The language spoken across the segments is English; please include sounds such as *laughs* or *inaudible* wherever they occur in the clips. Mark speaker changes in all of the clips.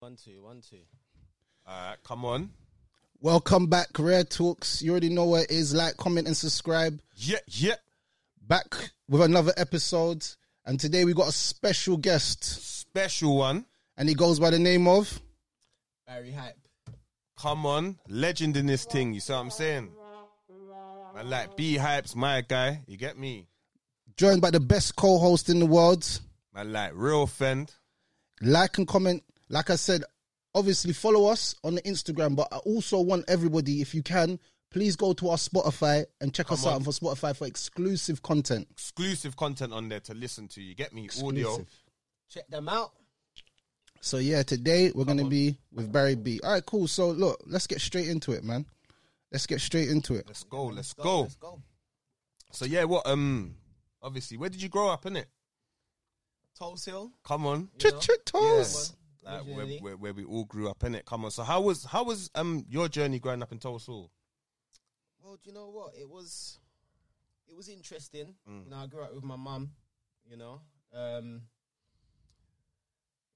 Speaker 1: One, two, one, two. All right, come on.
Speaker 2: Welcome back, Rare Talks. You already know what it is. Like, comment, and subscribe.
Speaker 1: Yeah, yeah.
Speaker 2: Back with another episode. And today we got a special guest.
Speaker 1: Special one.
Speaker 2: And he goes by the name of
Speaker 1: Come on. Legend in this thing. You see what I'm saying? Man, like B hypes, my guy. You get me?
Speaker 2: joined by the best co host in the world.
Speaker 1: Man, like real friend.
Speaker 2: Like and comment. Like I said, obviously follow us on the Instagram, but I also want everybody, if you can, please go to our Spotify and check us out on. for Spotify for exclusive content.
Speaker 1: Exclusive content on there to listen to. You get me? Audio.
Speaker 2: Exclusive. So yeah, today we're gonna be with Barry B. All right, cool. So look, let's get straight into it, man. Let's get straight into it.
Speaker 1: Let's go. Let's, go, Let's go. So yeah, what? Um, obviously, where did you grow up? In it?
Speaker 3: Tulse Hill.
Speaker 1: Come on.
Speaker 2: Chit chit toes.
Speaker 1: Like where, where, where we all grew up in it. Come on. So how was how was um your journey growing up in Tulsa?
Speaker 3: Well, do you know what? It was it was interesting.
Speaker 1: Mm.
Speaker 3: You know, I grew up with my mum, you know. Um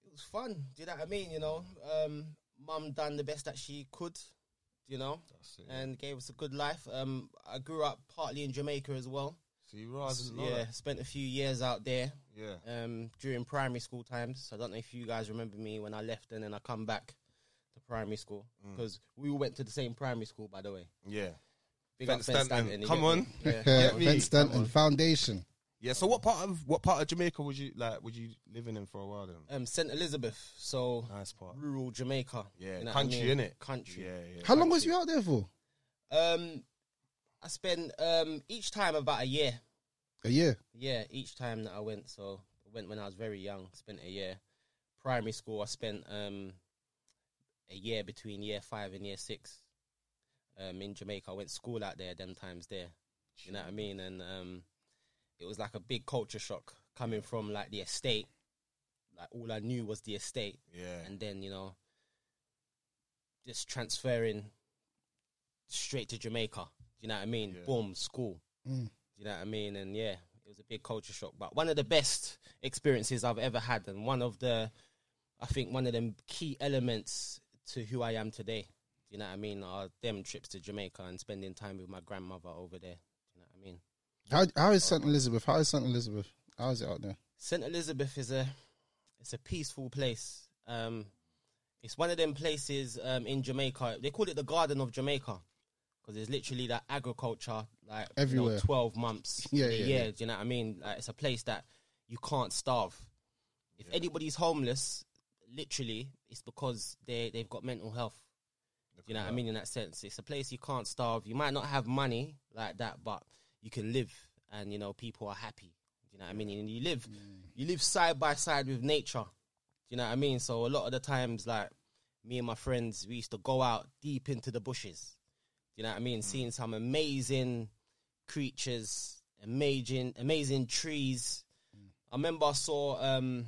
Speaker 3: it was fun, do you know what I mean? You know? Um mum done the best that she could, you know, and gave us a good life. Um I grew up partly in Jamaica as well.
Speaker 1: So you realize
Speaker 3: yeah, spent a few years out there.
Speaker 1: Yeah.
Speaker 3: um, during primary school times. I don't know if you guys remember me when I left and then I come back to primary school
Speaker 1: Mm.
Speaker 3: because we all went to the same primary school, by the way.
Speaker 1: Yeah.
Speaker 3: Big
Speaker 1: Ben
Speaker 3: up
Speaker 1: Stanton,
Speaker 3: Ben Stanton, you
Speaker 1: come
Speaker 3: get
Speaker 1: on. *laughs*
Speaker 3: me? Yeah.
Speaker 2: Yeah,
Speaker 1: me.
Speaker 2: Ben Stanton Foundation.
Speaker 1: Yeah. So what part of what part of Jamaica would you like? Would you living in for a while then?
Speaker 3: Um, Saint Elizabeth, so
Speaker 1: Nice part.
Speaker 3: rural Jamaica.
Speaker 1: Yeah,
Speaker 3: you know what I
Speaker 1: country
Speaker 3: mean?
Speaker 1: innit?
Speaker 3: Country.
Speaker 1: Yeah, yeah.
Speaker 2: How long was you out there for?
Speaker 3: Um, I spent um each time about a year.
Speaker 2: A year.
Speaker 3: Yeah, each time that I went. So I went when I was very young. Spent a year. Primary school, I spent um a year between year five and year six. Um, in Jamaica, I went school out there. Them times there, you know what I mean. And um, it was like a big culture shock coming from like the estate. Like all I knew was the estate,
Speaker 1: Yeah.
Speaker 3: and then you know, just transferring straight to Jamaica. You know what I mean?
Speaker 1: Yeah.
Speaker 3: Boom, school. You know what I mean? And yeah, it was a big culture shock, but one of the best experiences I've ever had, and one of the, I think one of the key elements to who I am today. You know what I mean? Are them trips to Jamaica and spending time with my grandmother over there. You know what I mean?
Speaker 2: How how is Saint Elizabeth? How is Saint Elizabeth? How is it out there?
Speaker 3: Saint Elizabeth is a it's a peaceful place. Um, it's one of them places um, in Jamaica. They call it the Garden of Jamaica because there's literally that agriculture like you know,
Speaker 2: Everywhere.
Speaker 3: twelve months
Speaker 2: Yeah,
Speaker 3: in a
Speaker 2: yeah,
Speaker 3: year.
Speaker 2: yeah.
Speaker 3: Do you know what I mean? Like, it's a place that you can't starve. If anybody's homeless, literally, it's because they they've got mental health. You know what I mean? In that sense, it's a place you can't starve. You might not have money like that, but you can live, and you know people are happy. You know what I mean? And you live,
Speaker 2: Mm.
Speaker 3: you live side by side with nature. You know what I mean? So a lot of the times, like me and my friends, we used to go out deep into the bushes. You know what I mean? Seeing some amazing creatures, amazing, amazing trees. I remember I saw um,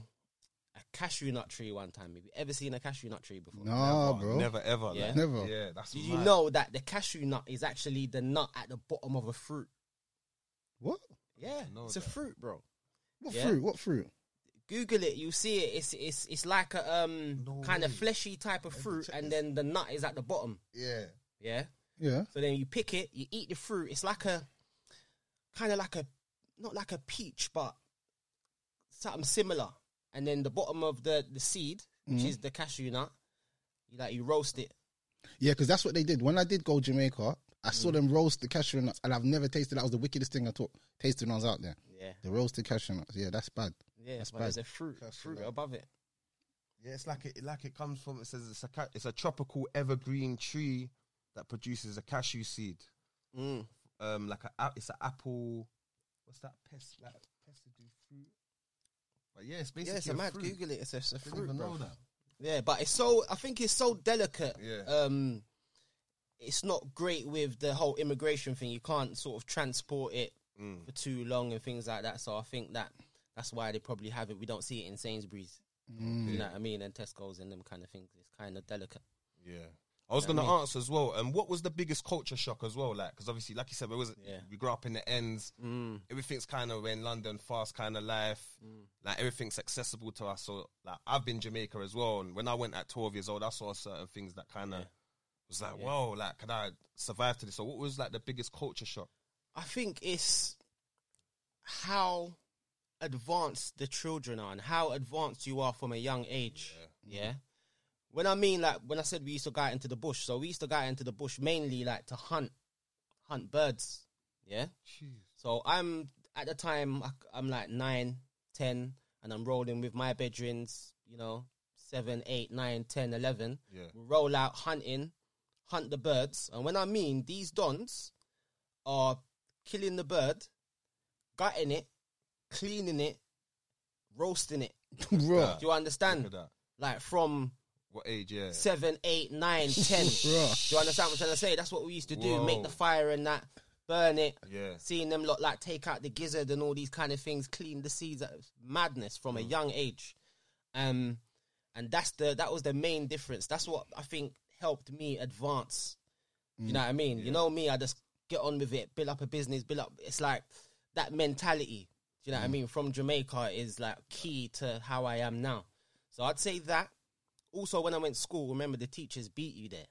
Speaker 3: a cashew nut tree one time. Have you ever seen a cashew nut tree before?
Speaker 2: Nah,
Speaker 1: Never,
Speaker 2: bro.
Speaker 1: Never ever.
Speaker 3: Yeah.
Speaker 1: like-
Speaker 2: Never.
Speaker 1: Yeah. That's
Speaker 3: Did you
Speaker 1: mad.
Speaker 3: know that the cashew nut is actually the nut at the bottom of a fruit?
Speaker 2: What?
Speaker 3: Yeah, it's a fruit, bro.
Speaker 2: What
Speaker 3: Yeah.
Speaker 2: fruit? What fruit?
Speaker 3: Google it, you'll see it. It's it's it's like a um kind of fleshy type of fruit, and then the nut is at the bottom.
Speaker 4: Yeah.
Speaker 3: Yeah.
Speaker 1: Yeah.
Speaker 3: So then you pick it, you eat the fruit. It's like a kind of like a not like a peach, but something similar. And then the bottom of the the seed, which is the cashew nut, you like you roast it.
Speaker 1: Yeah, because that's what they did. When I did go Jamaica, I
Speaker 3: Mm.
Speaker 1: saw them roast the cashew nuts, and I've never tasted. That was the wickedest thing I took tasting ones out there.
Speaker 3: Yeah.
Speaker 1: The roasted cashew nuts. Yeah, that's bad. *laughs*
Speaker 3: Yeah,
Speaker 1: that's
Speaker 3: but there's a
Speaker 1: bad.
Speaker 3: fruit, a
Speaker 4: Cashew
Speaker 3: fruit
Speaker 4: nut.
Speaker 3: above it.
Speaker 4: Yeah, it's like it like it comes from. It says it's a ca- it's a tropical evergreen tree that produces a cashew seed.
Speaker 3: Mm.
Speaker 4: Um, like a a it's an apple. What's that pest? Like pesticidal fruit. But yeah, it's basically
Speaker 3: Yeah, it's
Speaker 4: a
Speaker 3: a mad.
Speaker 4: fruit.
Speaker 3: Google it. It's a, it's a
Speaker 4: I didn't
Speaker 3: fruit,
Speaker 4: even
Speaker 3: bro.
Speaker 4: know that.
Speaker 3: Yeah, but it's so. I think it's so delicate.
Speaker 4: Yeah.
Speaker 3: Um, it's not great with the whole immigration thing. You can't sort of transport it
Speaker 4: Mm.
Speaker 3: for too long and things like that. So I think that that's why they probably have it. We don't see it in Sainsbury's. You know what I mean? And Tesco's and them kind of things. It's kind of delicate.
Speaker 4: Yeah. I was going to ask as well, um, what was the biggest culture shock as well? Like, because obviously, like you said, we was
Speaker 3: Yeah.
Speaker 4: we grew up in the ends. Mm. Everything's kind of in London, fast kind of life. Like everything's accessible to us. So, like, I've been Jamaica as well, and when I went at twelve years old, I saw certain things that kind of was like, whoa, like, can I survive to this? So, what was like the biggest culture shock?
Speaker 3: I think it's how advanced the children are and how advanced you are from a young age. Yeah. When I mean like when I said we used to go out into the bush, so we used to go out into the bush mainly like to hunt, hunt birds. Yeah. So I'm at the time I- I'm like nine, ten, and I'm rolling with my bedrooms. You know, seven, eight, nine, ten, eleven.
Speaker 4: Yeah.
Speaker 3: We roll out hunting, hunt the birds, and when I mean these dons are killing the bird, gutting it, cleaning it, roasting it.
Speaker 1: Bro,
Speaker 3: Do you understand?
Speaker 4: Look at that.
Speaker 3: Like from
Speaker 4: What age? Yeah.
Speaker 3: seven, eight, nine,
Speaker 4: *laughs*
Speaker 3: ten. Do
Speaker 1: Bruh.
Speaker 3: you understand what I'm trying to say? That's what we used to do:
Speaker 4: Whoa.
Speaker 3: make the fire and that, burn it.
Speaker 4: Yeah.
Speaker 3: Seeing them lot like take out the gizzard and all these kind of things, clean the seeds. That was madness from a young age, um, and that's the that was the main difference. That's what I think helped me advance. You know what I mean? You know me, I just get on with it, build up a business, build up. It's like that mentality. Do you know what I mean? From Jamaica is like key to how I am now. So I'd say that. Also, when I went to school, remember the teachers beat you there.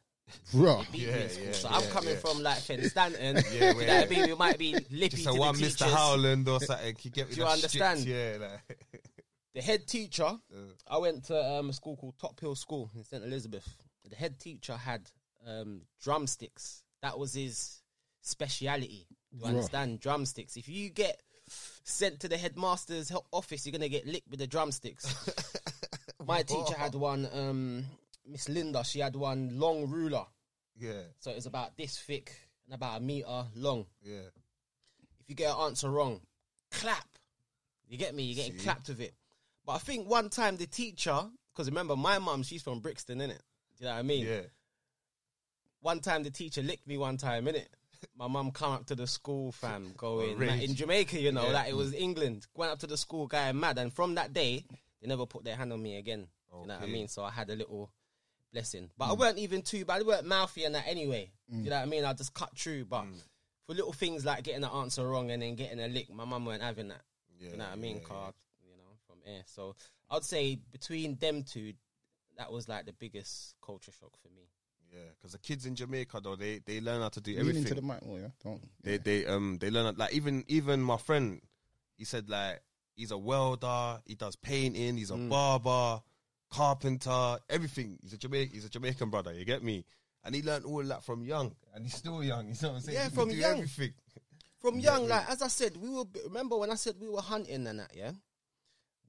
Speaker 1: bro.
Speaker 3: Beat you in school. so I'm coming from like Fen Stanton.
Speaker 4: *laughs* Yeah,
Speaker 3: do you know what I
Speaker 4: yeah.
Speaker 3: mean? We might be lippy
Speaker 4: Just
Speaker 3: to
Speaker 4: a
Speaker 3: the
Speaker 4: one,
Speaker 3: teachers.
Speaker 4: Mr. Howland or something. You get me
Speaker 3: *laughs* Do you
Speaker 4: that shit,
Speaker 3: understand?
Speaker 4: Yeah. Like, *laughs* Uh.
Speaker 3: the head teacher, I went to um, a school called Top Hill School in St. Elizabeth. The head teacher had um, drumsticks. That was his speciality. You understand? Drumsticks. If you get sent to the headmaster's he- office, you're going to get licked with
Speaker 4: *laughs*
Speaker 3: the drumsticks. My teacher had one, um, Miss Linda, she had one long ruler.
Speaker 4: yeah.
Speaker 3: So it was about this thick and about a meter long.
Speaker 4: Yeah.
Speaker 3: If you get an answer wrong, clap. You get me? You're getting clapped with it. But I think one time the teacher, because remember, my mum, she's from Brixton, innit? Do you know what I mean?
Speaker 4: Yeah.
Speaker 3: One time the teacher licked me one time, innit? *laughs* My mum come up to the
Speaker 4: *laughs*
Speaker 3: school, fam, going like,
Speaker 4: Rage.
Speaker 3: in Jamaica, you know, like it was England. Went up to the school, guy mad, and from that day, they never put their hand on me again. Do You know what I
Speaker 4: Okay. Mm.
Speaker 3: mean? So I had a little blessing, but I weren't even too bad. I weren't mouthy and that anyway. Do You know what I mean? I just cut through, but
Speaker 4: Mm.
Speaker 3: for little things like getting the answer wrong and then getting a lick, my mum weren't having that.
Speaker 4: Yeah,
Speaker 3: you know what I mean?
Speaker 4: yeah, yeah.
Speaker 3: Card, you know, from air. So I'd say between them two, that was like the biggest culture shock for me.
Speaker 4: Yeah, because the kids in Jamaica though they they learn how to do
Speaker 1: Lean
Speaker 4: everything.
Speaker 1: into the mic more, yeah. Don't.
Speaker 4: They they um they learn how- like even even my friend, he said like he's a welder, he does painting, he's a
Speaker 3: Mm.
Speaker 4: barber, carpenter, everything. He's a Jamaican, he's a Jamaican brother. You get me? And he learned all that from young, and he's still young. You know what I'm saying?
Speaker 3: Yeah,
Speaker 4: He can
Speaker 3: from
Speaker 4: do
Speaker 3: young.
Speaker 4: Everything.
Speaker 3: From young, like as I said, we were remember when I said we were hunting and that, yeah.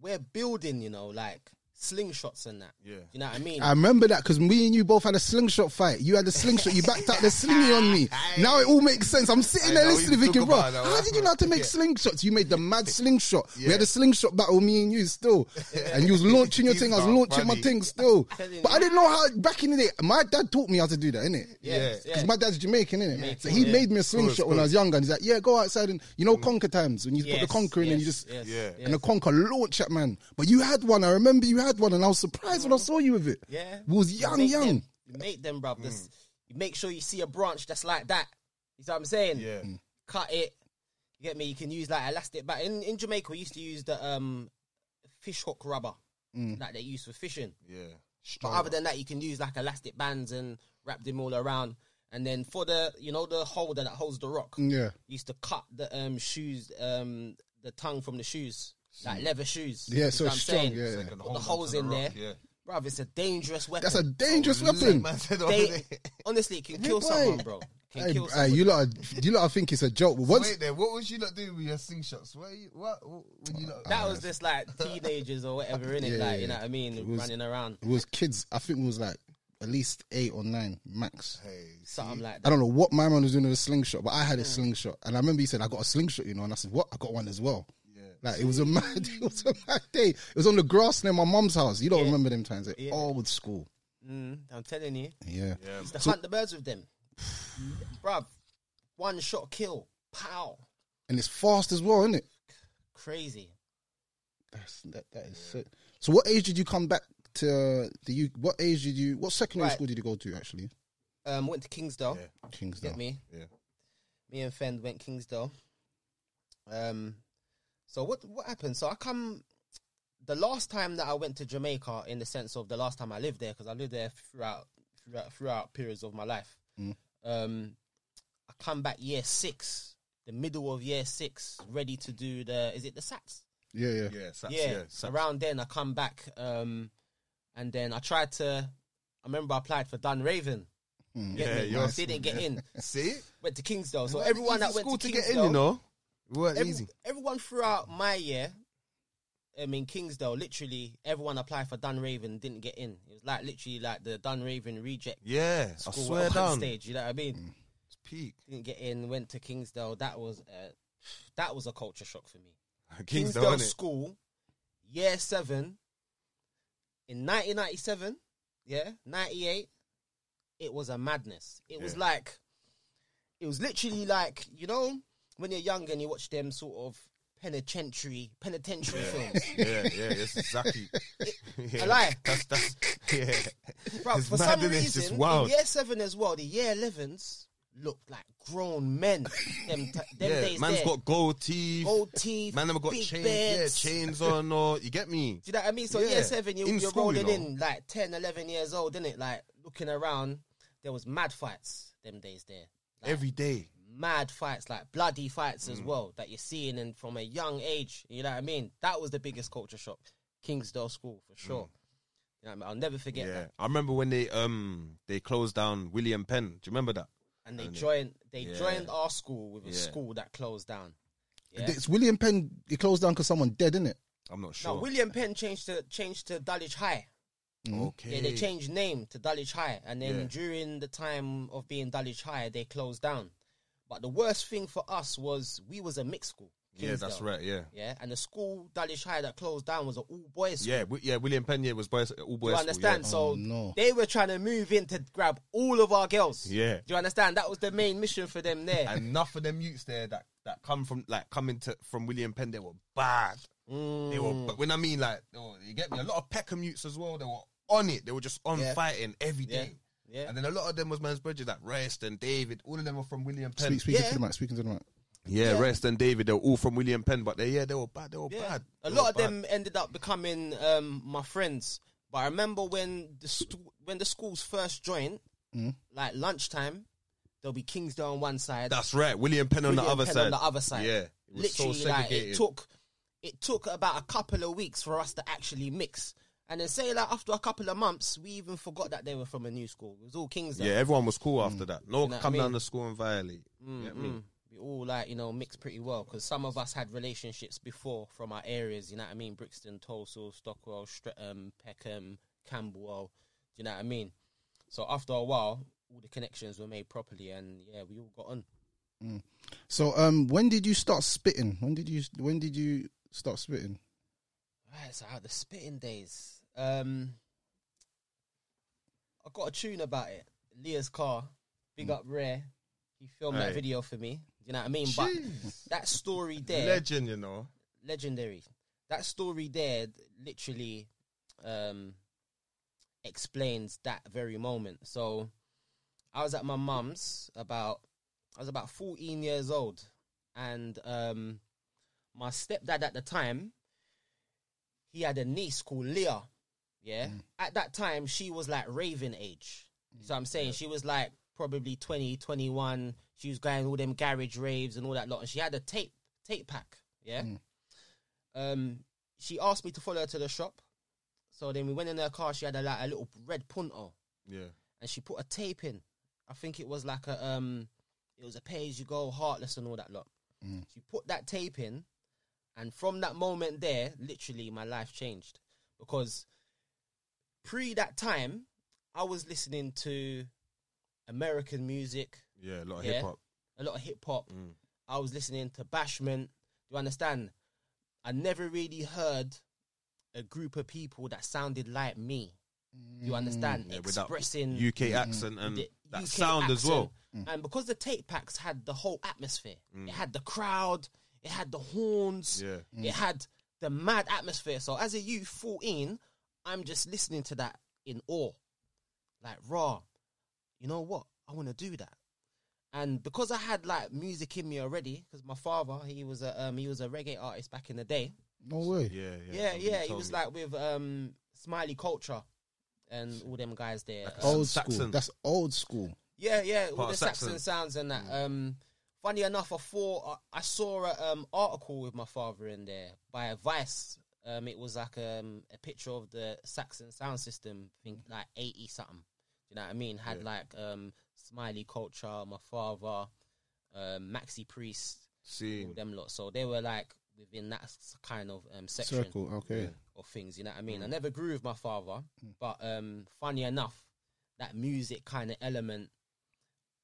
Speaker 3: We're building, you know, like slingshots and that.
Speaker 4: Yeah. Um,
Speaker 3: you know what I mean.
Speaker 1: I remember that because me and you both had a slingshot fight. You had a slingshot. You backed out the slinging on me. Now it all makes sense. I'm sitting
Speaker 4: Hey,
Speaker 1: there
Speaker 4: now we
Speaker 1: listening,
Speaker 4: talk
Speaker 1: thinking, bro,
Speaker 4: about that
Speaker 1: how
Speaker 4: one."
Speaker 1: did you know how to make
Speaker 4: Yeah.
Speaker 1: slingshots? You made the mad slingshot. We had
Speaker 4: Yeah.
Speaker 1: a slingshot battle, me and you still, and you was launching your
Speaker 4: These
Speaker 1: thing. I was
Speaker 4: are
Speaker 1: launching my
Speaker 4: funny.
Speaker 1: thing still.
Speaker 3: Telling
Speaker 1: But I
Speaker 3: you.
Speaker 1: didn't know how. Back in the day, my dad taught me how to do that, innit?
Speaker 3: yeah,
Speaker 4: Yeah.
Speaker 1: Because my dad's Jamaican, innit? So he
Speaker 3: Yeah.
Speaker 1: made me a
Speaker 4: course,
Speaker 1: slingshot when I
Speaker 4: course.
Speaker 1: was younger. And he's like, yeah, go outside and, you know, conquer times. When you put
Speaker 3: Yes,
Speaker 1: the conquer in and you
Speaker 3: yes,
Speaker 1: just,
Speaker 3: yes,
Speaker 4: Yeah.
Speaker 3: yes.
Speaker 1: and the conquer launch at man. But you had one. I remember you had one and I was surprised when I saw you with it.
Speaker 3: Yeah.
Speaker 1: We was
Speaker 3: You
Speaker 1: young,
Speaker 3: make
Speaker 1: young.
Speaker 3: Them, you make them, bruv.
Speaker 4: Mm.
Speaker 3: Just- You make sure you see a branch that's like that. You see what I'm saying? Mm.
Speaker 4: Yeah.
Speaker 3: Cut it. You get me? You can use like elastic back. In, in Jamaica, we used to use the um, fish hook rubber
Speaker 4: Mm.
Speaker 3: that they use for fishing.
Speaker 4: Yeah.
Speaker 3: But other than that, you can use like elastic bands and wrap them all around. And then for the you know the holder that holds the rock,
Speaker 1: Yeah.
Speaker 3: used to cut the um shoes um the tongue from the shoes like leather shoes.
Speaker 1: Mm. Yeah,
Speaker 3: You
Speaker 1: so
Speaker 3: know what
Speaker 1: it's
Speaker 3: I'm
Speaker 1: strong,
Speaker 3: saying?
Speaker 1: yeah, yeah.
Speaker 3: Put
Speaker 4: Hold
Speaker 3: the
Speaker 4: on to
Speaker 3: holes
Speaker 4: the
Speaker 3: in
Speaker 4: rock,
Speaker 3: there,
Speaker 4: yeah.
Speaker 3: bruv. It's a dangerous weapon.
Speaker 1: That's
Speaker 4: *laughs*
Speaker 1: a dangerous
Speaker 4: Lit,
Speaker 1: weapon.
Speaker 4: Oh, man said over
Speaker 3: They,
Speaker 4: there.
Speaker 3: honestly, it can
Speaker 1: Hey,
Speaker 3: kill
Speaker 1: boy.
Speaker 3: someone, bro. Can
Speaker 1: Hey,
Speaker 3: kill
Speaker 1: hey,
Speaker 3: someone.
Speaker 1: you lot, are, you lot, I think it's a joke. But once,
Speaker 4: Wait there, what was you not doing with your sing shots? What, you, what, what were you not
Speaker 3: that was just like teenagers or whatever in it,
Speaker 1: Ah. Yeah,
Speaker 3: like
Speaker 1: yeah,
Speaker 3: you know
Speaker 1: yeah.
Speaker 3: what I mean,
Speaker 1: Uh, It was-
Speaker 3: running around,
Speaker 1: it was kids. I think it was like at least eight or nine max.
Speaker 3: something like
Speaker 1: I
Speaker 3: that.
Speaker 1: don't know what my man was doing with a slingshot, but I had a slingshot, and I remember he said I got a slingshot, you know, and I said what? I got one as well. Like it was a *laughs* mad, it was a mad day. It was on the grass near my mum's house. You don't remember them times? Like, Old school.
Speaker 3: Mm, I'm telling you.
Speaker 1: Yeah.
Speaker 3: used to hunt the birds with them. Bruv, one shot kill. Pow.
Speaker 1: and it's fast as well, isn't it?
Speaker 3: Crazy.
Speaker 1: That's that, that is sick. So, what age did you come back to the U? What age did you? What secondary
Speaker 3: Right.
Speaker 1: school did you go to actually?
Speaker 3: Um, went to Kingsdale.
Speaker 1: Kingsdown.
Speaker 3: Get me?
Speaker 4: Yeah.
Speaker 3: Me and Fend went Kingsdale. Um, so what what happened? So I come the last time that I went to Jamaica, in the sense of the last time I lived there, because I lived there throughout throughout, throughout periods of my life. Um, I come back year six, the middle of year six, ready to do the is it the Sats?
Speaker 1: Yeah, yeah.
Speaker 4: Yeah, saps,
Speaker 3: yeah,
Speaker 4: yeah, saps.
Speaker 3: around then I come back, um, and then I tried to. I remember I applied for Dun Raven.
Speaker 1: Mm.
Speaker 4: Yeah,
Speaker 3: Yeah,
Speaker 4: you're-
Speaker 3: they didn't get
Speaker 1: *laughs*
Speaker 3: in.
Speaker 4: See?
Speaker 3: Went to Kingsdale, so
Speaker 4: Well,
Speaker 3: everyone
Speaker 4: easy
Speaker 3: that went
Speaker 4: school
Speaker 3: to,
Speaker 4: to
Speaker 3: Kingsdale,
Speaker 4: get in, you know? It weren't
Speaker 3: every-
Speaker 4: easy.
Speaker 3: everyone throughout my year, I mean Kingsdale, literally everyone applied for Dun Raven didn't get in. It was like literally like the Dun Raven reject
Speaker 4: Yeah, I
Speaker 3: school
Speaker 4: swear
Speaker 3: at one
Speaker 4: down. *laughs* Mm.
Speaker 3: stage. You know what I mean?
Speaker 4: It's peak.
Speaker 3: Didn't get in. Went to Kingsdale. That was uh, that was a culture shock for me.
Speaker 4: Kingsdale,
Speaker 3: Kingsdale
Speaker 4: innit?
Speaker 3: School, year seven, in 1997, yeah, 98, it was a madness. It was
Speaker 4: Yeah.
Speaker 3: like, it was literally like, you know, when you're young and you watch them sort of penitentiary,
Speaker 4: *laughs*
Speaker 3: penitentiary films.
Speaker 4: Yeah, yeah, that's exactly. *laughs* yeah,
Speaker 3: lie.
Speaker 4: That's, *laughs* that's, yeah.
Speaker 3: Bruv,
Speaker 4: It's
Speaker 3: for
Speaker 4: mad,
Speaker 3: some
Speaker 4: innit?
Speaker 3: reason,
Speaker 4: it's just wild.
Speaker 3: in year seven as well, the year 11s looked like grown men. them t- them
Speaker 4: yeah,
Speaker 3: days
Speaker 4: man's
Speaker 3: there.
Speaker 4: got gold teeth.
Speaker 3: Gold teeth,
Speaker 4: Man, them got
Speaker 3: big
Speaker 4: chains.
Speaker 3: beds.
Speaker 4: Yeah, chains on. Or you get me?
Speaker 3: Do you know what I mean? So year
Speaker 4: Yeah.
Speaker 3: seven, you,
Speaker 4: In
Speaker 3: you're
Speaker 4: school, you
Speaker 3: rolling
Speaker 4: know.
Speaker 3: in like 10, 11 years old, is it? Like looking around, there was mad fights them days there. Like,
Speaker 4: Every day. Mm.
Speaker 3: mad fights, like bloody fights as well that you're seeing and from a young age. You know what I mean? That was the biggest culture shock. Kingsdale School for sure. You know what I mean? I'll never forget
Speaker 4: Mm. yeah,
Speaker 3: that.
Speaker 4: I remember when they um they closed down William Penn. Do you remember that?
Speaker 3: And they
Speaker 4: And it-
Speaker 3: joined. They
Speaker 4: yeah.
Speaker 3: joined our school with a
Speaker 4: Yeah.
Speaker 3: school that closed down. Yeah.
Speaker 1: It's William Penn. It closed down because someone dead, isn't it?
Speaker 4: I'm not
Speaker 3: Now
Speaker 4: sure.
Speaker 3: William Penn changed to changed to Dulwich High.
Speaker 1: Mm.
Speaker 4: okay.
Speaker 3: Yeah, they changed name to Dulwich High, and then
Speaker 4: Yeah.
Speaker 3: during the time of being Dulwich High, they closed down. But the worst thing for us was we was a mixed school.
Speaker 4: Yeah, that's
Speaker 3: Kingsdale.
Speaker 4: right. Yeah.
Speaker 3: Yeah, and the school Dulwich High that closed down was an all boys school.
Speaker 4: Yeah, wi- yeah. William Penn yeah, was boys, all
Speaker 3: Do
Speaker 4: boys.
Speaker 3: you
Speaker 4: school,
Speaker 3: understand?
Speaker 4: yeah.
Speaker 3: So
Speaker 1: Oh, no.
Speaker 3: they were trying to move in to grab all of our girls.
Speaker 4: Yeah.
Speaker 3: Do you understand? That was the main mission for them there.
Speaker 4: And enough of them youths there that that come from like coming to from William Penn. They were bad. They were. But when I mean like, they were- you get me. A lot of Peckham youths as well. They were on it. They were just on
Speaker 3: Yeah.
Speaker 4: fighting every
Speaker 3: Yeah.
Speaker 4: day.
Speaker 3: Yeah.
Speaker 4: And then a lot of them was man's bridges like Rest and David. All of them were from William Penn.
Speaker 1: Speak, speaking
Speaker 3: Yeah.
Speaker 1: to the mic. Speaking to the mic.
Speaker 4: Yeah, Rest and David, they were all from William Penn, but they yeah, they were bad. They were
Speaker 3: Yeah.
Speaker 4: bad.
Speaker 3: A
Speaker 4: They
Speaker 3: lot
Speaker 4: were
Speaker 3: of them
Speaker 4: bad.
Speaker 3: ended up becoming um, my friends. But I remember when the st- when the schools first joined,
Speaker 4: Mm.
Speaker 3: like lunchtime, there'll be Kingsdale on one side,
Speaker 4: That's right. William Penn on the
Speaker 3: William
Speaker 4: other
Speaker 3: Penn
Speaker 4: side.
Speaker 3: on the other side.
Speaker 4: Yeah. It was
Speaker 3: literally,
Speaker 4: so
Speaker 3: like
Speaker 4: segregated.
Speaker 3: it took it took about a couple of weeks for us to actually mix. And then say like after a couple of months, we even forgot that they were from a new school. It was all Kingsdale.
Speaker 4: Yeah, everyone was cool after that. No one could
Speaker 3: know what
Speaker 4: come
Speaker 3: I mean?
Speaker 4: down the school and violate. You get me?
Speaker 3: we all like you know mixed pretty well because some of us had relationships before from our areas. You know what I mean? Brixton, Tulsa, Stockwell, Streatham, Peckham, Camberwell. Do you know what I mean? So after a while, all the connections were made properly, and yeah, we all got on.
Speaker 1: So, um, when did you start spitting? When did you? When did you start spitting?
Speaker 3: Right, so out the spitting days. Um, I got a tune about it. Leah's car,
Speaker 4: Mm.
Speaker 3: big up rare. He filmed
Speaker 4: Aye.
Speaker 3: that video for me. Do you know what I mean? But that story there,
Speaker 4: Legend, you know.
Speaker 3: legendary. That story there th- literally um, explains that very moment. So I was at my mum's about I was about 14 years old and um, my stepdad at the time he had a niece called Leah. Yeah. At that time, she was like raving age. So I'm saying she was like probably 20, 21. She was going all them garage raves and all that lot. And she had a tape, tape pack. Yeah. Um, she asked me to follow her to the shop. So then we went in her car. She had a, like a little red punto
Speaker 4: Yeah.
Speaker 3: and she put a tape in. I think it was like a um, it was a pay as you go, heartless and all that lot.
Speaker 4: Mm.
Speaker 3: She put that tape in, and from that moment there, literally my life changed because pre that time, I was listening to American music,
Speaker 4: Yeah, a lot of Mm.
Speaker 3: Yeah.
Speaker 4: hip hop.
Speaker 3: a lot of hip hop. I was listening to Bashment. Do you understand? I never really heard a group of people that sounded like me. Do you understand?
Speaker 4: Mm. Yeah, with that
Speaker 3: Expressing
Speaker 4: UK accent and
Speaker 3: the
Speaker 4: that
Speaker 3: UK
Speaker 4: sound as well. Mm.
Speaker 3: accent. Mm. And because the tape packs had the whole atmosphere, it had the crowd, it had the horns,
Speaker 4: Yeah.
Speaker 1: Mm.
Speaker 3: it had the mad atmosphere. So as a youth, 14, I'm just listening to that in awe. Like, raw, you know what? I want to do that. And because I had like music in me already, because my father, he was a um, he was a reggae artist back in the day.
Speaker 1: No way.
Speaker 4: Yeah, yeah.
Speaker 3: Yeah,
Speaker 4: somebody
Speaker 3: yeah, he
Speaker 4: told
Speaker 3: was
Speaker 4: me.
Speaker 3: like with um, Smiley Culture and all them guys there.
Speaker 4: Like a
Speaker 3: Um,
Speaker 4: Some
Speaker 1: Old school.
Speaker 4: Saxon.
Speaker 1: That's old school.
Speaker 3: yeah, yeah, all
Speaker 4: Part
Speaker 3: the
Speaker 4: of
Speaker 3: Saxon,
Speaker 4: Saxon. Mm.
Speaker 3: sounds and that. Um, funny enough, I thought uh, I, I saw a um article with my father in there by Vice. Um, it was like um a picture of the Saxon sound system, I think like eighty something. You know what I mean? Had like um Smiley Culture, my father, um Maxi Priest,
Speaker 4: See,
Speaker 3: all them lot. So they were like within that s- kind of um section
Speaker 1: Circle. Okay.
Speaker 3: of things. You know what I
Speaker 4: Mm.
Speaker 3: mean? I never grew with my father, but um, funny enough, that music kind of element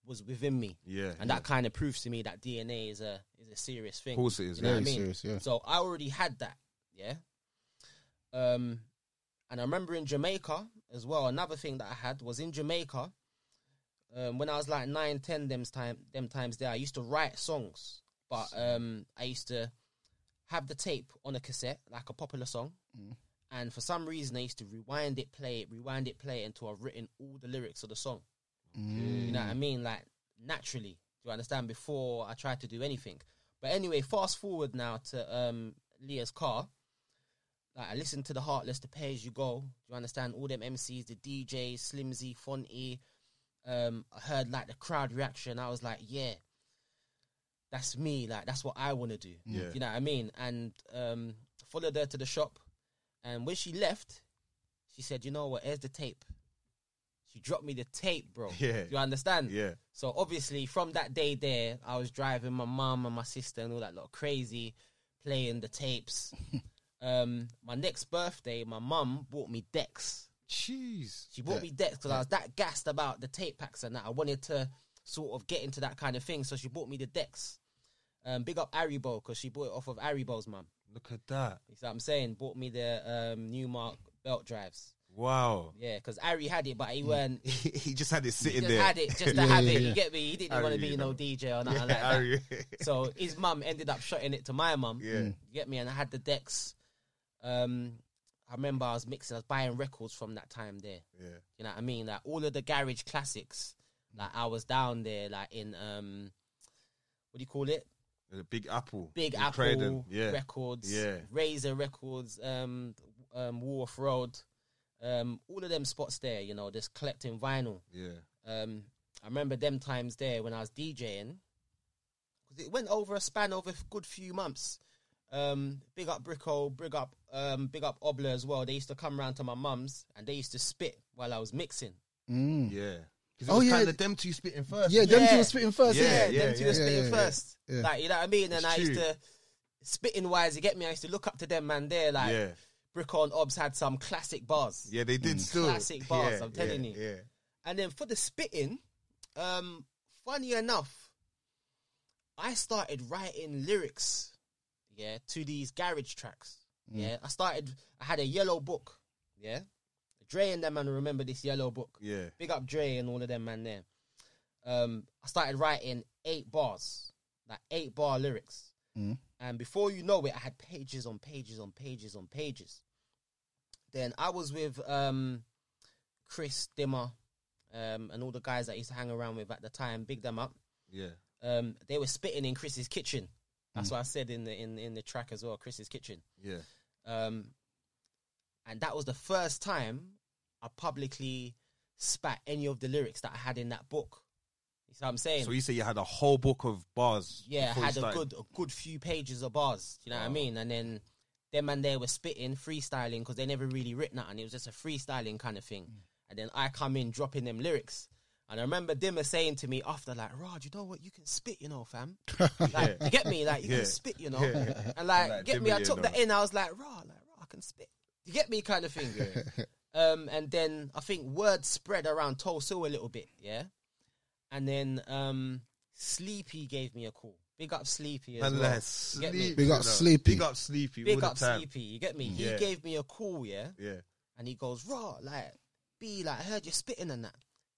Speaker 3: was within me,
Speaker 4: yeah.
Speaker 3: and that kind of proves to me that DNA is a is a serious thing.
Speaker 4: Of course it is.
Speaker 3: You know what I
Speaker 1: Very
Speaker 3: mean?
Speaker 1: serious, yeah.
Speaker 3: So I already had that, yeah. Um, and I remember in Jamaica as well. Another thing that I had was in Jamaica. Um, when I was like nine, ten, them time, them times there, I used to write songs, but um, I used to have the tape on a cassette, like a popular song,
Speaker 1: Mm.
Speaker 3: and for some reason I used to rewind it, play it, rewind it, play it until I've written all the lyrics of the song. You know what I mean? Like naturally. Do you understand? Before I tried to do anything. But anyway, fast forward now to um Leah's car. Like I listened to the Heartless, the Pay As You Go. Do you understand? All them MCs, the DJs, Slimzy, Fonty. Um, I heard like the crowd reaction. I was like, yeah, that's me. Like that's what I want to do.
Speaker 4: Yeah.
Speaker 3: You know what I mean? And um, followed her to the shop. And when she left, she said, "You know what? Here's the tape." She dropped me the tape, bro.
Speaker 4: Yeah.
Speaker 3: Do you understand?
Speaker 4: Yeah.
Speaker 3: So obviously, from that day there, I was driving my mum and my sister and all that lot crazy, playing the tapes.
Speaker 4: *laughs*
Speaker 3: um, my next birthday, my mum bought me decks.
Speaker 4: Jeez.
Speaker 3: She bought me decks because I was that gassed about the tape packs and that. I wanted to sort of get into that kind of thing, so she bought me the decks. Um, big up Aribo because she bought it off of Aribo's mum.
Speaker 4: Look at that.
Speaker 3: You see what I'm saying? Bought me the um, Newmark belt drives.
Speaker 4: Wow. Mm.
Speaker 3: Yeah, because Ari had it, but he weren't. He
Speaker 4: he just had it sitting
Speaker 3: just
Speaker 4: there.
Speaker 3: had it just to
Speaker 1: Yeah,
Speaker 3: have
Speaker 1: yeah,
Speaker 3: it.
Speaker 1: yeah.
Speaker 3: You get me? He didn't want
Speaker 4: Ari,
Speaker 3: to be
Speaker 4: you
Speaker 3: no
Speaker 4: know.
Speaker 3: DJ or nothing
Speaker 4: Yeah,
Speaker 3: like that.
Speaker 4: Ari.
Speaker 3: *laughs* So his mum ended up shutting it to my mum.
Speaker 4: Yeah.
Speaker 3: You get me? And I had the decks. Um, I remember I was mixing, I was buying records from that time there.
Speaker 4: yeah.
Speaker 3: You know what I mean? Like all of the garage classics. Like I was down there, like in um, what do you call it?
Speaker 4: The Big Apple.
Speaker 3: Big
Speaker 4: In
Speaker 3: Apple
Speaker 4: Croydon. Yeah.
Speaker 3: Records,
Speaker 4: Yeah.
Speaker 3: Razor Records, um, um, Wharf Road, um, all of them spots there. You know, just collecting vinyl.
Speaker 4: Yeah.
Speaker 3: Um, I remember them times there when I was DJing, 'cause it went over a span of a f- good few months. Um, big up Brico, big up, um, big up Obler as well. They used to come round to my mum's and they used to spit while I was mixing.
Speaker 4: Yeah. Because it
Speaker 1: Oh,
Speaker 4: was
Speaker 1: yeah.
Speaker 4: kind of them two spitting first.
Speaker 1: Yeah, them two
Speaker 3: Yeah.
Speaker 1: were spitting first.
Speaker 4: Yeah,
Speaker 1: Yeah,
Speaker 3: yeah, them two were
Speaker 1: yeah,
Speaker 3: spitting
Speaker 1: yeah,
Speaker 3: first.
Speaker 1: yeah.
Speaker 3: Like you know what I mean?
Speaker 4: It's
Speaker 3: And I used
Speaker 4: true.
Speaker 3: to spitting wise, you get me? I used to look up to them man there like
Speaker 4: Yeah.
Speaker 3: Brico and Obs had some classic bars.
Speaker 4: Yeah, they
Speaker 1: Mm.
Speaker 4: did still.
Speaker 3: Classic bars,
Speaker 4: Yeah,
Speaker 3: I'm telling
Speaker 4: yeah,
Speaker 3: you.
Speaker 4: Yeah.
Speaker 3: And then for the spitting, um, funny enough, I started writing lyrics, yeah, to these garage tracks. Yeah, I started. I had a yellow book. Yeah, Dre and them man remember this yellow book.
Speaker 4: Yeah.
Speaker 3: Big up Dre and all of them man there. Um, I started writing eight bars, like eight bar lyrics. And before you know it, I had pages on pages on pages on pages. Then I was with um, Chris Dimmer um, and all the guys that I used to hang around with at the time, big them up.
Speaker 4: Yeah.
Speaker 3: Um, they were spitting in Chris's kitchen. That's what I said in the in, in the track as well, Chris's kitchen.
Speaker 4: Yeah.
Speaker 3: Um, and that was the first time I publicly spat any of the lyrics that I had in that book. You see what I'm saying?
Speaker 4: So you say you had a whole book of bars.
Speaker 3: yeah, I
Speaker 4: before you
Speaker 3: had a
Speaker 4: started.
Speaker 3: good a good few pages of bars. You know what I mean? And then them and there were spitting, freestyling because they never really written nothing. It was just a freestyling kind of
Speaker 4: Mm.
Speaker 3: thing. And then I come in dropping them lyrics. And I remember Dimmer saying to me after, like, Rod, you know what? You can spit, you know,
Speaker 4: *laughs*
Speaker 3: fam. Like, you get me? Like, you
Speaker 4: Yeah.
Speaker 3: can spit, you know.
Speaker 4: Yeah.
Speaker 3: And like,
Speaker 4: Like
Speaker 3: get
Speaker 4: Dimmer,
Speaker 3: me? I
Speaker 4: you
Speaker 3: took
Speaker 4: know.
Speaker 3: that in. I was like, raw, like, raw, I can spit. You get me? Kind of thing.
Speaker 4: *laughs*
Speaker 3: Um, and then I think word spread around Tulsa a little bit, yeah. And then um, Sleepy gave me a call. Big up Sleepy as
Speaker 4: Man,
Speaker 3: well.
Speaker 4: like,
Speaker 3: You get me?
Speaker 4: sleepy,
Speaker 1: Big up
Speaker 4: no.
Speaker 1: Sleepy.
Speaker 4: Big up sleepy. all
Speaker 3: Big
Speaker 4: the
Speaker 3: up
Speaker 4: time.
Speaker 3: Sleepy. You get me?
Speaker 4: Yeah.
Speaker 3: He gave me a call, yeah.
Speaker 4: Yeah.
Speaker 3: And he goes, raw, like, B, like, I heard you're spitting and that.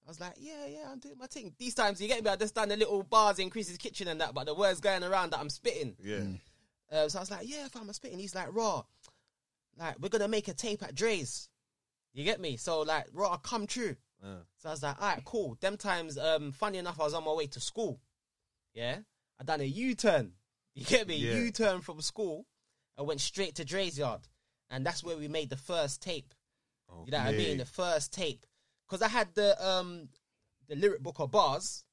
Speaker 3: I was like, yeah, yeah, I'm doing my thing. These times, you get me? I just done the little bars in Chris's kitchen and that, but the words going around that I'm spitting.
Speaker 4: Yeah.
Speaker 3: Uh, so I was like, yeah, fam, I'm spitting. He's like, raw, like, we're going to make a tape at Dre's. You get me? So, like, raw, I come true.
Speaker 4: Uh.
Speaker 3: So I was like, all right, cool. Them times, um, funny enough, I was on my way to school. Yeah. I done a U turn. You get me?
Speaker 4: Yeah.
Speaker 3: U turn from school. I went straight to Dre's yard. And that's where we made the first tape. You know what I
Speaker 4: Okay.
Speaker 3: mean? The first tape. Because I had the um the lyric book of bars.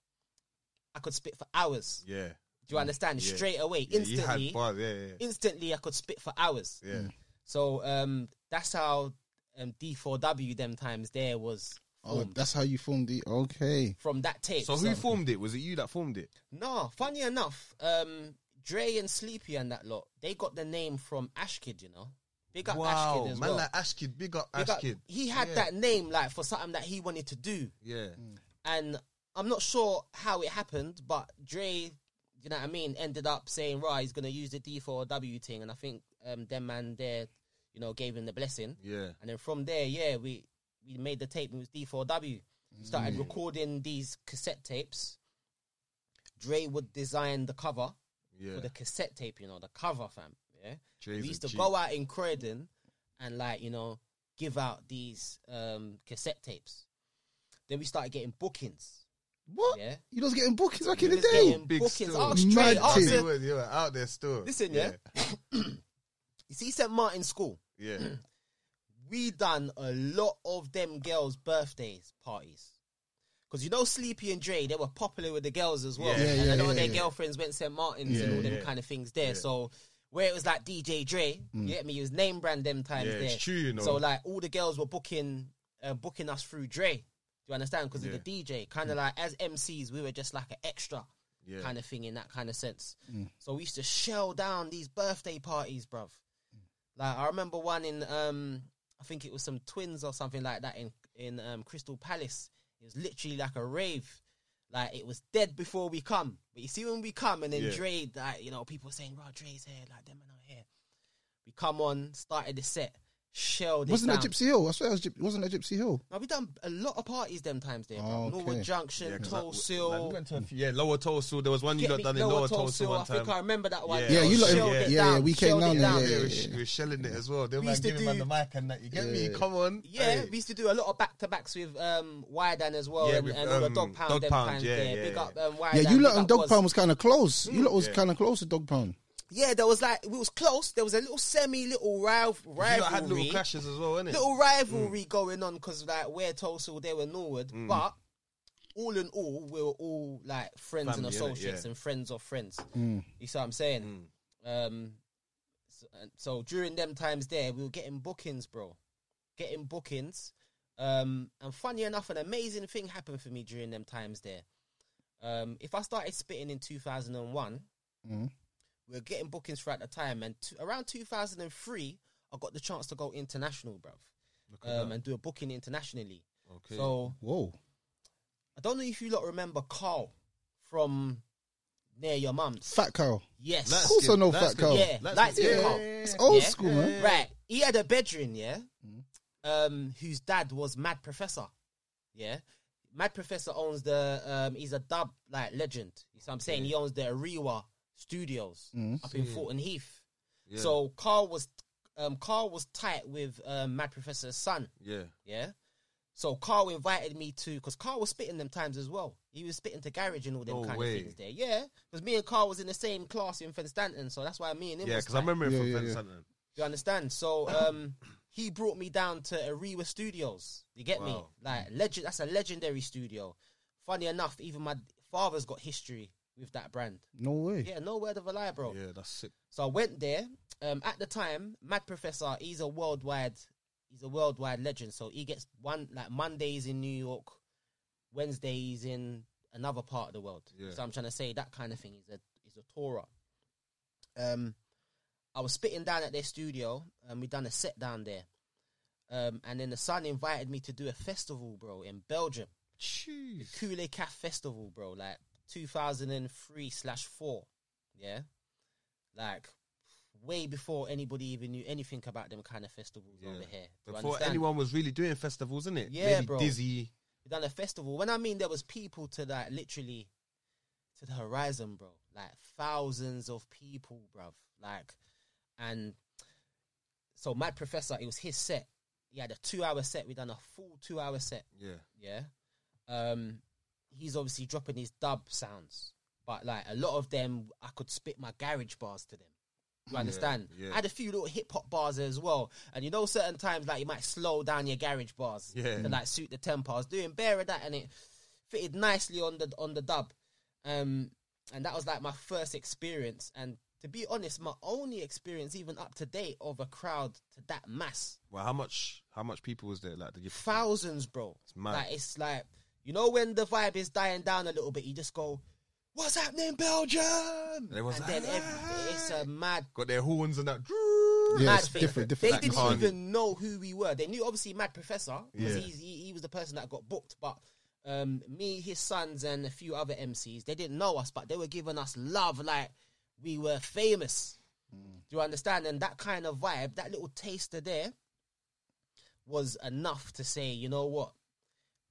Speaker 3: I could spit for hours.
Speaker 4: Yeah.
Speaker 3: Do you understand?
Speaker 4: Yeah.
Speaker 3: Straight away,
Speaker 4: Yeah, you
Speaker 3: instantly
Speaker 4: had bars. Yeah. Yeah.
Speaker 3: instantly I could spit for hours.
Speaker 4: yeah.
Speaker 3: So um, that's how um, D4W them times there was
Speaker 1: Oh,
Speaker 3: formed
Speaker 1: that's how you formed the. Okay.
Speaker 3: from that tape.
Speaker 4: So who formed it? Was it you that formed it?
Speaker 3: No, funny enough, um, Dre and Sleepy and that lot they got the name from Ashkid. You know, big up Ashkid as
Speaker 4: man,
Speaker 3: well.
Speaker 4: like Ashkid, big up
Speaker 3: Big up-
Speaker 4: Ashkid.
Speaker 3: He had
Speaker 4: Yeah.
Speaker 3: that name like for something that he wanted to do.
Speaker 4: Yeah,
Speaker 3: and I'm not sure how it happened, but Dre, you know what I mean, ended up saying, right, he's going to use the D4W thing. And I think um, them man there, you know, gave him the blessing.
Speaker 4: Yeah.
Speaker 3: And then from there, yeah, we, we made the tape. and It was D4W. We started recording these cassette tapes. Dre would design the cover
Speaker 4: yeah.
Speaker 3: for the cassette tape, you know, the cover, fam. Yeah.
Speaker 4: Dre's
Speaker 3: we
Speaker 4: a
Speaker 3: used to
Speaker 4: G.
Speaker 3: go out in Croydon and like, you know, give out these um cassette tapes. Then we started getting bookings.
Speaker 1: What?
Speaker 3: Yeah.
Speaker 1: You was getting bookings back in
Speaker 3: We
Speaker 1: the
Speaker 3: was
Speaker 1: day.
Speaker 3: getting
Speaker 4: Big
Speaker 3: bookings.
Speaker 4: still.
Speaker 3: Ask Dre,
Speaker 1: Mad
Speaker 3: ask
Speaker 1: thing.
Speaker 3: him.
Speaker 4: You were, you were out there still.
Speaker 3: Listen, yeah. *clears throat* You see St. Martin's School,
Speaker 4: yeah,
Speaker 3: *clears throat* we done a lot of them girls' birthdays parties. Because you know Sleepy and Dre, they were popular with the girls as well.
Speaker 4: Yeah. Yeah,
Speaker 3: and
Speaker 1: yeah,
Speaker 3: a lot of
Speaker 1: yeah,
Speaker 3: their
Speaker 1: yeah.
Speaker 3: girlfriends went St. Martin's and all them kind of things there. So where it was like DJ Dre,
Speaker 4: Mm.
Speaker 3: you get me, he was name brand them times
Speaker 4: Yeah,
Speaker 3: there.
Speaker 4: it's true, you know.
Speaker 3: So like all the girls were booking uh, booking us through Dre. Do you understand? Because
Speaker 4: Yeah. Mm.
Speaker 3: of the DJ. Kind of like as MCs, we were just like an extra
Speaker 4: Yeah.
Speaker 3: kind of thing in that kind of sense. So we used to shell down these birthday parties, bruv. Like I remember one in um I think it was some twins or something like that in in um, Crystal Palace. It was literally like a rave. Like it was dead before we come. But you see when we come and then
Speaker 4: Yeah.
Speaker 3: Dre like, you know, people saying, Rod Dre's here, like them and I'm here. We come on, started the set, shelled
Speaker 1: Wasn't
Speaker 3: it
Speaker 1: that
Speaker 3: down.
Speaker 1: Gypsy Hill? I swear it was Gyp- wasn't that Gypsy Hill?
Speaker 3: Now we done a lot of parties them times there,
Speaker 1: Oh,
Speaker 3: bro.
Speaker 1: okay.
Speaker 3: Norwood Junction,
Speaker 4: yeah. 'cause that-
Speaker 3: Toll Seal.
Speaker 4: like, we went to a few- yeah, Lower Tulsa. There was one you
Speaker 3: Get
Speaker 4: got
Speaker 3: me
Speaker 4: done in
Speaker 3: lower
Speaker 4: Lower
Speaker 3: Tulsa,
Speaker 4: Tulsa one
Speaker 3: I think I
Speaker 4: time.
Speaker 3: remember that one.
Speaker 4: Yeah, Yeah, you lot-
Speaker 3: Shelled it
Speaker 1: yeah, yeah,
Speaker 3: down,
Speaker 1: we came
Speaker 3: shelled
Speaker 1: down
Speaker 3: it
Speaker 1: there, yeah,
Speaker 4: Yeah,
Speaker 1: yeah,
Speaker 4: we were,
Speaker 1: yeah.
Speaker 4: sh- we were shelling it as well. They were
Speaker 3: We
Speaker 4: like
Speaker 3: used to
Speaker 4: giving man
Speaker 3: do-
Speaker 4: the mic and that. You get me? Come on.
Speaker 3: Yeah,
Speaker 4: Hey.
Speaker 3: we used to do a lot of back to backs with um, Wydan as well,
Speaker 4: Yeah,
Speaker 3: and,
Speaker 4: with,
Speaker 3: and all the
Speaker 4: um,
Speaker 3: dog pound,
Speaker 4: Dog
Speaker 3: them
Speaker 4: Pound,
Speaker 3: times
Speaker 4: yeah,
Speaker 3: there.
Speaker 4: yeah,
Speaker 3: Big
Speaker 4: yeah.
Speaker 3: up um, Wydan.
Speaker 1: Yeah, you lot
Speaker 3: big
Speaker 1: and
Speaker 3: up
Speaker 1: Dog
Speaker 3: Woz.
Speaker 1: Pound was kind of close. You lot was
Speaker 3: Hmm.
Speaker 1: kind of close to Dog Pound.
Speaker 3: Yeah, there was like we was close. There was a little semi, little rival,
Speaker 4: You
Speaker 3: rivalry,
Speaker 4: lot had little clashes as well, innit? Mm.
Speaker 3: little rivalry going on because like we're Tulsa, they were Norwood, but. All in all, we were all like friends
Speaker 4: Family,
Speaker 3: and
Speaker 4: innit?
Speaker 3: associates
Speaker 4: Yeah. Mm.
Speaker 3: and friends of friends. You see what I'm saying? Um, so, and so during them times there, we were getting bookings, bro. Getting bookings. Um, and funny enough, an amazing thing happened for me during them times there. Um, if I started spitting in 2001, we were getting bookings throughout the time. And t- around 2003, I got the chance to go international, bruv. Um, and do a booking internationally.
Speaker 4: Okay.
Speaker 3: So
Speaker 1: Whoa.
Speaker 3: I don't know if you lot remember Carl from Near Your Mums.
Speaker 1: Fat cow.
Speaker 3: Yes.
Speaker 4: Light
Speaker 1: Of course I know
Speaker 4: skin, light
Speaker 1: Fat
Speaker 4: skin.
Speaker 1: Cow.
Speaker 3: Yeah,
Speaker 4: Light
Speaker 3: light
Speaker 4: skin.
Speaker 3: skin
Speaker 4: Yeah.
Speaker 3: Carl.
Speaker 1: It's old
Speaker 3: Yeah?
Speaker 1: school, man. Mm-hmm.
Speaker 3: Right. He had a bedroom, yeah, um, whose dad was Mad Professor. Yeah. Mad Professor owns the um he's a dub like legend. You see what I'm saying? He owns the Ariwa studios
Speaker 1: Mm.
Speaker 3: up in Fulton Heath. So Carl was um Carl was tight with um, Mad Professor's son.
Speaker 4: Yeah.
Speaker 3: Yeah. So Carl invited me to because Carl was spitting them times as well. He was spitting to garage and all them
Speaker 4: No
Speaker 3: kind
Speaker 4: way.
Speaker 3: of things there. Yeah. Because me and Carl was in the same class in Fenstanton, so that's why me and him
Speaker 4: Yeah,
Speaker 3: was
Speaker 4: because I
Speaker 3: tight.
Speaker 4: remember it
Speaker 1: Yeah,
Speaker 4: from
Speaker 1: yeah,
Speaker 4: Fence
Speaker 1: yeah.
Speaker 4: Hunting.
Speaker 3: Do you understand? So um, *coughs* he brought me down to Ariwa Studios. You get me? Like legend. That's a legendary studio. Funny enough, even my father's got history with that brand.
Speaker 1: No way.
Speaker 3: Yeah, no word of a lie, bro.
Speaker 4: Yeah, that's sick.
Speaker 3: So I went there. Um, at the time, Mad Professor, he's a worldwide, he's a worldwide legend. So he gets one like Mondays in New York, Wednesdays in another part of the world. So I'm trying to say that kind of thing. He's a he's a tourer. Um, I was spitting down at their studio, and we done a set down there. Um, and then the son invited me to do a festival, bro, in Belgium. The Kool-Aid Caf Festival, bro, like 2003 slash 4. Yeah? Like, way before anybody even knew anything about them kind of festivals over here. Do you
Speaker 4: Before
Speaker 3: understand?
Speaker 4: anyone was really doing festivals, isn't it?
Speaker 3: Yeah,
Speaker 4: really
Speaker 3: bro.
Speaker 4: Dizzy.
Speaker 3: we done a festival. When I mean there was people to like literally to the horizon, bro. Like thousands of people, bruv. Like and so Mad Professor, it was his set. He had a two hour set. We done a full two hour set.
Speaker 4: Yeah.
Speaker 3: Yeah. Um he's obviously dropping his dub sounds. But like a lot of them I could spit my garage bars to them. You understand?
Speaker 4: yeah.
Speaker 3: I had a few little hip hop bars as well. And you know certain times like you might slow down your garage bars
Speaker 4: Yeah.
Speaker 3: to like suit the tempo. I was doing bare of that and it fitted nicely on the on the dub. Um and that was like my first experience and to be honest, my only experience even up to date of a crowd to that mass
Speaker 4: Well, how much? How much people was there? Like, did you?
Speaker 3: thousands, bro. It's
Speaker 4: mad.
Speaker 3: Like it's like you know when the vibe is dying down a little bit, you just go, "What's happening, Belgium?"
Speaker 4: They was
Speaker 3: and
Speaker 4: like,
Speaker 3: then every, it's a mad.
Speaker 4: got their horns and that.
Speaker 1: Yeah,
Speaker 3: mad
Speaker 1: it's
Speaker 3: thing.
Speaker 1: different, different.
Speaker 3: They didn't
Speaker 4: Like,
Speaker 3: even know who we were. They knew obviously Mad Professor because
Speaker 4: Yeah.
Speaker 3: he, he was the person that got booked. But um, me, his sons, and a few other MCs, they didn't know us, but they were giving us love like we were famous.
Speaker 1: Mm.
Speaker 3: Do you understand? And that kind of vibe, that little taster there, was enough to say, you know what,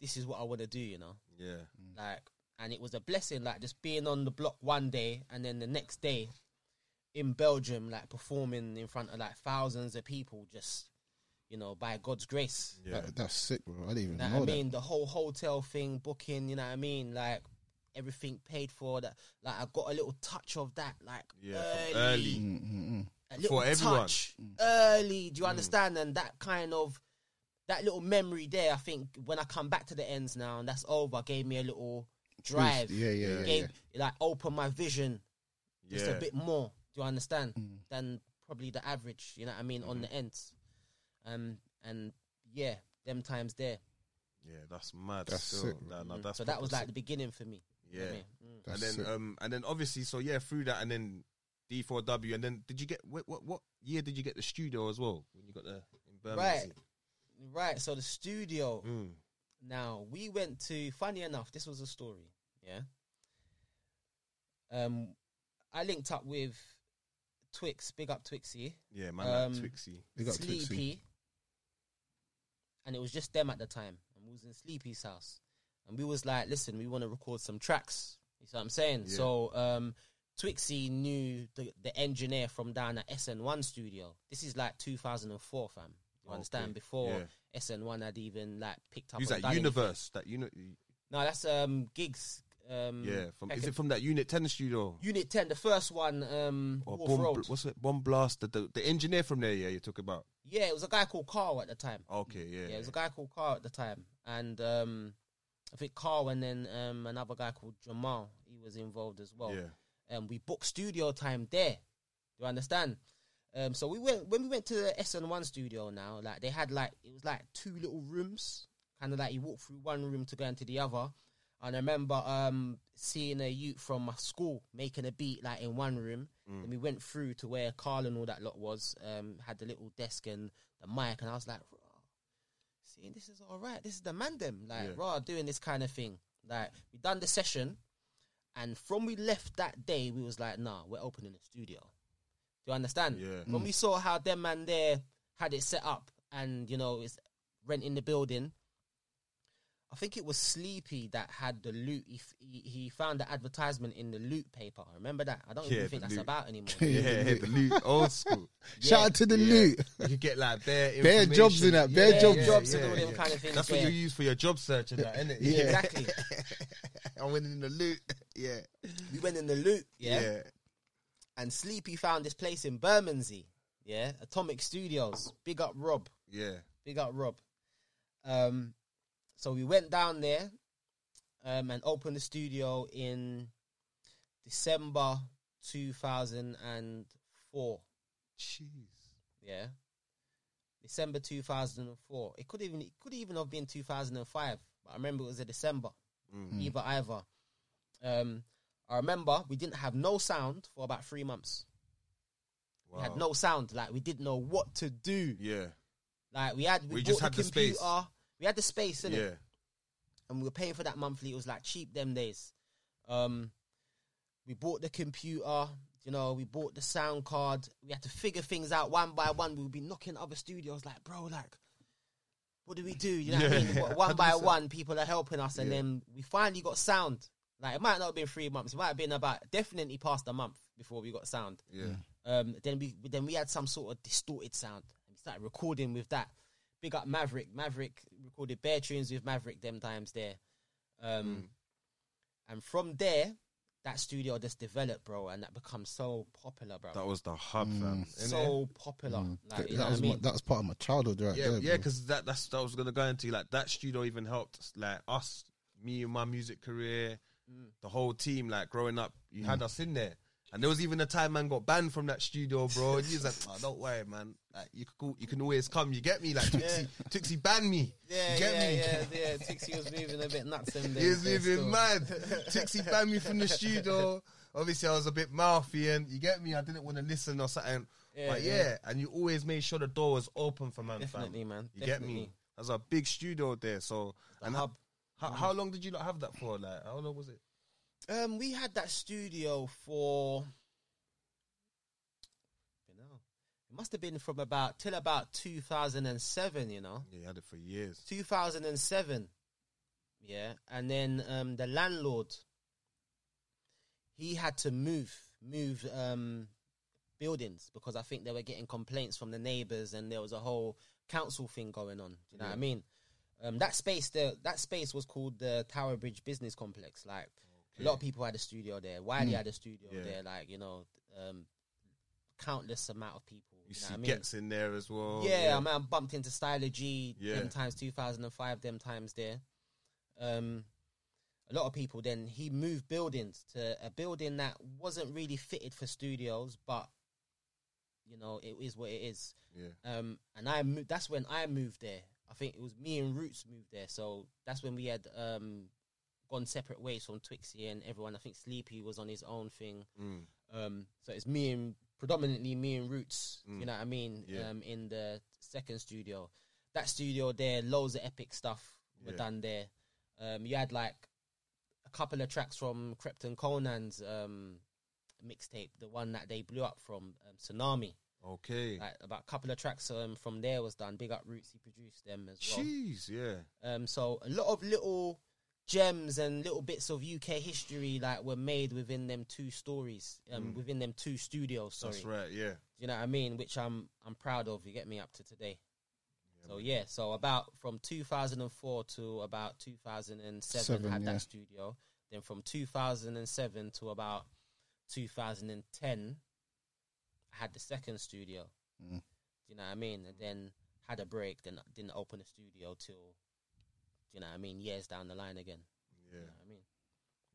Speaker 3: this is what I want to do. You know,
Speaker 4: Yeah.
Speaker 3: like and it was a blessing like just being on the block one day and then the next day in belgium like performing in front of like thousands of people just you know by god's grace
Speaker 4: Yeah.
Speaker 1: That- that's sick, bro. I didn't even
Speaker 3: you know
Speaker 1: know
Speaker 3: what i
Speaker 1: that.
Speaker 3: mean the whole hotel thing booking you know what i mean like everything paid for that like i got a little touch of that like
Speaker 4: Yeah. From
Speaker 3: early,
Speaker 4: early.
Speaker 3: a little
Speaker 4: For everyone. Mm.
Speaker 3: touch early do you understand and that kind of that little memory there i think when i come back to the ends now and that's over gave me a little drive
Speaker 1: Yeah, yeah, yeah,
Speaker 3: gave like open my vision just
Speaker 4: Yeah. Mm.
Speaker 3: a bit more. Do you understand? Than probably the average. You know what I mean on
Speaker 4: Mm-hmm.
Speaker 3: the ends. Um and yeah, them times there. Mm.
Speaker 4: Yeah, that's mad.
Speaker 1: That's
Speaker 4: still.
Speaker 1: sick,
Speaker 4: Nah, nah, that's
Speaker 3: so that was
Speaker 4: proper
Speaker 3: like the beginning for me.
Speaker 4: sick. yeah. and
Speaker 1: That's
Speaker 4: then
Speaker 1: sick.
Speaker 4: um and then obviously so yeah through that and then D4W and then did you get what what, what year did you get the studio as well when you got the in Birmingham?
Speaker 3: Right.
Speaker 4: is it?
Speaker 3: Right. So the studio.
Speaker 4: Mm.
Speaker 3: Now we went to. Funny enough, this was a story. Yeah. Um, I linked up with Twix. Big up Twixie.
Speaker 4: Yeah, man, like
Speaker 3: Um,
Speaker 4: Twixie.
Speaker 1: Big up Twixie.
Speaker 3: Sleepy. And it was just them at the time. And we was in Sleepy's house. And we was like, listen, we want to record some tracks. You see what I'm saying?
Speaker 4: Yeah.
Speaker 3: So um Twixie knew the, the engineer from down at SN1 studio. This is like 2004, fam. You
Speaker 4: Okay.
Speaker 3: understand? Before
Speaker 4: Yeah.
Speaker 3: SN1 had even like picked up.
Speaker 4: Who's
Speaker 3: and
Speaker 4: that
Speaker 3: done anything.
Speaker 4: universe? That unit?
Speaker 3: No, that's um gigs. Um,
Speaker 4: yeah, from is
Speaker 3: Peckham-
Speaker 4: it from that unit ten studio
Speaker 3: Unit 10, the first one, um,
Speaker 4: or
Speaker 3: Wharf
Speaker 4: bomb,
Speaker 3: Road.
Speaker 4: What's it? Bomb blast? The, the the engineer from there? Yeah, you talk about.
Speaker 3: Yeah, it was a guy called Carl at the time.
Speaker 4: Okay, yeah.
Speaker 3: Yeah, it was a guy called Carl at the time, and um, I think Carl and then um, another guy called Jamal. He was involved as well.
Speaker 4: Yeah.
Speaker 3: And Um, we booked studio time there. Do you understand? Um, so we went when we went to the SN1 studio. Now, like they had like it was like two little rooms, kind of like you walk through one room to go into the other. And I remember um, seeing a youth from my school making a beat like in one room. And we went through to where Carl and all that lot was, um, had the little desk and the mic, and I was like, "Raw, seeing this is all right. This is the man them like
Speaker 4: Yeah.
Speaker 3: raw doing this kind of thing. Like we done the session, and from we left that day, we was like, nah, we're opening a studio. Do you understand?
Speaker 4: Yeah.
Speaker 3: When we saw how them man there had it set up, and you know, it's renting the building. I think it was Sleepy that had the loot. He, f- he, he found the advertisement in the loot paper. Remember that? I don't
Speaker 4: Yeah,
Speaker 3: even think
Speaker 4: the
Speaker 3: that's
Speaker 4: loot.
Speaker 3: about anymore.
Speaker 4: *laughs* Yeah, the new old
Speaker 3: *laughs*
Speaker 4: school.
Speaker 1: Shout out to the
Speaker 4: uh, Yeah.
Speaker 1: loot.
Speaker 4: You could get like bare
Speaker 1: Bare jobs in
Speaker 4: information.
Speaker 1: that, bare
Speaker 3: Yeah,
Speaker 1: jobs.
Speaker 3: jobs and all them kind of things
Speaker 4: That's what you
Speaker 3: there.
Speaker 4: use for your job search and that, innit?
Speaker 1: Yeah. *laughs*
Speaker 3: Exactly.
Speaker 4: I went in the loot. Yeah.
Speaker 3: we went in the loot. yeah. and Sleepy found this place in Bermondsey, yeah, Atomic Studios. Big up Rob.
Speaker 4: Yeah.
Speaker 3: Big up Rob. Um, so we went down there um, and opened the studio in December 2004.
Speaker 4: Jeez.
Speaker 3: Yeah. December 2004. It could even it could even have been 2005, but I remember it was a December. Either either. Um, I remember we didn't have no sound for about three months. We had no sound. Like we didn't know what to do.
Speaker 4: Yeah.
Speaker 3: Like we had, we,
Speaker 4: We
Speaker 3: bought
Speaker 4: just
Speaker 3: the
Speaker 4: had the
Speaker 3: computer.
Speaker 4: space.
Speaker 3: We had the space, innit?
Speaker 4: Yeah.
Speaker 3: And we were paying for that monthly. It was like cheap them days. Um, we bought the computer. You know, we bought the sound card. We had to figure things out one by one. We would be knocking other studios, like, bro, like, what do we do? You know, what I mean? What- one by one, people are helping us, and then we finally got sound. Like, it might not have been three months. It might have been about definitely past a month before we got sound.
Speaker 4: Yeah.
Speaker 3: Um, then we then we had some sort of distorted sound. We started recording with that. Big up Maverick. Maverick recorded bare tunes with Maverick them times there. Um, And from there, that studio just developed, bro, and that becomes so popular, bro. Mm.
Speaker 4: That was the hub, fam. innit?
Speaker 3: so popular. Like,
Speaker 1: That,
Speaker 3: you know
Speaker 1: that
Speaker 3: what
Speaker 1: was
Speaker 3: I mean?
Speaker 1: my, that was part of my childhood, right
Speaker 4: yeah,
Speaker 1: there.
Speaker 4: yeah,
Speaker 1: bro.
Speaker 4: because that that's that was gonna go into like that studio even helped like us, me and my music career, the whole team. Like growing up, you had us in there, and there was even a time man got banned from that studio, bro. and he was like, oh, "Don't worry, man. Like you could call, you can always come. You get me? Like Tixie, Tixie banned me.
Speaker 3: yeah,
Speaker 4: you get
Speaker 3: yeah,
Speaker 4: me?
Speaker 3: yeah, yeah. Tixie was moving a bit nuts in there.
Speaker 4: He was moving
Speaker 3: *laughs*
Speaker 4: mad. Tixie banned me from the studio. Obviously, I was a bit mouthy, and you get me. I didn't want to listen or something. but yeah, and you always made sure the door was open for man. fam.
Speaker 3: Definitely, man.
Speaker 4: You get me.
Speaker 3: Definitely.
Speaker 4: That's a big studio there. So and
Speaker 3: hub.
Speaker 4: How, how long did you not have that for? Like how long was it?
Speaker 3: Um, we had that studio for, you know, it must have been from about till about 2007. You know,
Speaker 4: Yeah, you had it for years.
Speaker 3: 2007. Yeah, and then um, the landlord, he had to move move um, buildings because I think they were getting complaints from the neighbors, and there was a whole council thing going on. Do you know what I mean? Um, that space there, that space was called the Tower Bridge Business Complex. Like a lot of people had a studio there. Wiley had a studio
Speaker 4: Hmm. Yeah.
Speaker 3: there. Like you know, um, countless amount of people.
Speaker 4: You
Speaker 3: know
Speaker 4: see
Speaker 3: what I mean?
Speaker 4: gets in there as well.
Speaker 3: yeah, I mean, I bumped into Styler G
Speaker 4: Yeah.
Speaker 3: them times 2005, them times there. Um, a lot of people then, he moved buildings to a building that wasn't really fitted for studios, but, you know, it is what it is.
Speaker 4: Yeah.
Speaker 3: Um, and I mo- that's when I moved there. I think it was me and Roots moved there. So that's when we had um, gone separate ways from Twixie and everyone. I think Sleepy was on his own thing.
Speaker 4: Mm.
Speaker 3: Um, so it's me and predominantly me and Roots. You know what I mean?
Speaker 4: Mm. Yeah.
Speaker 3: Um, in the second studio, that studio there, loads of epic stuff were
Speaker 4: Yeah.
Speaker 3: done there. Um, you had like a couple of tracks from Crepton Conan's um, mixtape, the one that they blew up from um, Tsunami.
Speaker 4: Okay.
Speaker 3: Like about a couple of tracks um, from there was done. Big up Roots, he produced them as well.
Speaker 4: Jeez, yeah.
Speaker 3: Um, so a lot of little gems and little bits of UK history like were made within them two stories, um, within them two studios. Sorry,
Speaker 4: That's right, yeah.
Speaker 3: you know what I mean? Which I'm I'm proud of. You get me up to today. so yeah, so about from 2004 to about 2007
Speaker 1: Seven,
Speaker 3: had
Speaker 1: yeah.
Speaker 3: that studio. Then from 2007 to about 2010, I had the second studio. Do you know what I mean? And then had a break. Then didn't open the studio till, do you know what I mean? Years down the line again.
Speaker 4: Yeah.
Speaker 3: You know what I mean?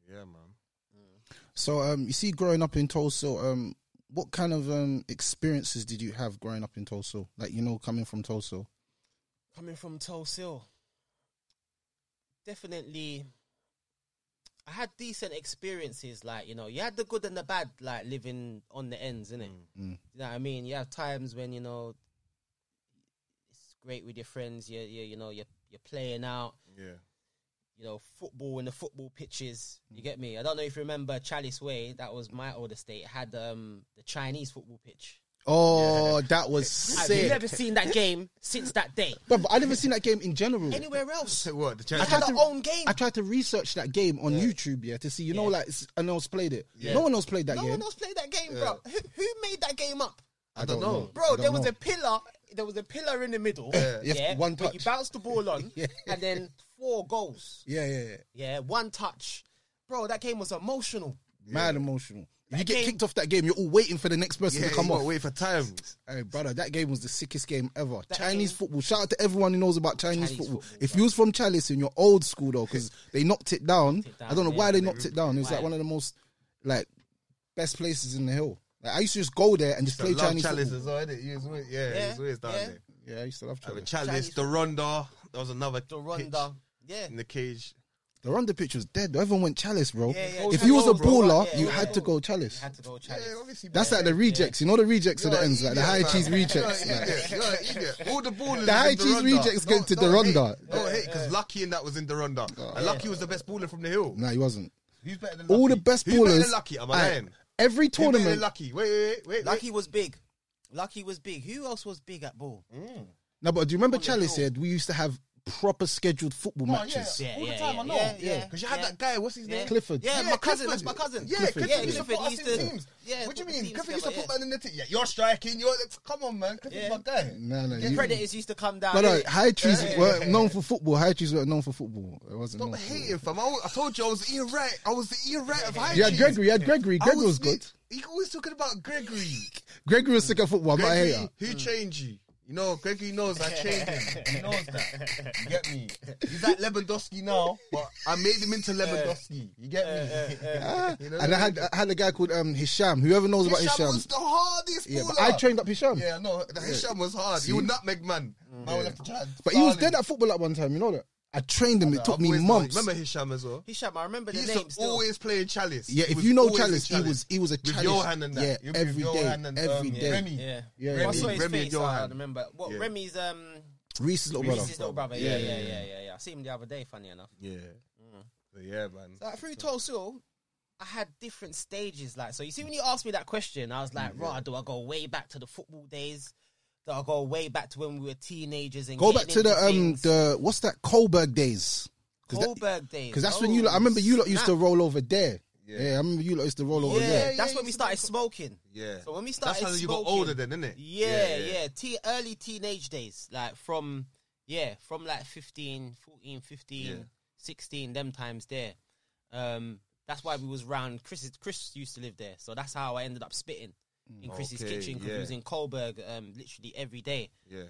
Speaker 4: Yeah, man.
Speaker 1: So um, you see, growing up in Tulsa, um, what kind of um experiences did you have growing up in Tulsa? Like you know, coming from Tulsa.
Speaker 3: coming from Tulsa, Hill, definitely I had decent experiences. Like you know, you had the good and the bad. Like living on the ends, innit?
Speaker 1: Mm.
Speaker 3: You know what I mean? You have times when you know it's great with your friends. You you you know you you're playing out.
Speaker 4: Yeah.
Speaker 3: You know football in the football pitches.
Speaker 1: Mm.
Speaker 3: You get me? I don't know if you remember Chalice Way. That was my old estate. It had um the Chinese football pitch.
Speaker 1: Oh, that was
Speaker 3: *laughs* I've
Speaker 1: sick.
Speaker 3: never seen that game since
Speaker 1: *laughs*
Speaker 3: that day.
Speaker 1: Bruv, I never seen that game in general.
Speaker 3: Anywhere else?
Speaker 4: What? The
Speaker 3: I
Speaker 4: chance
Speaker 3: had
Speaker 1: tried
Speaker 3: our own game.
Speaker 1: I tried to research that game on YouTube, yeah, to see. You know,
Speaker 3: Yeah.
Speaker 1: like it's- and no one's played it. No one else played that
Speaker 3: no
Speaker 1: game.
Speaker 3: one else played that game, bro. Who, who made that game up?
Speaker 1: I don't know, I
Speaker 3: Bro,
Speaker 1: don't
Speaker 3: there was
Speaker 1: know.
Speaker 3: a pillar. There was a pillar in the middle.
Speaker 1: You have one
Speaker 3: but you
Speaker 1: touch.
Speaker 3: bounced the ball on,
Speaker 1: Yeah.
Speaker 3: and then four goals.
Speaker 1: Yeah, yeah, yeah.
Speaker 3: Yeah, one touch. Bro, that game was emotional.
Speaker 1: Mad emotional. If you get kicked off that game, you're all waiting for the next person to come
Speaker 5: you gotta
Speaker 1: off.
Speaker 5: Wait for time.
Speaker 1: Hey, brother, that game was the sickest game ever.
Speaker 3: That
Speaker 1: Chinese
Speaker 3: game-
Speaker 1: football. Shout out to everyone who knows about Chinese,
Speaker 3: Chinese
Speaker 1: football.
Speaker 3: football,
Speaker 1: If you was from Chalice and you're old school though, because they knocked it down.
Speaker 3: it
Speaker 1: I don't know
Speaker 3: down,
Speaker 1: why
Speaker 3: yeah.
Speaker 1: they knocked it down. It was
Speaker 3: Why?
Speaker 1: like one of the most like best places in the hill. Like, I used to just go there and just play
Speaker 5: Love
Speaker 1: Chinese
Speaker 5: chalice
Speaker 1: football.
Speaker 5: as well, innit? You was always- Yeah,
Speaker 3: Yeah,
Speaker 5: yeah, it's always down
Speaker 3: yeah.
Speaker 5: there.
Speaker 1: Yeah, I used to love
Speaker 5: Have a
Speaker 1: Chalice.
Speaker 5: chalice,
Speaker 3: Chinese-
Speaker 5: the Ronda. There was another
Speaker 3: The
Speaker 5: pitch
Speaker 3: Ronda. Yeah.
Speaker 5: in the cage.
Speaker 1: The Ronda pitch was dead. though. Everyone went Chalice, bro.
Speaker 3: Yeah, yeah,
Speaker 1: if
Speaker 3: yeah.
Speaker 1: you was a
Speaker 3: Bro, bro,
Speaker 1: baller,
Speaker 3: yeah,
Speaker 1: you
Speaker 3: yeah.
Speaker 1: had to go Chalice.
Speaker 3: You had to go challenge.
Speaker 5: obviously.
Speaker 1: That's like the rejects. You know the rejects at the ends, like the high
Speaker 5: *laughs*
Speaker 1: cheese rejects.
Speaker 5: You're an
Speaker 1: like.
Speaker 5: idiot. You're an idiot. All the ballers.
Speaker 1: The high
Speaker 5: in
Speaker 1: cheese
Speaker 5: Ronda.
Speaker 1: rejects
Speaker 5: No-
Speaker 1: go to
Speaker 5: no
Speaker 1: the
Speaker 5: hate.
Speaker 1: Ronda.
Speaker 5: No hate, because Lucky in that was in the Ronda. And Lucky was the best baller from the hill.
Speaker 1: Nah, he wasn't.
Speaker 5: Who's better than Lucky?
Speaker 1: All the best
Speaker 5: Who's better
Speaker 1: ballers.
Speaker 5: than Lucky? Am I
Speaker 1: Aight,
Speaker 5: lying?
Speaker 1: Every
Speaker 5: Who's better than
Speaker 1: tournament.
Speaker 5: Lucky. Wait, wait, wait, wait.
Speaker 3: Lucky was big. Lucky was big. Who else was big at ball?
Speaker 1: No, but do you remember
Speaker 3: the
Speaker 1: Chalice
Speaker 3: hill.
Speaker 1: here? We used to have proper scheduled football matches.
Speaker 3: Yeah,
Speaker 5: all
Speaker 3: yeah,
Speaker 5: the time.
Speaker 3: yeah,
Speaker 5: I know.
Speaker 3: yeah,
Speaker 5: Yeah,
Speaker 3: yeah,
Speaker 5: because you had
Speaker 3: yeah.
Speaker 5: that guy. What's his
Speaker 3: Yeah.
Speaker 5: name?
Speaker 1: Clifford.
Speaker 5: Yeah,
Speaker 3: Yeah, my cousin.
Speaker 5: Clifford.
Speaker 3: That's my cousin.
Speaker 5: Yeah,
Speaker 1: Clifford.
Speaker 5: Clifford.
Speaker 1: Yeah,
Speaker 5: used to
Speaker 3: Clifford,
Speaker 5: put us
Speaker 3: he
Speaker 5: in
Speaker 3: used to-
Speaker 5: teams.
Speaker 3: yeah,
Speaker 5: what do you
Speaker 3: put the
Speaker 5: mean?
Speaker 3: teams
Speaker 5: Clifford used to
Speaker 3: together,
Speaker 5: put man in the team. Yeah, you're striking. You're come on, man. Clifford's
Speaker 3: Yeah.
Speaker 5: my guy.
Speaker 1: No, no,
Speaker 3: The
Speaker 1: you-
Speaker 3: predators used to come down.
Speaker 1: No, *laughs* no,
Speaker 3: *laughs* innit?
Speaker 1: high trees
Speaker 3: Yeah.
Speaker 1: were known for football. High trees were known for football. It wasn't.
Speaker 5: Stop
Speaker 1: known for
Speaker 5: hating, fam. I, wa- I told you I was eating right. I was the eating right of high
Speaker 1: football. You had
Speaker 5: cheese.
Speaker 1: Gregory. You had Gregory.
Speaker 5: I
Speaker 1: Gregory was good.
Speaker 5: He always talking about Gregory.
Speaker 1: Gregory was sick at football. I'm not a
Speaker 5: Gregory,
Speaker 1: hater.
Speaker 5: who changed you? You know, Gregory knows I changed him. He knows that. You get me? He's like Lewandowski now, but I made him into Lewandowski. You get
Speaker 3: Eh,
Speaker 5: me?
Speaker 1: Ah,
Speaker 5: You know
Speaker 1: and I
Speaker 5: what
Speaker 1: had I had a guy called um Hisham. Whoever knows about
Speaker 5: Hisham
Speaker 1: Hisham.
Speaker 5: was the hardest
Speaker 1: yeah, but
Speaker 5: baller.
Speaker 1: I trained up Hisham.
Speaker 5: Yeah, no, the Hisham was hard. He would not make man.
Speaker 3: Mm.
Speaker 5: I would have to try. and
Speaker 1: But he
Speaker 5: foul
Speaker 1: was
Speaker 5: him.
Speaker 1: dead at football at one time. You know that. I trained him. It took
Speaker 5: I've
Speaker 1: me
Speaker 5: always known-
Speaker 1: months.
Speaker 5: Remember Hisham as well?
Speaker 3: Hisham, I remember the
Speaker 5: He
Speaker 3: name
Speaker 5: used to
Speaker 3: still.
Speaker 5: always play in Chalice.
Speaker 1: Yeah,
Speaker 5: He
Speaker 1: if
Speaker 5: was
Speaker 1: you know
Speaker 5: always in
Speaker 1: Chalice, he was he was a
Speaker 5: With
Speaker 1: Chalice.
Speaker 5: Johan and that.
Speaker 1: Yeah,
Speaker 5: He was with
Speaker 1: every day,
Speaker 5: Johan and,
Speaker 1: every
Speaker 5: um,
Speaker 1: day.
Speaker 5: Remy.
Speaker 3: Yeah,
Speaker 1: Yeah,
Speaker 3: Well, I
Speaker 1: yeah.
Speaker 3: saw his
Speaker 5: Remy and
Speaker 3: face. I
Speaker 5: Johan.
Speaker 3: remember what
Speaker 5: Yeah.
Speaker 3: Remy's um
Speaker 1: Reese's little brother.
Speaker 3: Reese's little brother. Yeah, yeah, yeah, yeah, yeah. I seen him the other day. Funny enough.
Speaker 5: Yeah. But yeah, man.
Speaker 3: Like through Tulsul, I had different stages. Like, so you see, when you asked me that question, I was like, "Right, do I go way back to the football days? Do I go way back to when we were teenagers and
Speaker 1: Go
Speaker 3: getting
Speaker 1: back to the
Speaker 3: into
Speaker 1: um
Speaker 3: things?
Speaker 1: the what's that Kohlberg days? that-
Speaker 3: Kohlberg days?
Speaker 1: Because that's when you.
Speaker 3: Oh,
Speaker 1: Lot, I remember you lot used to
Speaker 3: snap.
Speaker 1: roll over there. Yeah, I remember you lot used to roll over
Speaker 3: Yeah,
Speaker 1: there.
Speaker 3: that's when we started smoking.
Speaker 5: Yeah.
Speaker 3: So when we started,
Speaker 5: That's how you got
Speaker 3: smoking-
Speaker 5: older then, innit?
Speaker 3: Yeah,
Speaker 5: Yeah,
Speaker 3: yeah.
Speaker 5: yeah.
Speaker 3: Te- early teenage days, like from yeah, from like 15, 14, 15,
Speaker 5: Yeah.
Speaker 3: 16, them times there. Um, that's why we was round. Chris, Chris used to live there, so that's how I ended up spitting in Chris's
Speaker 5: Okay,
Speaker 3: kitchen because
Speaker 5: yeah.
Speaker 3: we was in Kohlberg um, literally every day.
Speaker 5: Yeah.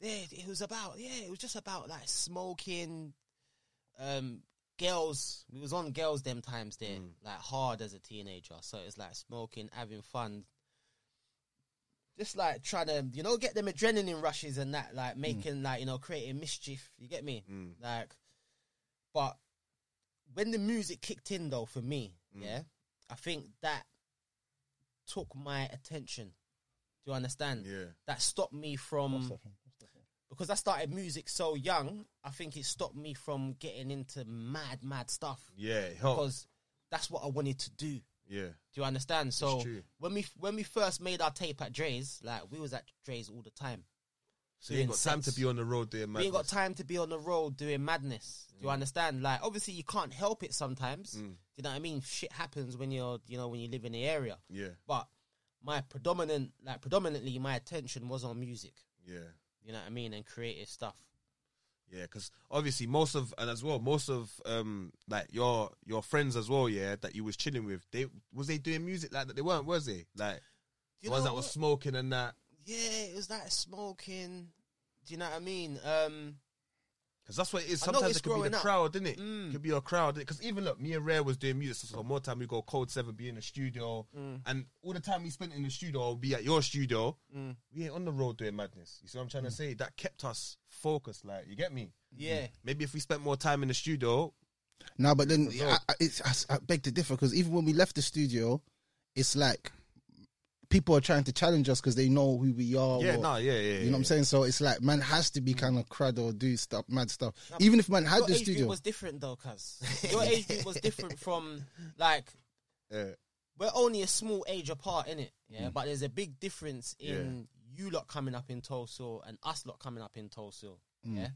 Speaker 3: Yeah, it was about yeah, it was just about like smoking, um, girls. We was on girls them times there, like hard as a teenager. So it's like smoking, having fun, just like trying to you know get them adrenaline rushes and that, like making like you know creating mischief. You get me? Like, but when the music kicked in though for me, yeah, I think that took my attention. Do you understand?
Speaker 5: Yeah.
Speaker 3: That stopped me from because I started music so young, I think it stopped me from getting into mad, mad stuff.
Speaker 5: Yeah, it helped.
Speaker 3: Because that's what I wanted to do.
Speaker 5: Yeah.
Speaker 3: Do you understand? So
Speaker 5: true.
Speaker 3: when we when we first made our tape at Dre's, like we was at Dre's all the time.
Speaker 5: So you ain't got
Speaker 3: Doing
Speaker 5: time to
Speaker 3: sets.
Speaker 5: be on the road doing
Speaker 3: We ain't got
Speaker 5: madness. Mm.
Speaker 3: time to be on the road doing madness. Do you understand? Like obviously you can't help it sometimes. Do you know what I mean? Shit happens when you're you know when you live in the area.
Speaker 5: Yeah.
Speaker 3: But my predominant like predominantly my attention was on music.
Speaker 5: Yeah.
Speaker 3: You know what I mean? And creative stuff.
Speaker 5: Yeah, because obviously most of and as well most of um like your your friends as well, yeah, that you was chilling with, they was they doing music like that? They weren't, was they? Like
Speaker 3: You
Speaker 5: the ones
Speaker 3: know
Speaker 5: that was
Speaker 3: what?
Speaker 5: smoking and that.
Speaker 3: Yeah, it was like smoking. Do you know what I mean? Um,
Speaker 5: Because that's what it is.
Speaker 3: I
Speaker 5: Sometimes
Speaker 3: noticed
Speaker 5: it could be
Speaker 3: growing
Speaker 5: the
Speaker 3: up-
Speaker 5: crowd, innit?
Speaker 3: Mm.
Speaker 5: Could be your crowd. Because even look, me and Rare was doing music, so more time we go Cold Seven, be in the studio,
Speaker 3: Mm.
Speaker 5: and all the time we spent in the studio, or be at your studio.
Speaker 3: Mm.
Speaker 5: We ain't on the road doing madness. You see what I'm trying to say? That kept us focused. Like, you get me?
Speaker 1: Mm.
Speaker 3: yeah,
Speaker 5: Maybe if we spent more time in the studio,
Speaker 1: No, but then I, I, it's, I s- I, beg to differ because even when we left the studio, it's like people are trying to challenge us because they know who we
Speaker 3: Oh,
Speaker 1: are.
Speaker 5: yeah,
Speaker 1: or-
Speaker 5: no, yeah, yeah.
Speaker 1: You know what I'm saying? So it's like man has to
Speaker 3: Mm.
Speaker 1: be kind of crud or do stuff, mad stuff. Even if man had
Speaker 3: your
Speaker 1: the
Speaker 3: age group
Speaker 1: studio,
Speaker 3: was different
Speaker 1: *laughs*
Speaker 3: though, cuz your age group was different from like we're only a small age apart, innit?
Speaker 1: Mm.
Speaker 3: Yeah, but there's a big difference in you lot coming up in Tulsa and us lot coming up in Tulsa.
Speaker 1: Mm.
Speaker 3: Yeah,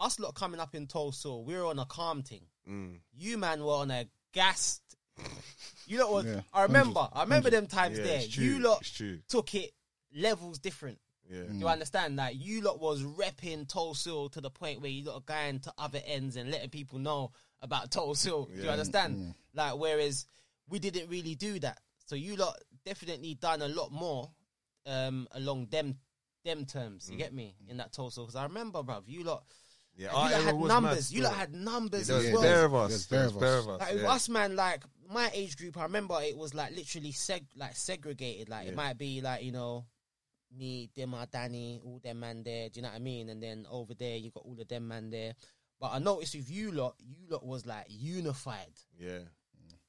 Speaker 3: us lot coming up in Tulsa, we were on a calm thing.
Speaker 5: Mm.
Speaker 3: You man were on a gassed. You lot were.
Speaker 1: Yeah,
Speaker 3: I remember. I remember them times
Speaker 5: Yeah,
Speaker 3: there.
Speaker 5: it's true,
Speaker 3: You lot
Speaker 5: it's true.
Speaker 3: took it levels different.
Speaker 5: Yeah.
Speaker 3: Do you understand? Like you lot was repping Tulsa to the point where you lot are going to other ends and letting people know about Tulsa. Do you understand? Like whereas we didn't really do that. So you lot definitely done a lot more um, along them them terms. You
Speaker 5: Mm.
Speaker 3: get me in that torso because I remember, bruv, you lot.
Speaker 5: Yeah,
Speaker 3: you
Speaker 5: our
Speaker 3: lot
Speaker 5: era
Speaker 3: had
Speaker 5: was mad
Speaker 3: numbers. You
Speaker 5: still.
Speaker 3: lot had numbers
Speaker 5: There was
Speaker 3: as well.
Speaker 5: bare of us.
Speaker 1: There's
Speaker 5: There was bare of us.
Speaker 3: Like with
Speaker 5: yeah.
Speaker 3: us, man, like my age group, I remember it was like literally seg- like segregated. Like it might be like you know me, Dima, Danny, all them man there. Do you know what I mean? And then over there, you got all of them man there. But I noticed with you lot, you lot was like unified.
Speaker 5: Yeah.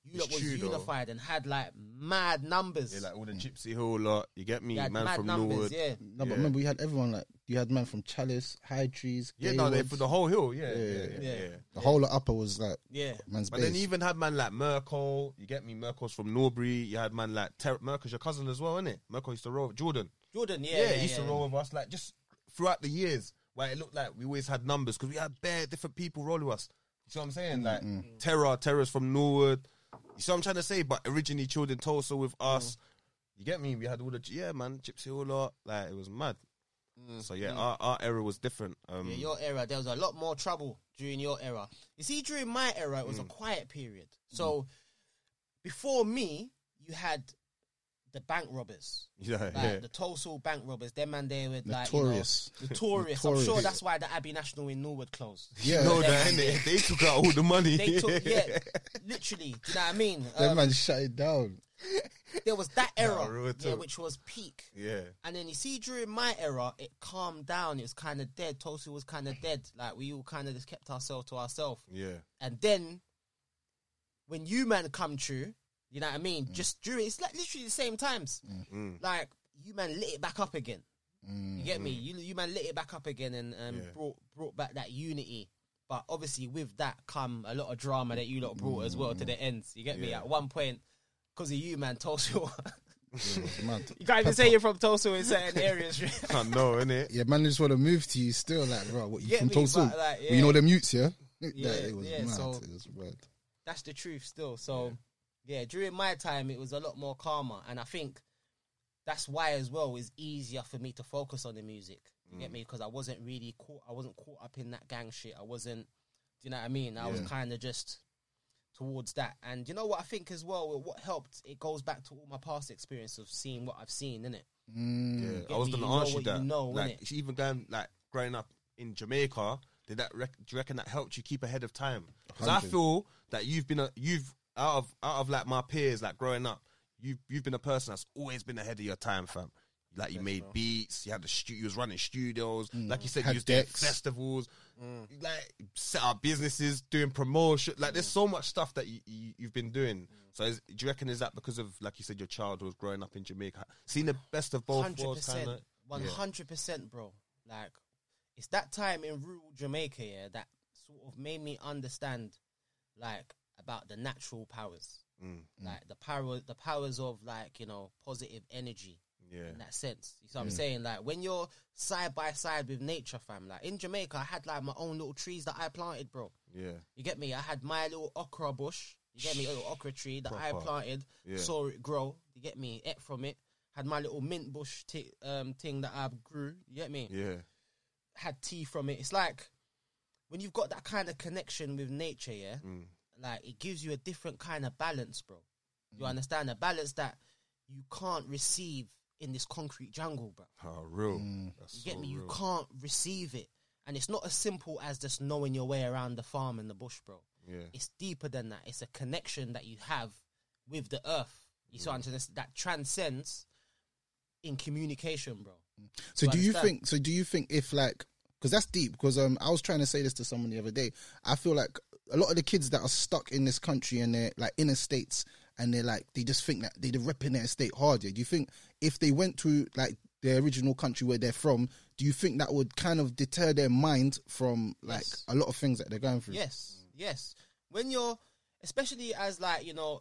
Speaker 3: You
Speaker 5: It's
Speaker 3: lot was
Speaker 5: true, though.
Speaker 3: unified and had like mad numbers.
Speaker 5: Yeah, like all the Gypsy Hill lot. You get me?
Speaker 3: You had
Speaker 5: Man
Speaker 3: mad
Speaker 5: from
Speaker 3: numbers,
Speaker 5: Norwood.
Speaker 3: yeah.
Speaker 1: No,
Speaker 5: Yeah.
Speaker 1: but remember we had everyone like you had man from Chalice, High Trees,
Speaker 5: Yeah, no, they,
Speaker 1: Gaywoods.
Speaker 5: for the whole hill. Yeah, yeah,
Speaker 1: Yeah,
Speaker 5: yeah.
Speaker 3: yeah.
Speaker 5: yeah.
Speaker 1: The whole lot upper was like
Speaker 3: Yeah.
Speaker 1: man's
Speaker 5: But
Speaker 1: base.
Speaker 5: then you even had man like Merkel. You get me? Merkel's from Norbury. You had man like Ter- Merkel's your cousin as well, isn't it? Merkel used to roll with Jordan.
Speaker 3: Jordan, yeah,
Speaker 5: Yeah,
Speaker 3: yeah,
Speaker 5: he used
Speaker 3: yeah.
Speaker 5: to roll with us like just throughout the years. Where it looked like we always had numbers because we had bare different people roll with us. You see what I'm saying? Like Terror, Terror's from Norwood. You see what I'm trying to say? But originally children Tulsa with
Speaker 3: Mm.
Speaker 5: us. You get me? We had all the yeah, man, Gypsy all lot. Like it was mad. So yeah, our, our era was different. Um,
Speaker 3: Mm. Yeah, your era, there was a lot more trouble during your era. You see, during my era, it was a
Speaker 5: Mm.
Speaker 3: quiet period. So before me, you had the bank robbers.
Speaker 5: yeah,
Speaker 3: Like
Speaker 5: yeah.
Speaker 3: the Tulsa bank robbers, them and they were like
Speaker 1: Notorious.
Speaker 3: You know, notorious. I'm
Speaker 1: Notorious.
Speaker 3: sure that's why the Abbey National in Norwood closed.
Speaker 1: yeah,
Speaker 5: No, that, innit? *laughs* they took out all the money.
Speaker 3: They
Speaker 5: *laughs*
Speaker 3: took yeah, literally. Do you know what I mean?
Speaker 1: that
Speaker 3: Um,
Speaker 1: man shut it down.
Speaker 5: *laughs*
Speaker 3: there was that
Speaker 5: Nah,
Speaker 3: era,
Speaker 5: real
Speaker 3: yeah,
Speaker 5: talk.
Speaker 3: which was peak.
Speaker 5: yeah.
Speaker 3: And then you see during my era, it calmed down. It was kind of dead. Tulsa was kind of dead. Like we all kind of just kept ourselves to ourselves.
Speaker 5: Yeah.
Speaker 3: And then when you man come through, you know what I mean? Just during it's like literally the same times. Like you man lit it back up again. You get me? You you man lit it back up again and um, brought brought back that unity. But obviously with that come a lot of drama that you lot brought as well to the ends. You get me? At one point, because of you man, *laughs* Tulsa
Speaker 1: Man,
Speaker 3: You can't even say you're from Tulsa in certain areas. *laughs* right?
Speaker 5: I know, innit?
Speaker 1: yeah, man just want to move to you still. Like, bro, what you
Speaker 3: Get
Speaker 1: from
Speaker 3: me,
Speaker 1: Tulsa?
Speaker 3: but, like,
Speaker 1: Well,
Speaker 3: yeah.
Speaker 1: you know them mutes, yeah. *laughs*
Speaker 3: Yeah,
Speaker 1: Like, it was
Speaker 3: yeah,
Speaker 1: mad.
Speaker 3: so-
Speaker 1: It was mad.
Speaker 3: that's the truth still. So yeah. during my time it was a lot more calmer and I think that's why as well it's easier for me to focus on the music. You get me? Because I wasn't really caught I wasn't caught up in that gang shit. I wasn't do you know what I mean? I was kinda just towards that. And you know what I think as well, what helped it goes back to all my past experience of seeing what I've seen, innit?
Speaker 5: Yeah. I
Speaker 3: get
Speaker 5: was
Speaker 3: me,
Speaker 5: gonna
Speaker 3: Mm. you know
Speaker 5: ask you
Speaker 3: what you
Speaker 5: that.
Speaker 3: know,
Speaker 5: like,
Speaker 3: innit?
Speaker 5: she even going like growing up in Jamaica, did that? Rec- do you reckon that helped you keep ahead of time? Because I feel that you've been a you've out of out of like my peers, like growing up, you've you've been a person that's always been ahead of your time, fam. Like you made beats, you had the stu- you was running studios,
Speaker 3: Mm.
Speaker 5: like you said,
Speaker 1: Had
Speaker 5: you was doing
Speaker 1: decks.
Speaker 5: festivals, like set up businesses, doing promotion. Like there's so much stuff that you, you you've been doing. So is, do you reckon is that because of like you said your childhood growing up in Jamaica, seeing the best of both
Speaker 3: hundred
Speaker 5: worlds, kind
Speaker 3: percent,
Speaker 5: of
Speaker 3: one hundred percent, bro. Like it's that time in rural Jamaica, yeah, that sort of made me understand, like about the natural powers,
Speaker 5: Mm.
Speaker 3: like the power, the powers of like you know positive energy.
Speaker 5: Yeah.
Speaker 3: in that sense, you see what I'm saying? Like when you're side by side with nature, fam. Like in Jamaica, I had like my own little trees that I planted, bro.
Speaker 5: yeah.
Speaker 3: You get me? I had my little okra bush. You get me? A little okra tree that I
Speaker 5: Proper.
Speaker 3: planted,
Speaker 5: Yeah.
Speaker 3: saw it grow. You get me? Ate from it. Had my little mint bush t- um, thing that I grew. You get me?
Speaker 5: Yeah,
Speaker 3: Had tea from it. It's like when you've got that kind of connection with nature, yeah.
Speaker 5: Mm.
Speaker 3: Like it gives you a different kind of balance, bro.
Speaker 5: Mm.
Speaker 3: You understand a balance that you can't receive in this concrete jungle, bro.
Speaker 5: oh, real. That's
Speaker 3: You get me? You can't receive it. And it's not as simple as just knowing your way around the farm and the bush, bro.
Speaker 5: Yeah.
Speaker 3: It's deeper than that. It's a connection that you have with the earth. You see what I'm saying? It's- That transcends in communication, bro.
Speaker 1: Mm. So
Speaker 3: to
Speaker 1: do you
Speaker 3: understand.
Speaker 1: think? So do you think if like because that's deep because um I was trying to say this to someone the other day. I feel like a lot of the kids that are stuck in this country and they're like inner states and they're like they just think that they're repping their state hard. Yeah, do you think if they went to like their original country where they're from, do you think that would kind of deter their mind from like
Speaker 3: Yes.
Speaker 1: a lot of things that they're going through?
Speaker 3: Yes, yes. When you're, especially as like you know,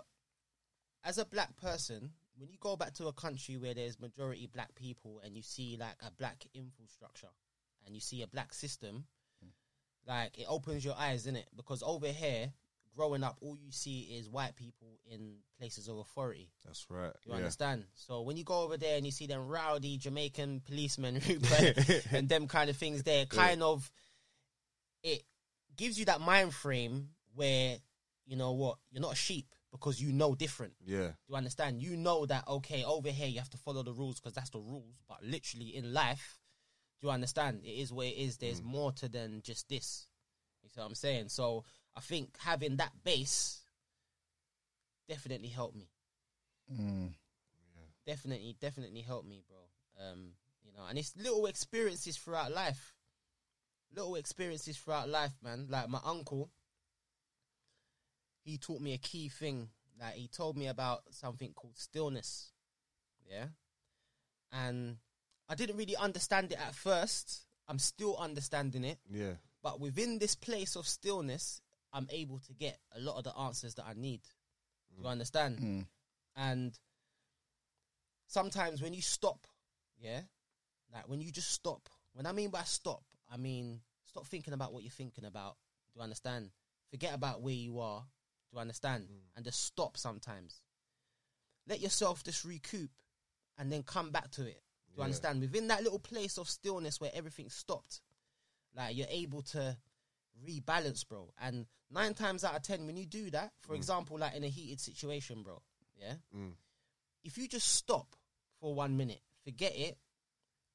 Speaker 3: as a black person, when you go back to a country where there's majority black people and you see like a black infrastructure and you see a black system,
Speaker 1: Mm.
Speaker 3: like it opens your eyes, innit? Because over here, growing up, all you see is white people in places of authority.
Speaker 5: That's right.
Speaker 3: You
Speaker 5: yeah.
Speaker 3: understand? So when you go over there and you see them rowdy Jamaican policemen *laughs* Rupert, and them kind of things there, kind of it gives you that mind frame where you know what you're not a sheep because you know different.
Speaker 5: Yeah.
Speaker 3: Do you understand? You know that okay, over here you have to follow the rules because that's the rules. But literally in life, do you understand? It is what it is. There's more to than just this. You see what I'm saying? So I think having that base definitely helped me. Definitely, definitely helped me, bro. Um, you know, and it's little experiences throughout life. Little experiences throughout life, man. Like my uncle, he taught me a key thing. Like he told me about something called stillness. Yeah. And I didn't really understand it at first. I'm still understanding it.
Speaker 5: Yeah.
Speaker 3: But within this place of stillness, I'm able to get a lot of the answers that I need. Do you
Speaker 4: Mm.
Speaker 3: understand? And sometimes when you stop, yeah, like when you just stop, when I mean by stop, I mean stop thinking about what you're thinking about. Do you understand? Forget about where you are. Do you understand? And just stop sometimes. Let yourself just recoup and then come back to it. Do you understand? Within that little place of stillness where everything stopped, like you're able to rebalance, bro. And nine times out of ten, when you do that, for example, like in a heated situation, bro, yeah,
Speaker 5: Mm.
Speaker 3: if you just stop for one minute, forget it,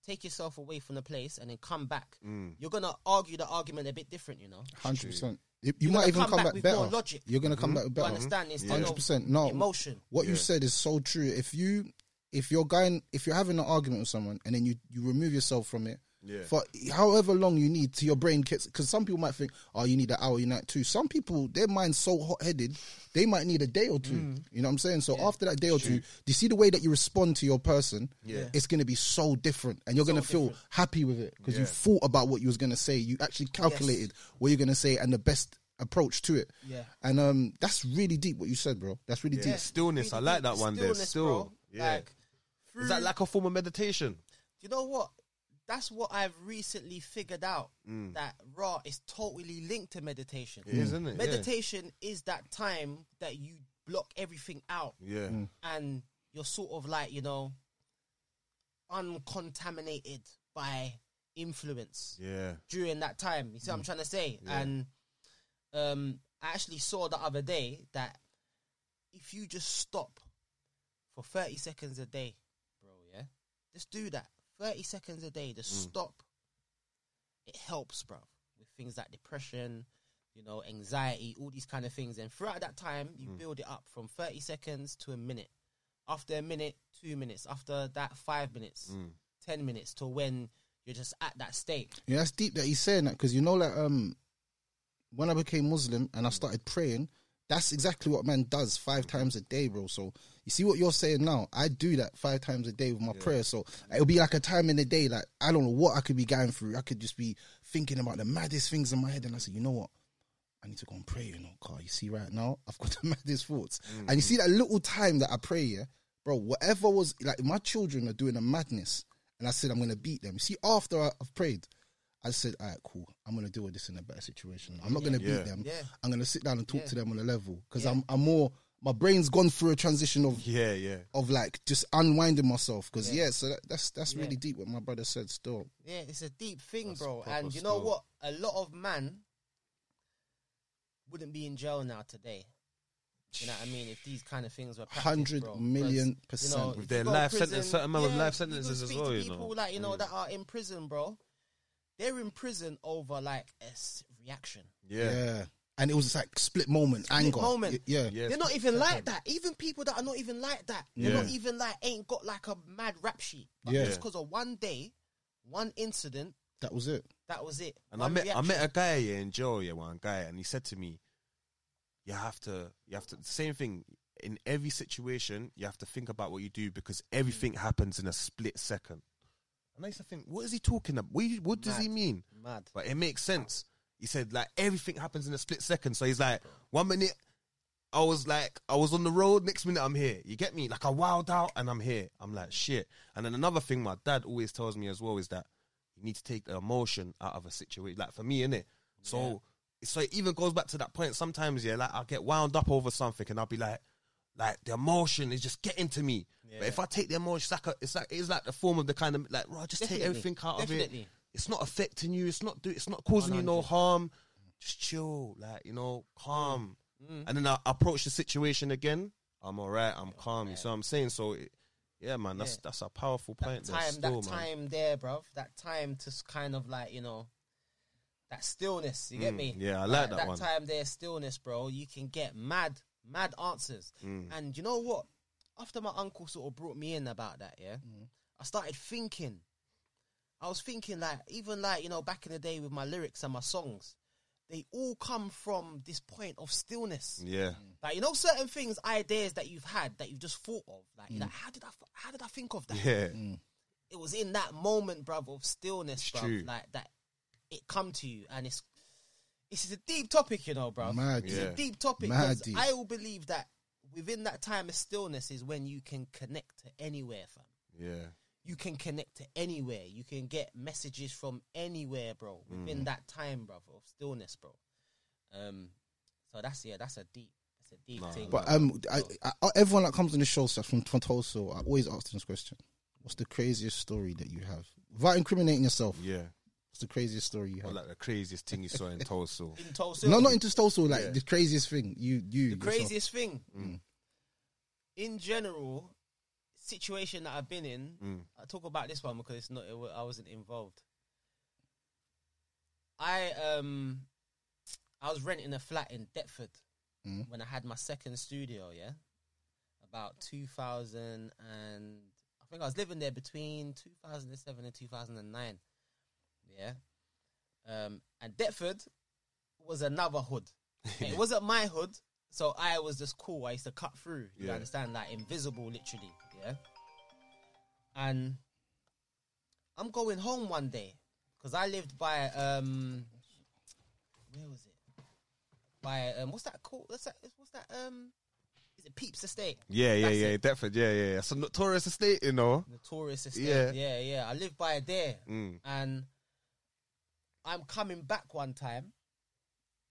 Speaker 3: take yourself away from the place, and then come back,
Speaker 5: Mm.
Speaker 3: you're gonna argue the argument a bit different, you know.
Speaker 1: Hundred percent. You,
Speaker 3: You're
Speaker 1: might
Speaker 3: gonna
Speaker 1: even
Speaker 3: come
Speaker 1: come
Speaker 3: back
Speaker 1: back,
Speaker 3: with
Speaker 1: better.
Speaker 3: more logic. Mm-hmm.
Speaker 1: You're gonna come back with
Speaker 3: You
Speaker 1: better.
Speaker 3: understand? Instead
Speaker 1: Hundred percent. No
Speaker 3: of emotion.
Speaker 1: What you said is so true. If you if you're going if you're having an argument with someone and then you you remove yourself from it.
Speaker 5: Yeah.
Speaker 1: For however long you need to your brain gets because some people might think oh you need an hour you need two some people their mind's so hot headed they might need a day or two you know what I'm saying so after that day or two do you see the way that you respond to your person yeah it's gonna be so different and you're gonna feel happy with it because you thought about what you was gonna say you actually calculated what you're gonna say and the best approach to it
Speaker 3: Yeah.
Speaker 1: and um that's really deep what you said bro that's really deep
Speaker 5: Stillness. I like that one there.
Speaker 3: Stillness,
Speaker 5: Still.
Speaker 3: bro.
Speaker 5: Yeah.
Speaker 3: Like,
Speaker 5: Is that like a form of meditation?
Speaker 3: you know what? That's what I've recently figured out that raw is totally linked to meditation.
Speaker 5: It is, isn't it? Mm. Yeah.
Speaker 3: Meditation is that time that you block everything out
Speaker 5: Yeah.
Speaker 3: and you're sort of like, you know, uncontaminated by influence
Speaker 5: Yeah.
Speaker 3: during that time. You see what I'm trying to say? And um, I actually saw the other day that if you just stop for 30 seconds a day, bro, yeah, just do that. 30 seconds a day, just stop. It helps, bro, with things like depression, you know, anxiety, all these kind of things. And throughout that time, you build it up from 30 seconds to a minute. After a minute, two minutes. After that, five minutes, 10 minutes, to when you're just at that state.
Speaker 1: Yeah, that's deep that he's saying that because you know, like, um, when I became Muslim and I started praying, that's exactly what man does five times a day, bro. So you see what you're saying now. I do that five times a day with my prayer. So it'll be like a time in the day, like I don't know what I could be going through. I could just be thinking about the maddest things in my head, and I say, you know what? I need to go and pray, you know, car. You see, right now, I've got *laughs* the maddest thoughts.
Speaker 5: Mm-hmm.
Speaker 1: And you see that little time that I pray, yeah, bro, whatever was like, my children are doing a madness. And I said, I'm going to beat them. You see, after I, I've prayed, I said, all right, cool. I'm going to deal with this in a better situation. I'm not going to beat them. I'm going to sit down and talk to them on a level because I'm, I'm more, my brain's gone through a transition of,
Speaker 5: Yeah. Yeah.
Speaker 1: of like just unwinding myself. Because, yeah. so that, that's, that's really deep what my brother said still.
Speaker 3: Yeah, it's a deep thing, bro. And you know what? A lot of man wouldn't be in jail now today. You know what I mean? If these kind of things were practiced,
Speaker 1: 100
Speaker 3: bro.
Speaker 1: million
Speaker 3: 'Cause,
Speaker 1: percent.
Speaker 3: if
Speaker 1: With
Speaker 3: you
Speaker 5: their
Speaker 3: go to
Speaker 5: life sentence, certain amount of
Speaker 3: yeah,
Speaker 5: life
Speaker 3: you go
Speaker 5: sentences as
Speaker 3: speak to
Speaker 5: well, you
Speaker 3: people
Speaker 5: know.
Speaker 3: like you know that are in prison, bro. They're in prison over like a s- reaction.
Speaker 5: Yeah.
Speaker 1: Yeah. And it was just like split moment, anger.
Speaker 3: moment.
Speaker 1: Y- Yeah.
Speaker 5: Yeah.
Speaker 3: They're not even like that. Even people that are not even like that,
Speaker 5: Yeah.
Speaker 3: they're not even like ain't got like a mad rap sheet. But
Speaker 1: Yeah.
Speaker 3: just because of one day, one incident,
Speaker 1: That was it.
Speaker 3: that was it.
Speaker 5: And I
Speaker 3: One
Speaker 5: met I
Speaker 3: reaction.
Speaker 5: met a guy yeah, in jail, yeah, one guy, and he said to me, "You have to, you have to. Same thing in every situation. You have to think about what you do because everything happens in a split second. And I used to think, what is he talking about? What, what does he
Speaker 3: Mad.
Speaker 5: mean?
Speaker 3: Mad.
Speaker 5: But it makes sense. He said like everything happens in a split second. So he's like, one minute I was like, I was on the road. Next minute, I'm here. You get me? Like I wild out, and I'm here. I'm like shit. And then another thing my dad always tells me as well is that you need to take the emotion out of a situation. Like for me, innit? So, so it even goes back to that point. Sometimes, yeah, like I get wound up over something, and I'll be like, like the emotion is just getting to me. But if I take the emotion, it's like a, it's like it's like the form of the kind of like, right, just take
Speaker 3: Definitely.
Speaker 5: everything out of it.
Speaker 3: Definitely.
Speaker 5: It's not affecting you. It's not do. It's not causing you no harm. Just chill, like you know, calm.
Speaker 3: Mm.
Speaker 5: and then I approach the situation again. I'm all right. I'm calm. You see what I'm saying? So, it, yeah, man, that's that's a powerful point.
Speaker 3: that
Speaker 5: there
Speaker 3: time,
Speaker 5: still,
Speaker 3: that
Speaker 5: man.
Speaker 3: time there, bruv. That time to s- kind of like you know, that stillness. You get me?
Speaker 5: Mm, yeah, I like that
Speaker 3: that
Speaker 5: one.
Speaker 3: time there, stillness, bro. You can get mad, mad answers.
Speaker 5: Mm.
Speaker 3: And you know what? After my uncle sort of brought me in about that, yeah, I started thinking. I was thinking like, even like you know, back in the day with my lyrics and my songs, they all come from this point of stillness.
Speaker 5: Yeah,
Speaker 3: Mm. Like you know, certain things, ideas that you've had that you've just thought of. Like, you're like how did I, f- how did I think of that?
Speaker 5: *laughs* yeah,
Speaker 3: it was in that moment, bruv, of stillness,
Speaker 5: It's
Speaker 3: bruv,
Speaker 5: true.
Speaker 3: like that it come to you, and it's it's a deep topic, you know, bruv.
Speaker 1: Mad
Speaker 3: it's
Speaker 1: deep.
Speaker 3: a deep topic.
Speaker 1: Mad
Speaker 3: 'cause
Speaker 1: deep.
Speaker 3: I will believe that within that time of stillness is when you can connect to anywhere, fam.
Speaker 5: yeah.
Speaker 3: You can connect to anywhere. You can get messages from anywhere, bro. Within
Speaker 1: Mm.
Speaker 3: that time, bruv, of stillness, bro. Um, so that's yeah, that's a deep, that's a deep thing.
Speaker 1: But
Speaker 3: bruv.
Speaker 1: um, I, I, everyone that comes on the show, stuff from, from Tulsa, I always ask them this question: What's the craziest story that you have without incriminating yourself?
Speaker 5: Yeah.
Speaker 1: What's the craziest story you
Speaker 5: Or
Speaker 1: have?
Speaker 5: like the craziest thing you saw in
Speaker 3: *laughs*
Speaker 5: Tulsa.
Speaker 3: in Tulsa,
Speaker 1: No, not into Tulsa. Like the craziest thing you you
Speaker 3: the
Speaker 1: yourself. Mm.
Speaker 3: craziest thing in general situation that i've been in
Speaker 1: Mm.
Speaker 3: i talk about this one because it's not it, wa- i wasn't involved i um i was renting a flat in deptford
Speaker 1: Mm.
Speaker 3: when i had my second studio yeah about 2000 and i think i was living there between 2007 and 2009 yeah um and deptford was another hood it wasn't my hood, so I was just cool. I used to cut through. You
Speaker 5: Yeah.
Speaker 3: understand? Like invisible, literally. Yeah. And I'm going home one day because I lived by um, where was it? By um, what's that called? What's that? What's that? Um, is it Peeps Estate?
Speaker 5: Yeah, yeah,
Speaker 3: That's
Speaker 5: yeah.
Speaker 3: it.
Speaker 5: Deptford. Yeah, yeah. yeah. It's a notorious estate, you know.
Speaker 3: The tourist estate.
Speaker 5: Yeah.
Speaker 3: Yeah, yeah. I live by there,
Speaker 5: Mm. *laughs*
Speaker 3: and I'm coming back one time,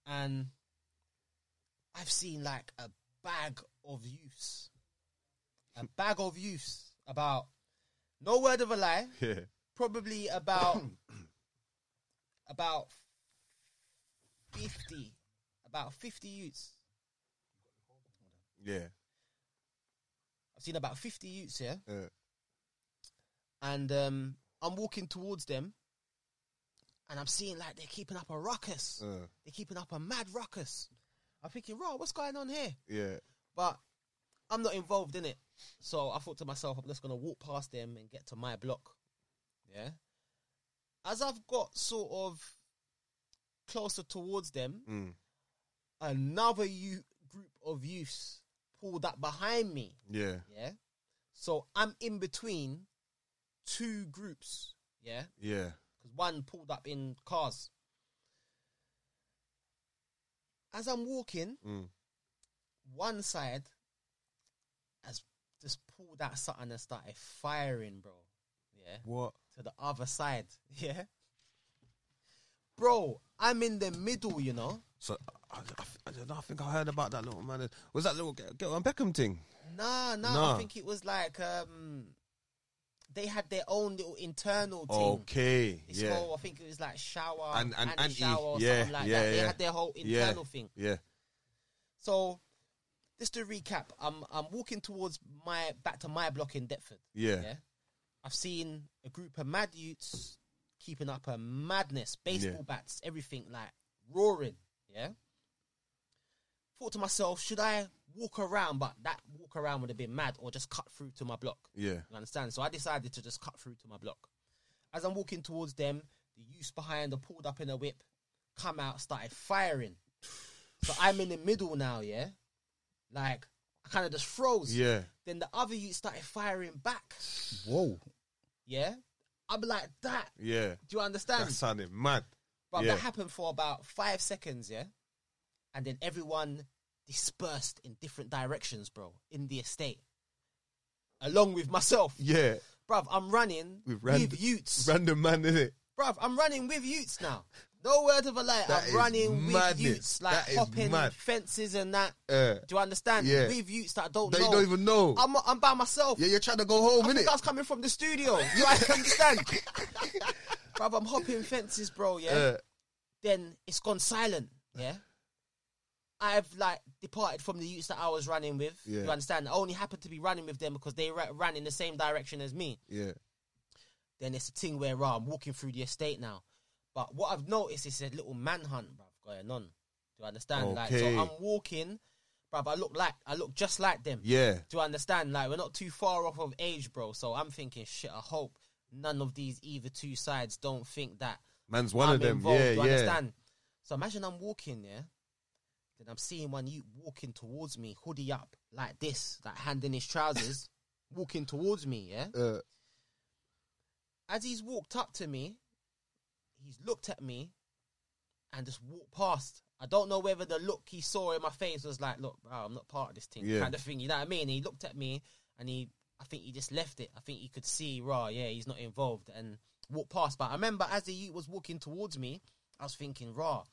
Speaker 3: and I've seen like a bag of youths, a bag of youths about no word of a lie,
Speaker 5: Yeah.
Speaker 3: probably about *coughs* about fifty, about fifty youths.
Speaker 5: Yeah.
Speaker 3: I've seen about fifty youths here.
Speaker 5: Uh,
Speaker 3: and um, I'm walking towards them, and I'm seeing like they're keeping up a ruckus.
Speaker 5: Uh.
Speaker 3: They're keeping up a mad ruckus. I'm thinking, right, what's going on here?
Speaker 5: yeah.
Speaker 3: But I'm not involved in it, so I thought to myself, I'm just gonna walk past them and get to my block. Yeah. As I've got sort of closer towards them,
Speaker 5: Mm.
Speaker 3: another you group of youths pulled up behind me.
Speaker 5: Yeah.
Speaker 3: Yeah. So I'm in between two groups. Yeah.
Speaker 5: Yeah.
Speaker 3: Because one pulled up in cars. As I'm walking,
Speaker 5: Mm.
Speaker 3: one side has just pulled out something and started firing, bro. Yeah.
Speaker 5: What?
Speaker 3: To the other side. *laughs* Yeah. Bro, I'm in the middle, you know.
Speaker 5: So I, I, I don't know, I think I heard about that little man. Was that little Get on Beckham thing?
Speaker 3: Nah, nah,
Speaker 5: Nah.
Speaker 3: I think it was like um they had their own little internal team.
Speaker 5: Okay.
Speaker 3: This
Speaker 5: yeah.
Speaker 3: whole, I think it was like shower
Speaker 5: And-
Speaker 3: and,
Speaker 5: and anti,
Speaker 3: shower or
Speaker 5: yeah,
Speaker 3: something like
Speaker 5: yeah,
Speaker 3: that. They
Speaker 5: yeah.
Speaker 3: had their whole
Speaker 5: yeah.
Speaker 3: internal thing.
Speaker 5: Yeah.
Speaker 3: So just to recap, I'm I'm walking towards my back to my block in Deptford.
Speaker 5: Yeah.
Speaker 3: I've seen a group of mad youths keeping up a madness, baseball
Speaker 5: Yeah.
Speaker 3: bats, everything like roaring. Yeah. Thought to myself, should I walk around? But that walk around would have been mad, or just cut through to my block.
Speaker 5: Yeah.
Speaker 3: You understand? So I decided to just cut through to my block. As I'm walking towards them, the youths behind are pulled up in a whip, come out, started firing. So I'm in the middle now, yeah? Like, I kind of just froze.
Speaker 5: Yeah.
Speaker 3: Then the other youth started firing back,
Speaker 1: Whoa.
Speaker 3: yeah? I'm like, that.
Speaker 5: Yeah.
Speaker 3: Do you understand?
Speaker 5: That sounded mad.
Speaker 3: But
Speaker 5: yeah.
Speaker 3: that happened for about five seconds, yeah? And then everyone dispersed in different directions, bro, in the estate. Along with myself.
Speaker 5: Yeah.
Speaker 3: Bruv, I'm running
Speaker 5: With
Speaker 3: with,
Speaker 5: random-
Speaker 3: Utes.
Speaker 5: Random man, innit?
Speaker 3: Bruv, I'm running with Utes now. No word of a lie.
Speaker 5: That is
Speaker 3: I'm running with
Speaker 5: madness.
Speaker 3: Utes,
Speaker 5: That
Speaker 3: like
Speaker 5: is
Speaker 3: hopping
Speaker 5: mad.
Speaker 3: fences and that.
Speaker 5: Uh,
Speaker 3: Do you understand?
Speaker 5: yeah.
Speaker 3: With Utes that I don't
Speaker 5: That
Speaker 3: know.
Speaker 5: you don't even know.
Speaker 3: I'm, I'm by myself.
Speaker 5: yeah, you're trying to go home,
Speaker 3: I
Speaker 5: innit?
Speaker 3: think I was coming from the studio. You
Speaker 5: *laughs*
Speaker 3: *laughs* understand? Bruv, I'm hopping fences, bro, yeah?
Speaker 5: Uh,
Speaker 3: Then it's gone silent, yeah? I've like departed from the youths that I was running with.
Speaker 1: Yeah.
Speaker 3: You understand? I only happened to be running with them because they ra- ran in the same direction as me.
Speaker 1: Yeah.
Speaker 3: Then it's a thing where rah, I'm walking through the estate now. But what I've noticed is a little manhunt, bruv, going on. Do you understand? Like, so
Speaker 5: Okay.
Speaker 3: I'm walking, bruv. I look like I look just like them.
Speaker 5: Yeah.
Speaker 3: Do you understand? Like, we're not too far off of age, bro. So I'm thinking, shit. I hope none of these either two sides don't think that
Speaker 5: Man's one
Speaker 3: I'm
Speaker 5: of them.
Speaker 3: Involved,
Speaker 5: yeah,
Speaker 3: do you
Speaker 5: yeah.
Speaker 3: understand? So imagine I'm walking, yeah, then I'm seeing one you walking towards me, hoodie up, like this, like hand in his trousers, walking towards me, yeah.
Speaker 1: Uh,
Speaker 3: As he's walked up to me, he's looked at me, and just walked past. I don't know whether the look he saw in my face was like, "Look, bro, I'm not part of this thing,"
Speaker 5: Yeah.
Speaker 3: kind of thing. You know what I mean? He looked at me, and he, I think he just left it. I think he could see, raw, yeah, he's not involved, and walked past. But I remember as the youth was walking towards me, I was thinking, raw.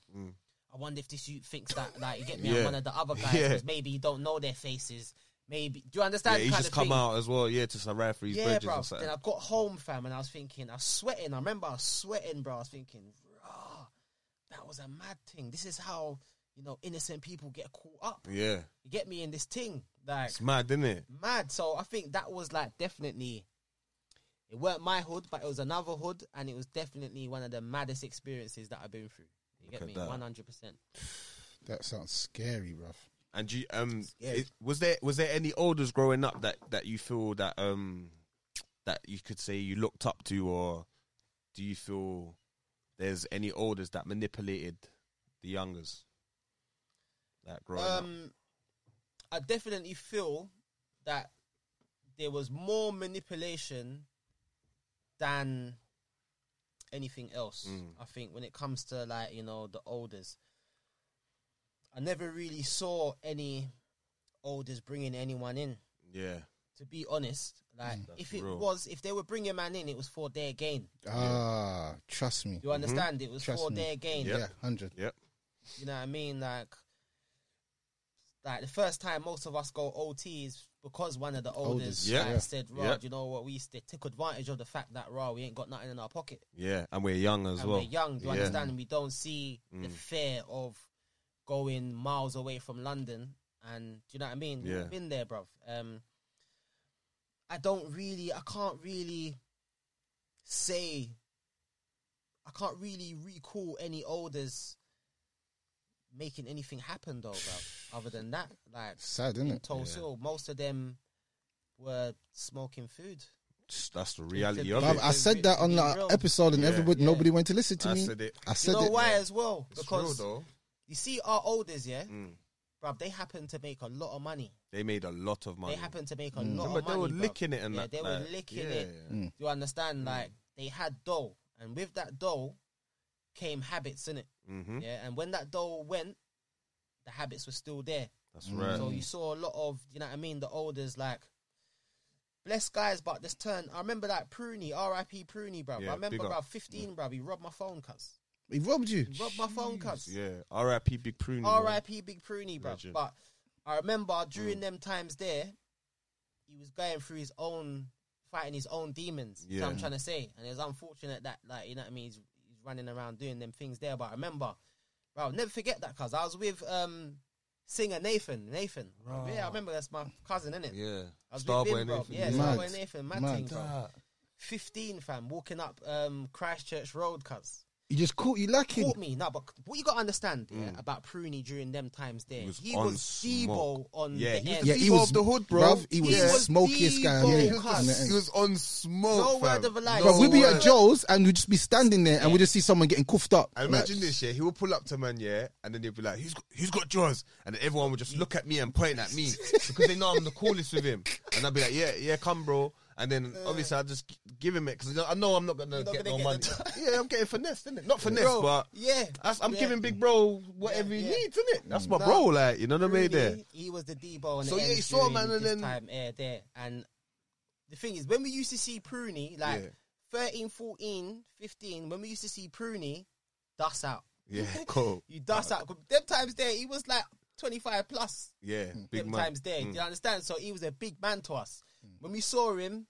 Speaker 3: I wonder if this youth thinks that, like, you get me,
Speaker 5: Mm. Yeah.
Speaker 3: I'm one of the other guys
Speaker 5: *laughs* Yeah.
Speaker 3: because maybe you don't know their faces. Maybe do you
Speaker 5: Yeah,
Speaker 3: understand?
Speaker 5: he's
Speaker 3: kind
Speaker 5: just
Speaker 3: of
Speaker 5: come
Speaker 3: thing?
Speaker 5: out as well. Yeah, to some referees,
Speaker 3: yeah,
Speaker 5: bridges
Speaker 3: bro.
Speaker 5: or something.
Speaker 3: Then I got home, fam, and I was thinking, I was sweating. I remember I was sweating, bro. I was thinking, rah, that was a mad thing. This is how you know innocent people get caught up.
Speaker 5: Yeah,
Speaker 3: You get me in this thing, like
Speaker 5: it's mad, isn't it?
Speaker 3: mad. So I think that was like definitely. It weren't my hood, but it was another hood, and it was definitely one of the maddest experiences that I've been through. You get
Speaker 5: at
Speaker 3: me,
Speaker 5: that.
Speaker 3: one hundred percent.
Speaker 1: that sounds scary, bruv.
Speaker 5: And do you, um,
Speaker 3: Yeah.
Speaker 5: it- was there was there any elders growing up that that you feel that um that you could say you looked up to, or do you feel there's any elders that manipulated the youngers that growing up?
Speaker 3: Um, I definitely feel that there was more manipulation than anything else. I think when it comes to like you know the olders, I never really saw any olders bringing anyone in.
Speaker 5: Yeah,
Speaker 3: To be honest, like if it
Speaker 5: real.
Speaker 3: was, if they were bringing man in, it was for their gain.
Speaker 1: Ah, trust me.
Speaker 3: Do you understand? It was
Speaker 1: Trust
Speaker 3: for
Speaker 1: me.
Speaker 3: their gain.
Speaker 1: Yeah, hundred.
Speaker 5: yep.
Speaker 3: You know what I mean? Like, like the first time most of us go OT is because one of the oldest
Speaker 1: yeah.
Speaker 3: guys
Speaker 1: Yeah.
Speaker 3: said, "Rod,
Speaker 5: Yeah.
Speaker 3: you know what? We used to take advantage of the fact that raw we ain't got nothing in our pocket
Speaker 5: Yeah, and we're young as
Speaker 3: and
Speaker 5: well.
Speaker 3: we're young. Do you
Speaker 5: yeah. Mm.
Speaker 3: understand? And we don't see the fear of going miles away from London. And do you know what I mean?
Speaker 5: Yeah.
Speaker 3: We've been there, bruv. Um, I don't really, I can't really say, I can't really recall any olders making anything happen though, bruv. Other than that, like
Speaker 5: *laughs*
Speaker 1: Sad, isn't
Speaker 3: in
Speaker 1: it?
Speaker 3: Tulsa, most of them were smoking food.
Speaker 5: That's the reality
Speaker 3: Bruv,
Speaker 5: of
Speaker 1: Bruv,
Speaker 5: it.
Speaker 1: I said that on that
Speaker 3: Real.
Speaker 1: episode, and
Speaker 5: Yeah.
Speaker 1: everybody,
Speaker 3: Yeah.
Speaker 1: nobody went to listen to
Speaker 5: I
Speaker 1: me.
Speaker 5: said it.
Speaker 1: I
Speaker 3: You
Speaker 1: said
Speaker 3: know
Speaker 1: it.
Speaker 3: why as well?
Speaker 5: It's real
Speaker 3: Because
Speaker 5: though.
Speaker 3: You see, our olders, yeah,
Speaker 5: Mm.
Speaker 3: bruv, they happen to make a lot of money.
Speaker 5: They made a lot of money.
Speaker 3: They happen to make a
Speaker 1: Mm.
Speaker 3: lot
Speaker 5: Remember,
Speaker 3: of
Speaker 5: they
Speaker 3: money.
Speaker 5: were
Speaker 3: bruv.
Speaker 5: licking it and
Speaker 3: yeah,
Speaker 5: that,
Speaker 3: they were
Speaker 5: like,
Speaker 3: licking
Speaker 5: yeah, Mm.
Speaker 3: it.
Speaker 5: yeah.
Speaker 3: Do you understand? Like they had dough, and with that dough came habits in it.
Speaker 5: Mhm.
Speaker 3: Yeah, and when that dough went, the habits were still there.
Speaker 5: That's right.
Speaker 3: So you saw a lot of, you know what I mean, the olders like blessed guys, but this turn. I remember like Pruny, R.I.P. Pruny, bruv.
Speaker 5: Yeah,
Speaker 3: I remember
Speaker 5: big up.
Speaker 3: bruv, fifteen, bruv. He robbed my phone, cuz.
Speaker 1: He robbed you.
Speaker 3: He robbed my phone, cuz.
Speaker 5: Yeah, R.I.P. Big Prune.
Speaker 3: R.I.P. Big Pruny, bro.
Speaker 5: Legend.
Speaker 3: But I remember during them times there, he was going through his own, fighting his own demons. Yeah. I'm
Speaker 5: Yeah.
Speaker 3: trying to say, and it's unfortunate that, like, you know what I mean. He's, he's running around doing them things there. But I remember, bro, I'll never forget that cuz I was with um singer Nathan. Nathan, yeah, I remember that's my cousin, innit?
Speaker 5: Yeah.
Speaker 3: I was with
Speaker 5: Starboy
Speaker 3: him,
Speaker 5: and
Speaker 3: bro.
Speaker 5: everything.
Speaker 3: Yeah,
Speaker 1: Mad.
Speaker 3: Starboy Nathan, mad,
Speaker 1: Mad.
Speaker 3: thing, bro. Fifteen, fam, walking up um Christchurch Road, cuz
Speaker 1: He just caught you lacking.
Speaker 3: caught me. No, but what you got to understand yeah, about Pruny during them times there, he was,
Speaker 5: Mm. was
Speaker 3: he
Speaker 5: on
Speaker 3: was Debo
Speaker 5: smoke.
Speaker 3: on
Speaker 5: Yeah,
Speaker 3: the
Speaker 5: he was
Speaker 3: end.
Speaker 5: Yeah, he Debo of the hood, bro.
Speaker 1: bruv, he was
Speaker 5: Yeah.
Speaker 1: the smokiest guy. on the
Speaker 3: He
Speaker 1: end.
Speaker 3: was the
Speaker 5: He was on smoke.
Speaker 3: No
Speaker 5: fam.
Speaker 3: word of a lie.
Speaker 1: But
Speaker 3: No
Speaker 1: we'd be
Speaker 3: word.
Speaker 1: at Joe's and we'd just be standing there and we'd just see someone getting cuffed up.
Speaker 5: And imagine
Speaker 1: *laughs*
Speaker 5: this, yeah. He would pull up to man, yeah, and then he'd be like, "Who's got, who's got jaws?" And then everyone would just look at me and point at me because they know I'm the coolest with him. And I'd be like, "Yeah, yeah, come, bro." And then obviously I just g- give him it because I know I'm not gonna
Speaker 3: not
Speaker 5: get
Speaker 3: gonna
Speaker 5: no
Speaker 3: get the
Speaker 5: money. *laughs* yeah, I'm getting finessed, isn't it? Not finesse,
Speaker 3: Bro,
Speaker 5: but
Speaker 3: yeah,
Speaker 5: that's, I'm
Speaker 3: yeah.
Speaker 5: giving big bro whatever he
Speaker 3: Yeah, yeah.
Speaker 5: needs, isn't it? That's my bro, like you know what I mean? There,
Speaker 3: Pruny, He was the Debo on
Speaker 5: So,
Speaker 3: the
Speaker 5: yeah,
Speaker 3: end
Speaker 5: he saw a
Speaker 3: during
Speaker 5: man and
Speaker 3: this
Speaker 5: then-
Speaker 3: time eh, there. And the thing is, when we used to see Pruny, like
Speaker 5: Yeah.
Speaker 3: 13, 14, 15, when we used to see Pruny, dust out.
Speaker 5: yeah,
Speaker 3: *laughs*
Speaker 5: cool,
Speaker 3: You dust out. 'Cause Them times there, he was like 25 plus.
Speaker 5: yeah, big
Speaker 3: Hmm. Mm. them
Speaker 5: man. Hmm. Mm.
Speaker 3: times there. Do you understand? So he was a big man to us. When we saw him,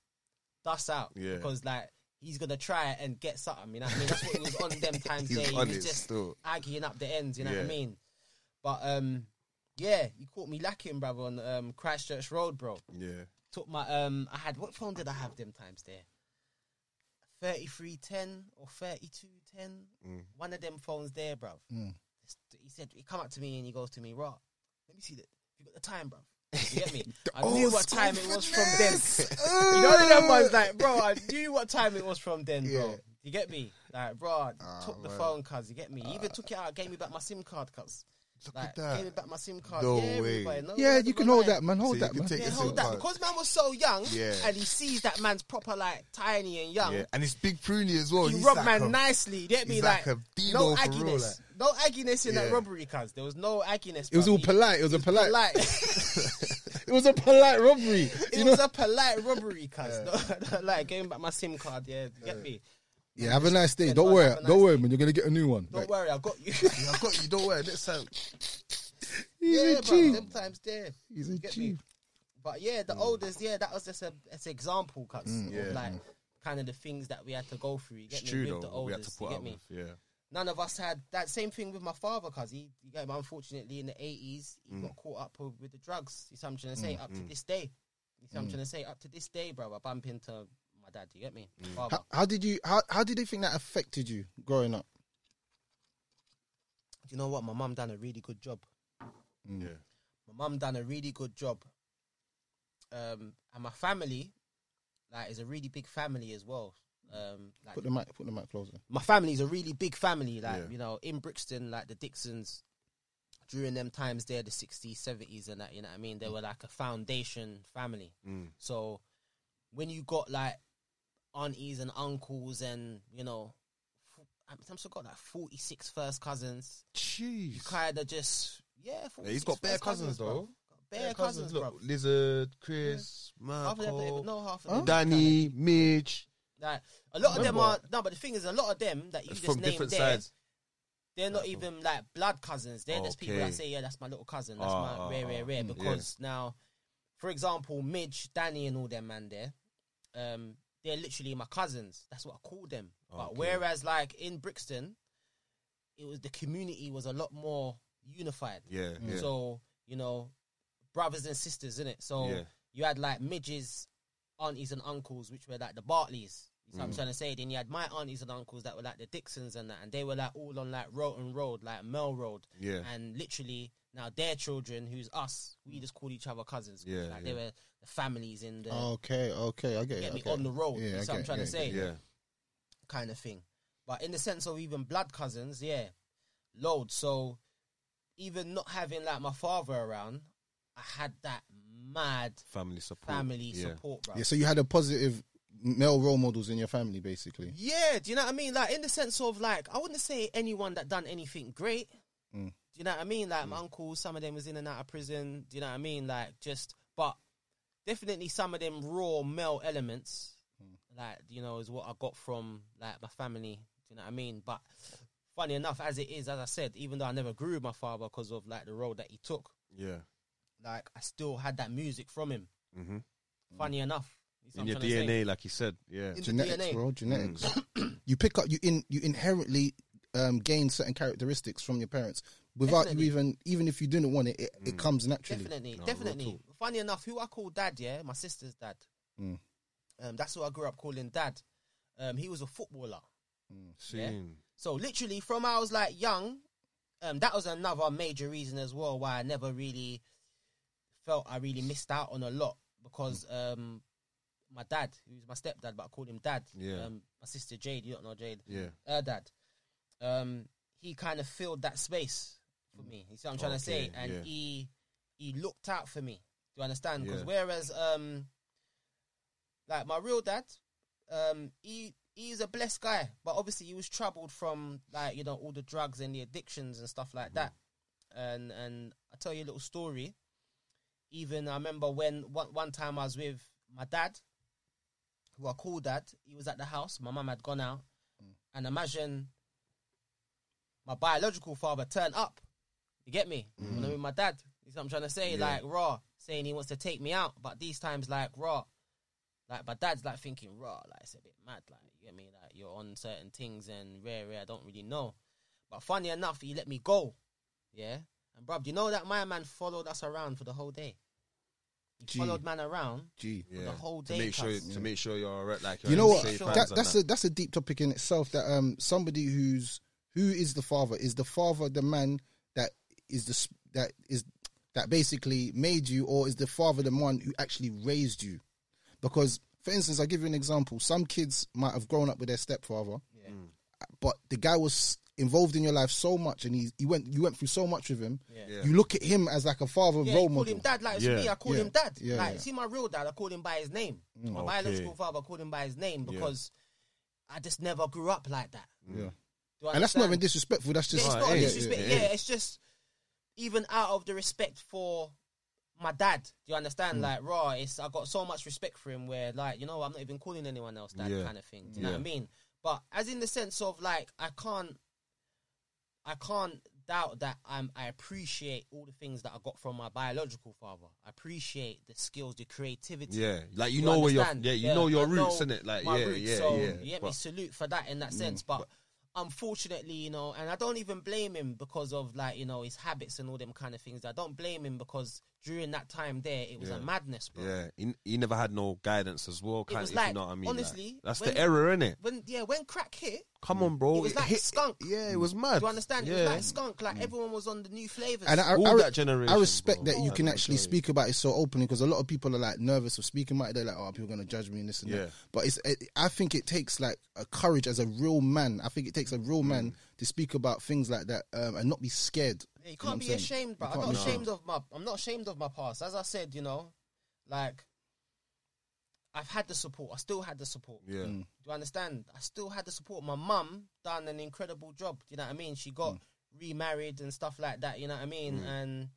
Speaker 3: that's out.
Speaker 5: Yeah.
Speaker 3: Because like he's gonna try and get something, you know what I mean? That's what
Speaker 5: *laughs*
Speaker 3: he was on them times
Speaker 5: He's
Speaker 3: there. He
Speaker 5: on
Speaker 3: was
Speaker 5: it
Speaker 3: just
Speaker 5: still.
Speaker 3: aggieing up the ends, you know what I
Speaker 5: Yeah.
Speaker 3: mean? But um Yeah, you caught me lacking, brother, on um, Christchurch Road, bro.
Speaker 5: Yeah.
Speaker 3: Took my um, I had what phone did I have them times there? Thirty three ten or thirty two ten?
Speaker 5: Mm.
Speaker 3: One of them phones there, bro.
Speaker 1: Mm.
Speaker 3: He said he come up to me and he goes to me, "Right, let me see that. You got the time, bro."
Speaker 1: *laughs*
Speaker 3: You get me? I
Speaker 1: Oh,
Speaker 3: knew what time it was from then.
Speaker 1: Uh,
Speaker 3: you know that
Speaker 1: *laughs*
Speaker 3: one's like, bro. I knew what time it was from then, bro. You get me? Like, bro, I
Speaker 1: Ah,
Speaker 3: took the phone, cuz. You get me? He even took it out, gave me back my SIM card, cuz. Like, gave me back my SIM card.
Speaker 5: No
Speaker 3: yeah,
Speaker 5: way.
Speaker 3: boy, no
Speaker 1: Yeah,
Speaker 3: word
Speaker 1: you
Speaker 3: of
Speaker 1: can
Speaker 3: a
Speaker 1: hold
Speaker 3: lie.
Speaker 1: that, man. Hold
Speaker 5: you
Speaker 1: that,
Speaker 5: can
Speaker 1: man.
Speaker 5: take
Speaker 3: Yeah,
Speaker 5: the
Speaker 3: hold
Speaker 5: SIM
Speaker 3: that
Speaker 5: card.
Speaker 3: because man was so young,
Speaker 5: Yeah.
Speaker 3: and he sees that man's proper like tiny and young.
Speaker 5: Yeah, and it's big pruny as well.
Speaker 3: He
Speaker 5: He's
Speaker 3: robbed
Speaker 5: like
Speaker 3: man
Speaker 5: a-
Speaker 3: nicely. Get me
Speaker 5: he's
Speaker 3: like,
Speaker 5: like a Debo
Speaker 3: no
Speaker 5: for real,
Speaker 3: agginess,
Speaker 5: like.
Speaker 3: no agginess in that
Speaker 5: Yeah.
Speaker 3: robbery, cuz there was no agginess.
Speaker 1: It was
Speaker 3: bruv.
Speaker 1: all
Speaker 3: He- *laughs*
Speaker 1: polite. It was a
Speaker 5: *laughs*
Speaker 1: polite.
Speaker 3: Polite.
Speaker 1: It was a polite robbery.
Speaker 3: it was a polite robbery, cuz. No, *laughs* like giving back my SIM card. Yeah, get me.
Speaker 1: Yeah, have a nice day.
Speaker 3: Yeah,
Speaker 1: Don't
Speaker 3: man,
Speaker 1: worry.
Speaker 3: have a nice
Speaker 1: Don't worry,
Speaker 3: day.
Speaker 1: man. You're gonna get a new one.
Speaker 3: Don't
Speaker 1: Like,
Speaker 3: worry, I got you.
Speaker 5: *laughs* Yeah, I've got you. Don't worry. Next time.
Speaker 1: he's
Speaker 3: *laughs* yeah,
Speaker 1: a
Speaker 3: bro.
Speaker 1: G.
Speaker 3: Them times there.
Speaker 1: He's a
Speaker 3: Get
Speaker 1: G.
Speaker 3: me. But yeah, the oldest, yeah, that was just a as example, cuz.
Speaker 5: Mm. yeah.
Speaker 3: Of like kind of the things that we had to go through. You get
Speaker 5: It's
Speaker 3: me
Speaker 5: true
Speaker 3: with
Speaker 5: though.
Speaker 3: the
Speaker 5: what we had to
Speaker 3: oldest. You
Speaker 5: put
Speaker 3: get
Speaker 5: up
Speaker 3: me.
Speaker 5: with. Yeah.
Speaker 3: none of us had that same thing with my father because he, you get me, unfortunately in the eighties he
Speaker 1: Mm.
Speaker 3: got caught up with, with the drugs. You see what I'm trying to say? Up to this day, you see what I'm
Speaker 1: Mm.
Speaker 3: trying to say? Up to this day, bro, I bump into my dad. You get me? Father.
Speaker 1: Mm. How, how did you? How, how did they think that affected you growing up?
Speaker 3: Do you know what? My mum done a really good job. Yeah. My mum done a really good job. Um, and my family, like, is a really big family as well. Um, like
Speaker 1: Put the mic. Put the mic closer.
Speaker 3: my family's a really big family. Like, you know, in Brixton, like the Dixons, during them times there, the 60s, 70s, and that, you know what I mean? They were like a foundation family.
Speaker 5: Mm.
Speaker 3: So when you got like aunties and uncles and, you know, f- I'm I'm still got like 46 first cousins, you
Speaker 5: Jeez.
Speaker 3: kind of just, yeah, 46
Speaker 5: he's got bare
Speaker 3: first
Speaker 5: cousins,
Speaker 3: bruv.
Speaker 5: though.
Speaker 3: Got Bare cousins,
Speaker 5: look,
Speaker 3: bro.
Speaker 5: Lizard, Chris,
Speaker 3: Half of them don't even
Speaker 5: Michael,
Speaker 3: know half of them.
Speaker 5: Danny, Midge.
Speaker 3: Like, a lot of them are, no, but the thing is, a lot of them that you
Speaker 5: It's
Speaker 3: just
Speaker 5: from
Speaker 3: named there,
Speaker 5: different sides.
Speaker 3: They're not even like blood cousins. They're just people that
Speaker 5: Okay.
Speaker 3: say, "Yeah, that's my little cousin. That's
Speaker 5: Ah,
Speaker 3: my
Speaker 5: ah,
Speaker 3: rare,
Speaker 5: ah.
Speaker 3: rare, rare." Because now, for example, Midge, Danny, and all them man there, um, they're literally my cousins. That's what I call them. But whereas, like in Brixton, it was the community was a lot more unified.
Speaker 5: Yeah, yeah.
Speaker 3: So you know, brothers and sisters, in it. So
Speaker 5: Yeah.
Speaker 3: you had like Midge's aunties and uncles, which were like the Bartleys. You
Speaker 5: Mm.
Speaker 3: know what I'm trying to say? Then you had my aunties and uncles that were like the Dixons and that, and they were like all on like Roton Road, like Mel Road.
Speaker 5: Yeah. Mm.
Speaker 3: And literally now their children, who's us, we just call each other cousins.
Speaker 5: Yeah,
Speaker 3: Like
Speaker 5: yeah. Oh.
Speaker 3: they were the families in the
Speaker 1: Okay. Okay. I get
Speaker 3: get
Speaker 1: it.
Speaker 3: me
Speaker 1: okay.
Speaker 3: on the road.
Speaker 1: Yeah,
Speaker 3: you
Speaker 1: I
Speaker 3: see what I'm
Speaker 1: get-
Speaker 3: trying
Speaker 1: yeah,
Speaker 3: to say?
Speaker 5: Yeah.
Speaker 3: kind of thing. But in the sense of even blood cousins, yeah, loads. So even not having like my father around, I had that mad
Speaker 5: Family support.
Speaker 3: family
Speaker 5: yeah.
Speaker 3: support, bro.
Speaker 1: Yeah. So you had a positive male role models in your family, basically.
Speaker 3: Yeah, do you know what I mean? Like in the sense of like, I wouldn't say anyone that done anything great. Do you know what I mean? Like my uncle, some of them was in and out of prison. Do you know what I mean? Like just, but definitely some of them raw male elements, like you know, is what I got from like my family. Do you know what I mean? But funny enough, as it is, as I said, even though I never grew with my father because of like the road that he took,
Speaker 5: Yeah.
Speaker 3: like I still had that music from him.
Speaker 5: Mhm.
Speaker 3: Funny enough, you see
Speaker 5: In
Speaker 3: what
Speaker 5: your
Speaker 3: I'm trying to say?
Speaker 5: DNA, like you said. Yeah.
Speaker 3: In the
Speaker 1: Genetics,
Speaker 3: DNA.
Speaker 1: bro. Genetics.
Speaker 5: Mm.
Speaker 1: *clears throat* you pick up. You in. You inherently um, gain certain characteristics from your parents without
Speaker 3: Definitely.
Speaker 1: you even. Even if you didn't want it, it,
Speaker 5: Mm.
Speaker 1: it comes naturally.
Speaker 3: Definitely, definitely. Funny enough, who I call dad, yeah, my sister's dad. Um, that's who I grew up calling dad. Um, he was a footballer.
Speaker 5: Seen.
Speaker 3: So literally, from I was like young, um, that was another major reason as well why I never really felt I really missed out on a lot because um, my dad, who's my stepdad, but I called him dad.
Speaker 5: Yeah.
Speaker 3: Um, my sister Jade, you don't know Jade.
Speaker 5: Yeah.
Speaker 3: Her dad. uh, Um, he kind of filled that space for me. You see what I'm trying to say?
Speaker 5: Okay,
Speaker 3: And
Speaker 5: yeah.
Speaker 3: he he looked out for me. Do you understand? Because
Speaker 5: Yeah.
Speaker 3: whereas um, like my real dad, um, he he's a blessed guy, but obviously he was troubled from like you know all the drugs and the addictions and stuff like that.
Speaker 5: Mm-hmm.
Speaker 3: And and I tell you a little story. Even I remember when one one time I was with my dad, who I called dad. He was at the house. My mum had gone out, and imagine my biological father turned up. You get me?
Speaker 5: Mm.
Speaker 3: When I'm with my dad, you see what I'm trying to say? Like raw, saying he wants to take me out, but these times like raw. Like my dad's like thinking raw, like it's a bit mad, like you get me, like you're on certain things and rare, rare. I don't really know, but funny enough, he let me go, yeah. And bruv, do you know that my man followed us around for the whole day? He
Speaker 1: Gee.
Speaker 3: followed man around
Speaker 1: G.
Speaker 3: for the whole
Speaker 5: to
Speaker 3: day.
Speaker 5: make sure
Speaker 3: cuz.
Speaker 5: to make sure you're alright. Like you're
Speaker 1: you know
Speaker 5: in
Speaker 1: what?
Speaker 5: safe
Speaker 1: That,
Speaker 5: hands and
Speaker 1: that's a that's a deep topic in itself. That um, somebody who's who is the father is the father the man that is the s- that is that basically made you, or is the father the one who actually raised you? Because, for instance, I give you an example. Some kids might have grown up with their stepfather, but the guy was involved in your life so much, and he, he went you went through so much with him. You look at him as like a father
Speaker 3: Yeah, you
Speaker 1: role
Speaker 3: call
Speaker 1: model.
Speaker 3: him dad. Like it's me, I call
Speaker 1: Yeah.
Speaker 3: him dad.
Speaker 1: Yeah,
Speaker 3: like
Speaker 1: yeah. Mm,
Speaker 3: see my real dad, I call him by his name. My biological father, I call him by his name because I just never grew up like that.
Speaker 1: Yeah.
Speaker 3: Do you
Speaker 1: And that's not
Speaker 3: understand?
Speaker 1: even disrespectful. That's
Speaker 3: Yeah,
Speaker 1: just
Speaker 3: it's not
Speaker 1: Yeah, yeah,
Speaker 3: disrespect.
Speaker 1: yeah.
Speaker 3: Yeah, it's just even out of the respect for my dad. Do you understand?
Speaker 5: Mm.
Speaker 3: Like, raw, it's I got so much respect for him. Where like, you know, I'm not even calling anyone else that
Speaker 5: Yeah.
Speaker 3: kind of thing. Do you know what I mean? But as in the sense of like, I can't, I can't doubt that I'm. I appreciate all the things that I got from my biological father. I appreciate the skills, the creativity.
Speaker 5: Yeah, like you, know
Speaker 3: understand?
Speaker 5: where you're. Yeah, you know your
Speaker 3: I
Speaker 5: roots
Speaker 3: know
Speaker 5: in it. Like
Speaker 3: my
Speaker 5: yeah,
Speaker 3: roots,
Speaker 5: yeah,
Speaker 3: so
Speaker 5: yeah.
Speaker 3: You get me?
Speaker 5: But-
Speaker 3: Salute for that in that
Speaker 5: Mm.
Speaker 3: sense, but, unfortunately, you know, and I don't even blame him because of like you know his habits and all them kind of things. I don't blame him because during that time there, it was a madness, bro.
Speaker 5: Yeah, he, he never had no guidance as well. Kind
Speaker 3: was
Speaker 5: of,
Speaker 3: like,
Speaker 5: you know what I mean? Like,
Speaker 3: honestly,
Speaker 5: that's
Speaker 3: when-
Speaker 5: the error in it.
Speaker 3: When yeah, when crack hit,
Speaker 5: Come on, bro.
Speaker 3: It was like skunk.
Speaker 5: yeah, it was mad.
Speaker 3: do you understand? It
Speaker 5: Yeah. Mm.
Speaker 3: was like skunk. Like everyone was on the new flavors.
Speaker 1: And I,
Speaker 5: All
Speaker 1: I,
Speaker 5: that
Speaker 1: I,
Speaker 5: generation,
Speaker 1: I respect
Speaker 5: bro.
Speaker 1: that you
Speaker 5: All
Speaker 1: can
Speaker 5: that
Speaker 1: actually
Speaker 5: generation.
Speaker 1: speak about it so openly because a lot of people are like nervous of speaking about it. They're like, "Oh, people are gonna judge me and this and
Speaker 5: Yeah.
Speaker 1: that." But it's, it, I think it takes like a courage as a real man. I think it takes a real
Speaker 5: Mm.
Speaker 1: man to speak about things like that um, and not be scared.
Speaker 3: Yeah, you
Speaker 1: know what I'm
Speaker 3: can't be
Speaker 1: saying?
Speaker 3: ashamed, bro.
Speaker 1: You
Speaker 3: I'm
Speaker 1: can't
Speaker 3: not
Speaker 1: be
Speaker 3: ashamed of my. I'm not ashamed of my past. As I said, you know, like I've had the support. I still had the support.
Speaker 5: Yeah. Mm.
Speaker 3: Do you understand? I still had the support. My mum done an incredible job. Do you know what I mean? She got
Speaker 1: Mm.
Speaker 3: remarried and stuff like that. You know what I mean? And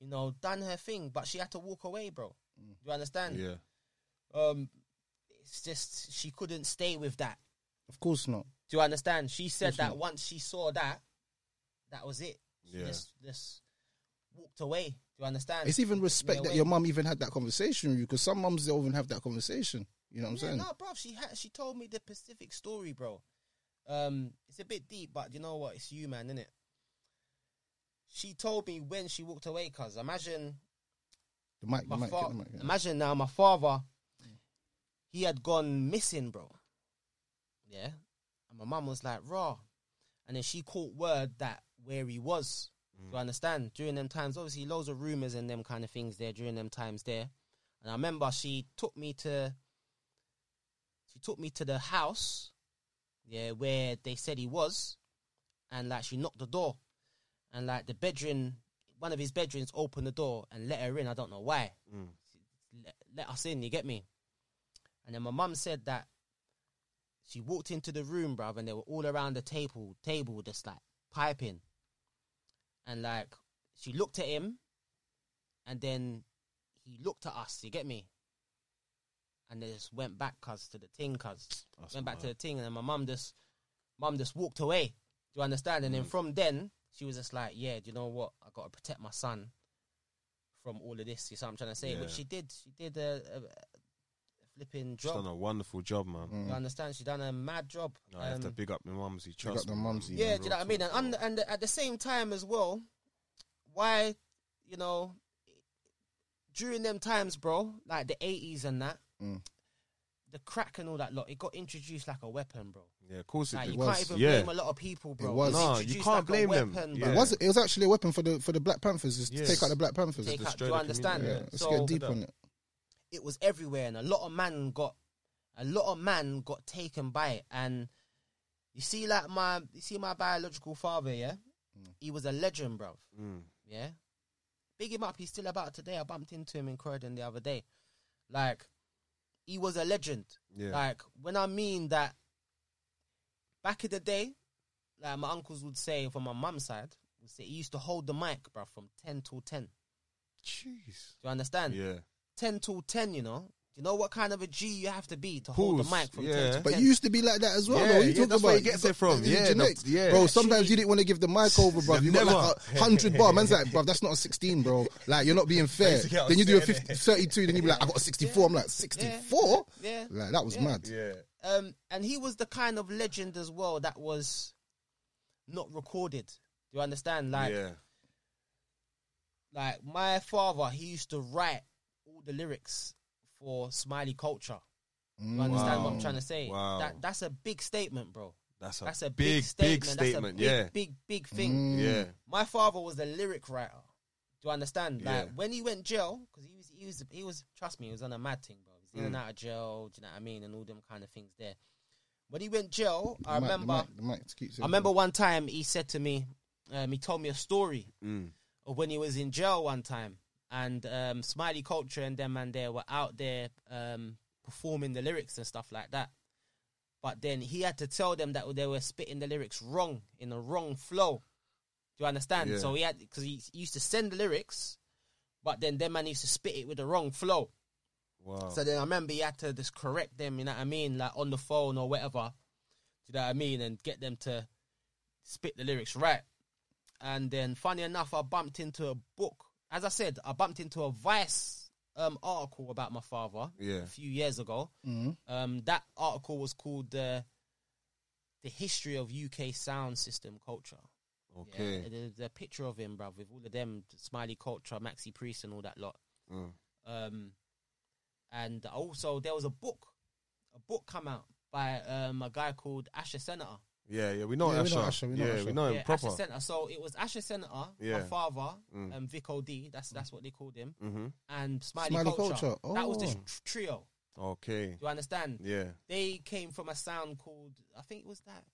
Speaker 3: you know, done her thing, but she had to walk away, bro.
Speaker 1: Mm.
Speaker 3: Do you understand?
Speaker 5: Yeah,
Speaker 3: Um, it's just she couldn't stay with that.
Speaker 1: Of course not.
Speaker 3: Do you understand? She said that once she saw that, that was it. She
Speaker 5: Yeah.
Speaker 3: just, just walked away. Do you understand?
Speaker 1: It's even
Speaker 3: Walked
Speaker 1: respect
Speaker 3: their
Speaker 1: that
Speaker 3: way.
Speaker 1: your mum even had that conversation with you because some mums don't even have that conversation. You know what I'm
Speaker 3: Yeah,
Speaker 1: saying?
Speaker 3: no, bruv, she had, she told me the Pacific story, bro. Um, it's a bit deep, but you know what? It's you, man, innit? She told me when she walked away, cause imagine
Speaker 1: The mic, the
Speaker 3: my
Speaker 1: mic,
Speaker 3: fa-
Speaker 1: the mic, yeah.
Speaker 3: imagine now my father he had gone missing bro yeah and my mum was like raw and then she caught word that where he was do you understand during them times obviously loads of rumors and them kind of things there during them times there and i remember she took me to she took me to the house yeah where they said he was and like she knocked the door and like the bedroom one of his bedrooms opened the door and let her in i don't know why let, let us in you get me and then my mum said that she walked into the room bruv and they were all around the table table just like piping and like she looked at him and then he looked at us you get me and they just went back cuz to the thing cuz went back to the thing and then my mum just mum just walked away do you understand
Speaker 5: Mm.
Speaker 3: and then from then she was just like yeah do you know what i got to protect my son from all of this you see what i'm trying to say which she did she did a, a, a flipping
Speaker 5: she's
Speaker 3: job Mm.
Speaker 5: done a wonderful job, man.
Speaker 3: you understand she done a mad job
Speaker 5: No, I have to
Speaker 3: Um,
Speaker 5: big up my mumsy.
Speaker 1: Big
Speaker 5: Trust
Speaker 1: up the
Speaker 5: me,
Speaker 1: mums,
Speaker 5: man.
Speaker 1: know.
Speaker 3: yeah, do you know what I mean? And, under, and at the same time as well, why, you know, during them times, bro, like the eighties and that,
Speaker 5: Mm.
Speaker 3: the crack and all that lot, it got introduced like a weapon, bro.
Speaker 5: Yeah, of course it
Speaker 3: Like
Speaker 5: did.
Speaker 3: you
Speaker 1: was.
Speaker 3: can't even
Speaker 5: Yeah.
Speaker 3: blame a lot of people, bro.
Speaker 1: It was.
Speaker 3: It
Speaker 5: No, you
Speaker 3: introduced
Speaker 5: can't
Speaker 3: like a
Speaker 5: blame them.
Speaker 3: weapon,
Speaker 5: Yeah.
Speaker 3: Bro.
Speaker 1: It was it was actually a weapon for the for the Black Panthers is
Speaker 5: Yes.
Speaker 1: to take out the Black Panthers.
Speaker 3: Take out, do
Speaker 5: destroy
Speaker 3: you
Speaker 5: the
Speaker 3: understand?
Speaker 5: community.
Speaker 1: yeah,
Speaker 5: Yeah.
Speaker 1: let's
Speaker 3: So
Speaker 1: get deep on it.
Speaker 3: it was everywhere, and a lot of man got, a lot of man got taken by it. And you see, like my, you see my biological father, yeah,
Speaker 5: Mm.
Speaker 3: he was a legend, bro. Yeah, big him up. He's still about today. I bumped into him in Croydon the other day. Like, he was a legend.
Speaker 5: Yeah.
Speaker 3: Like when I mean that, back in the day, like my uncles would say from my mum's side, would say he used to hold the mic, bro, from ten till ten.
Speaker 5: Jeez.
Speaker 3: Do you understand?
Speaker 5: Yeah,
Speaker 3: 10 till 10, you know. You know what kind of a G you have to be to hold
Speaker 5: Pause,
Speaker 3: the mic from
Speaker 5: yeah.
Speaker 3: 10 till 10.
Speaker 1: But you used to be like that as well.
Speaker 5: Yeah,
Speaker 1: though. What you
Speaker 5: yeah,
Speaker 1: talking
Speaker 5: that's
Speaker 1: about?
Speaker 5: where he gets it from.
Speaker 1: That's in
Speaker 5: Yeah,
Speaker 1: the
Speaker 5: no,
Speaker 1: genetics.
Speaker 5: yeah.
Speaker 1: bro. Sometimes you didn't want to give the mic over, bro. You got like a
Speaker 3: *laughs*
Speaker 1: hundred bar. Man's like, bro, that's not a sixteen, bro. Like you're not being fair.
Speaker 5: get
Speaker 1: Then you do a
Speaker 5: upset,
Speaker 1: 50, 32, Then you be like, I got a sixty-four. I'm like sixty-four.
Speaker 3: Yeah.
Speaker 1: Like that was mad.
Speaker 5: yeah,
Speaker 3: Um, and he was the kind of legend as well that was not recorded. Do you understand? Like,
Speaker 5: yeah.
Speaker 3: Like my father, he used to write all the lyrics for Smiley Culture. You understand what I'm trying to say?
Speaker 5: Wow.
Speaker 3: That that's a big statement, bro.
Speaker 5: That's a
Speaker 3: That's a
Speaker 5: big,
Speaker 3: big,
Speaker 5: big
Speaker 3: statement.
Speaker 5: statement,
Speaker 3: That's a
Speaker 5: yeah. Mm.
Speaker 3: big, big, big thing.
Speaker 5: Yeah.
Speaker 3: My father was a lyric writer. Do you understand? Like
Speaker 5: Yeah.
Speaker 3: when he went jail, because he was, he was, he was. Trust me, he was on a mad thing, bro. He's in
Speaker 5: Mm.
Speaker 3: and out of jail. Do you know what I mean? And all them kind of things there. When he went jail,
Speaker 1: The
Speaker 3: I
Speaker 1: mic- the
Speaker 3: remember.
Speaker 1: mic- the mic keeps
Speaker 3: I remember one time he said to me, um, he told me a story of when he was in jail one time, and um, Smiley Culture and them and there were out there um, performing the lyrics and stuff like that. But then he had to tell them that they were spitting the lyrics wrong in the wrong flow. Do you understand?
Speaker 5: Yeah.
Speaker 3: So he had because he used to send the lyrics, but then them man used to spit it with the wrong flow.
Speaker 5: Wow.
Speaker 3: So then I remember he had to just correct them, you know what I mean, like on the phone or whatever. Do you know what I mean? And get them to spit the lyrics right. And then, funny enough, I bumped into a book. As I said, I bumped into a Vice um, article about my father
Speaker 5: Yeah.
Speaker 3: a few years ago. Um, that article was called uh, "The History of UK Sound System Culture."
Speaker 5: Okay.
Speaker 3: Yeah, there's a picture of him, bruv, with all of them, Smiley Culture, Maxi Priest, and all that lot.
Speaker 5: Mm.
Speaker 3: Um, and also there was a book, a book come out by um, a guy called Asher Senator.
Speaker 5: Yeah, yeah, we know
Speaker 1: Yeah, we
Speaker 5: Asher.
Speaker 1: know Asher, we know
Speaker 5: yeah,
Speaker 1: Asher.
Speaker 5: we know him
Speaker 3: Yeah,
Speaker 5: Oh, proper.
Speaker 3: Asher Senator. So it was Asher Senator, my
Speaker 5: Yeah. Mm.
Speaker 3: father, um, Vic O'D. That's that's what they called him,
Speaker 5: Mm-hmm.
Speaker 3: and Smiley,
Speaker 1: Smiley
Speaker 3: Culture.
Speaker 1: Culture,
Speaker 3: That was the
Speaker 1: oh.
Speaker 3: tr- trio.
Speaker 5: Okay.
Speaker 3: Do you understand?
Speaker 5: Yeah.
Speaker 3: They came from a sound called I think it was that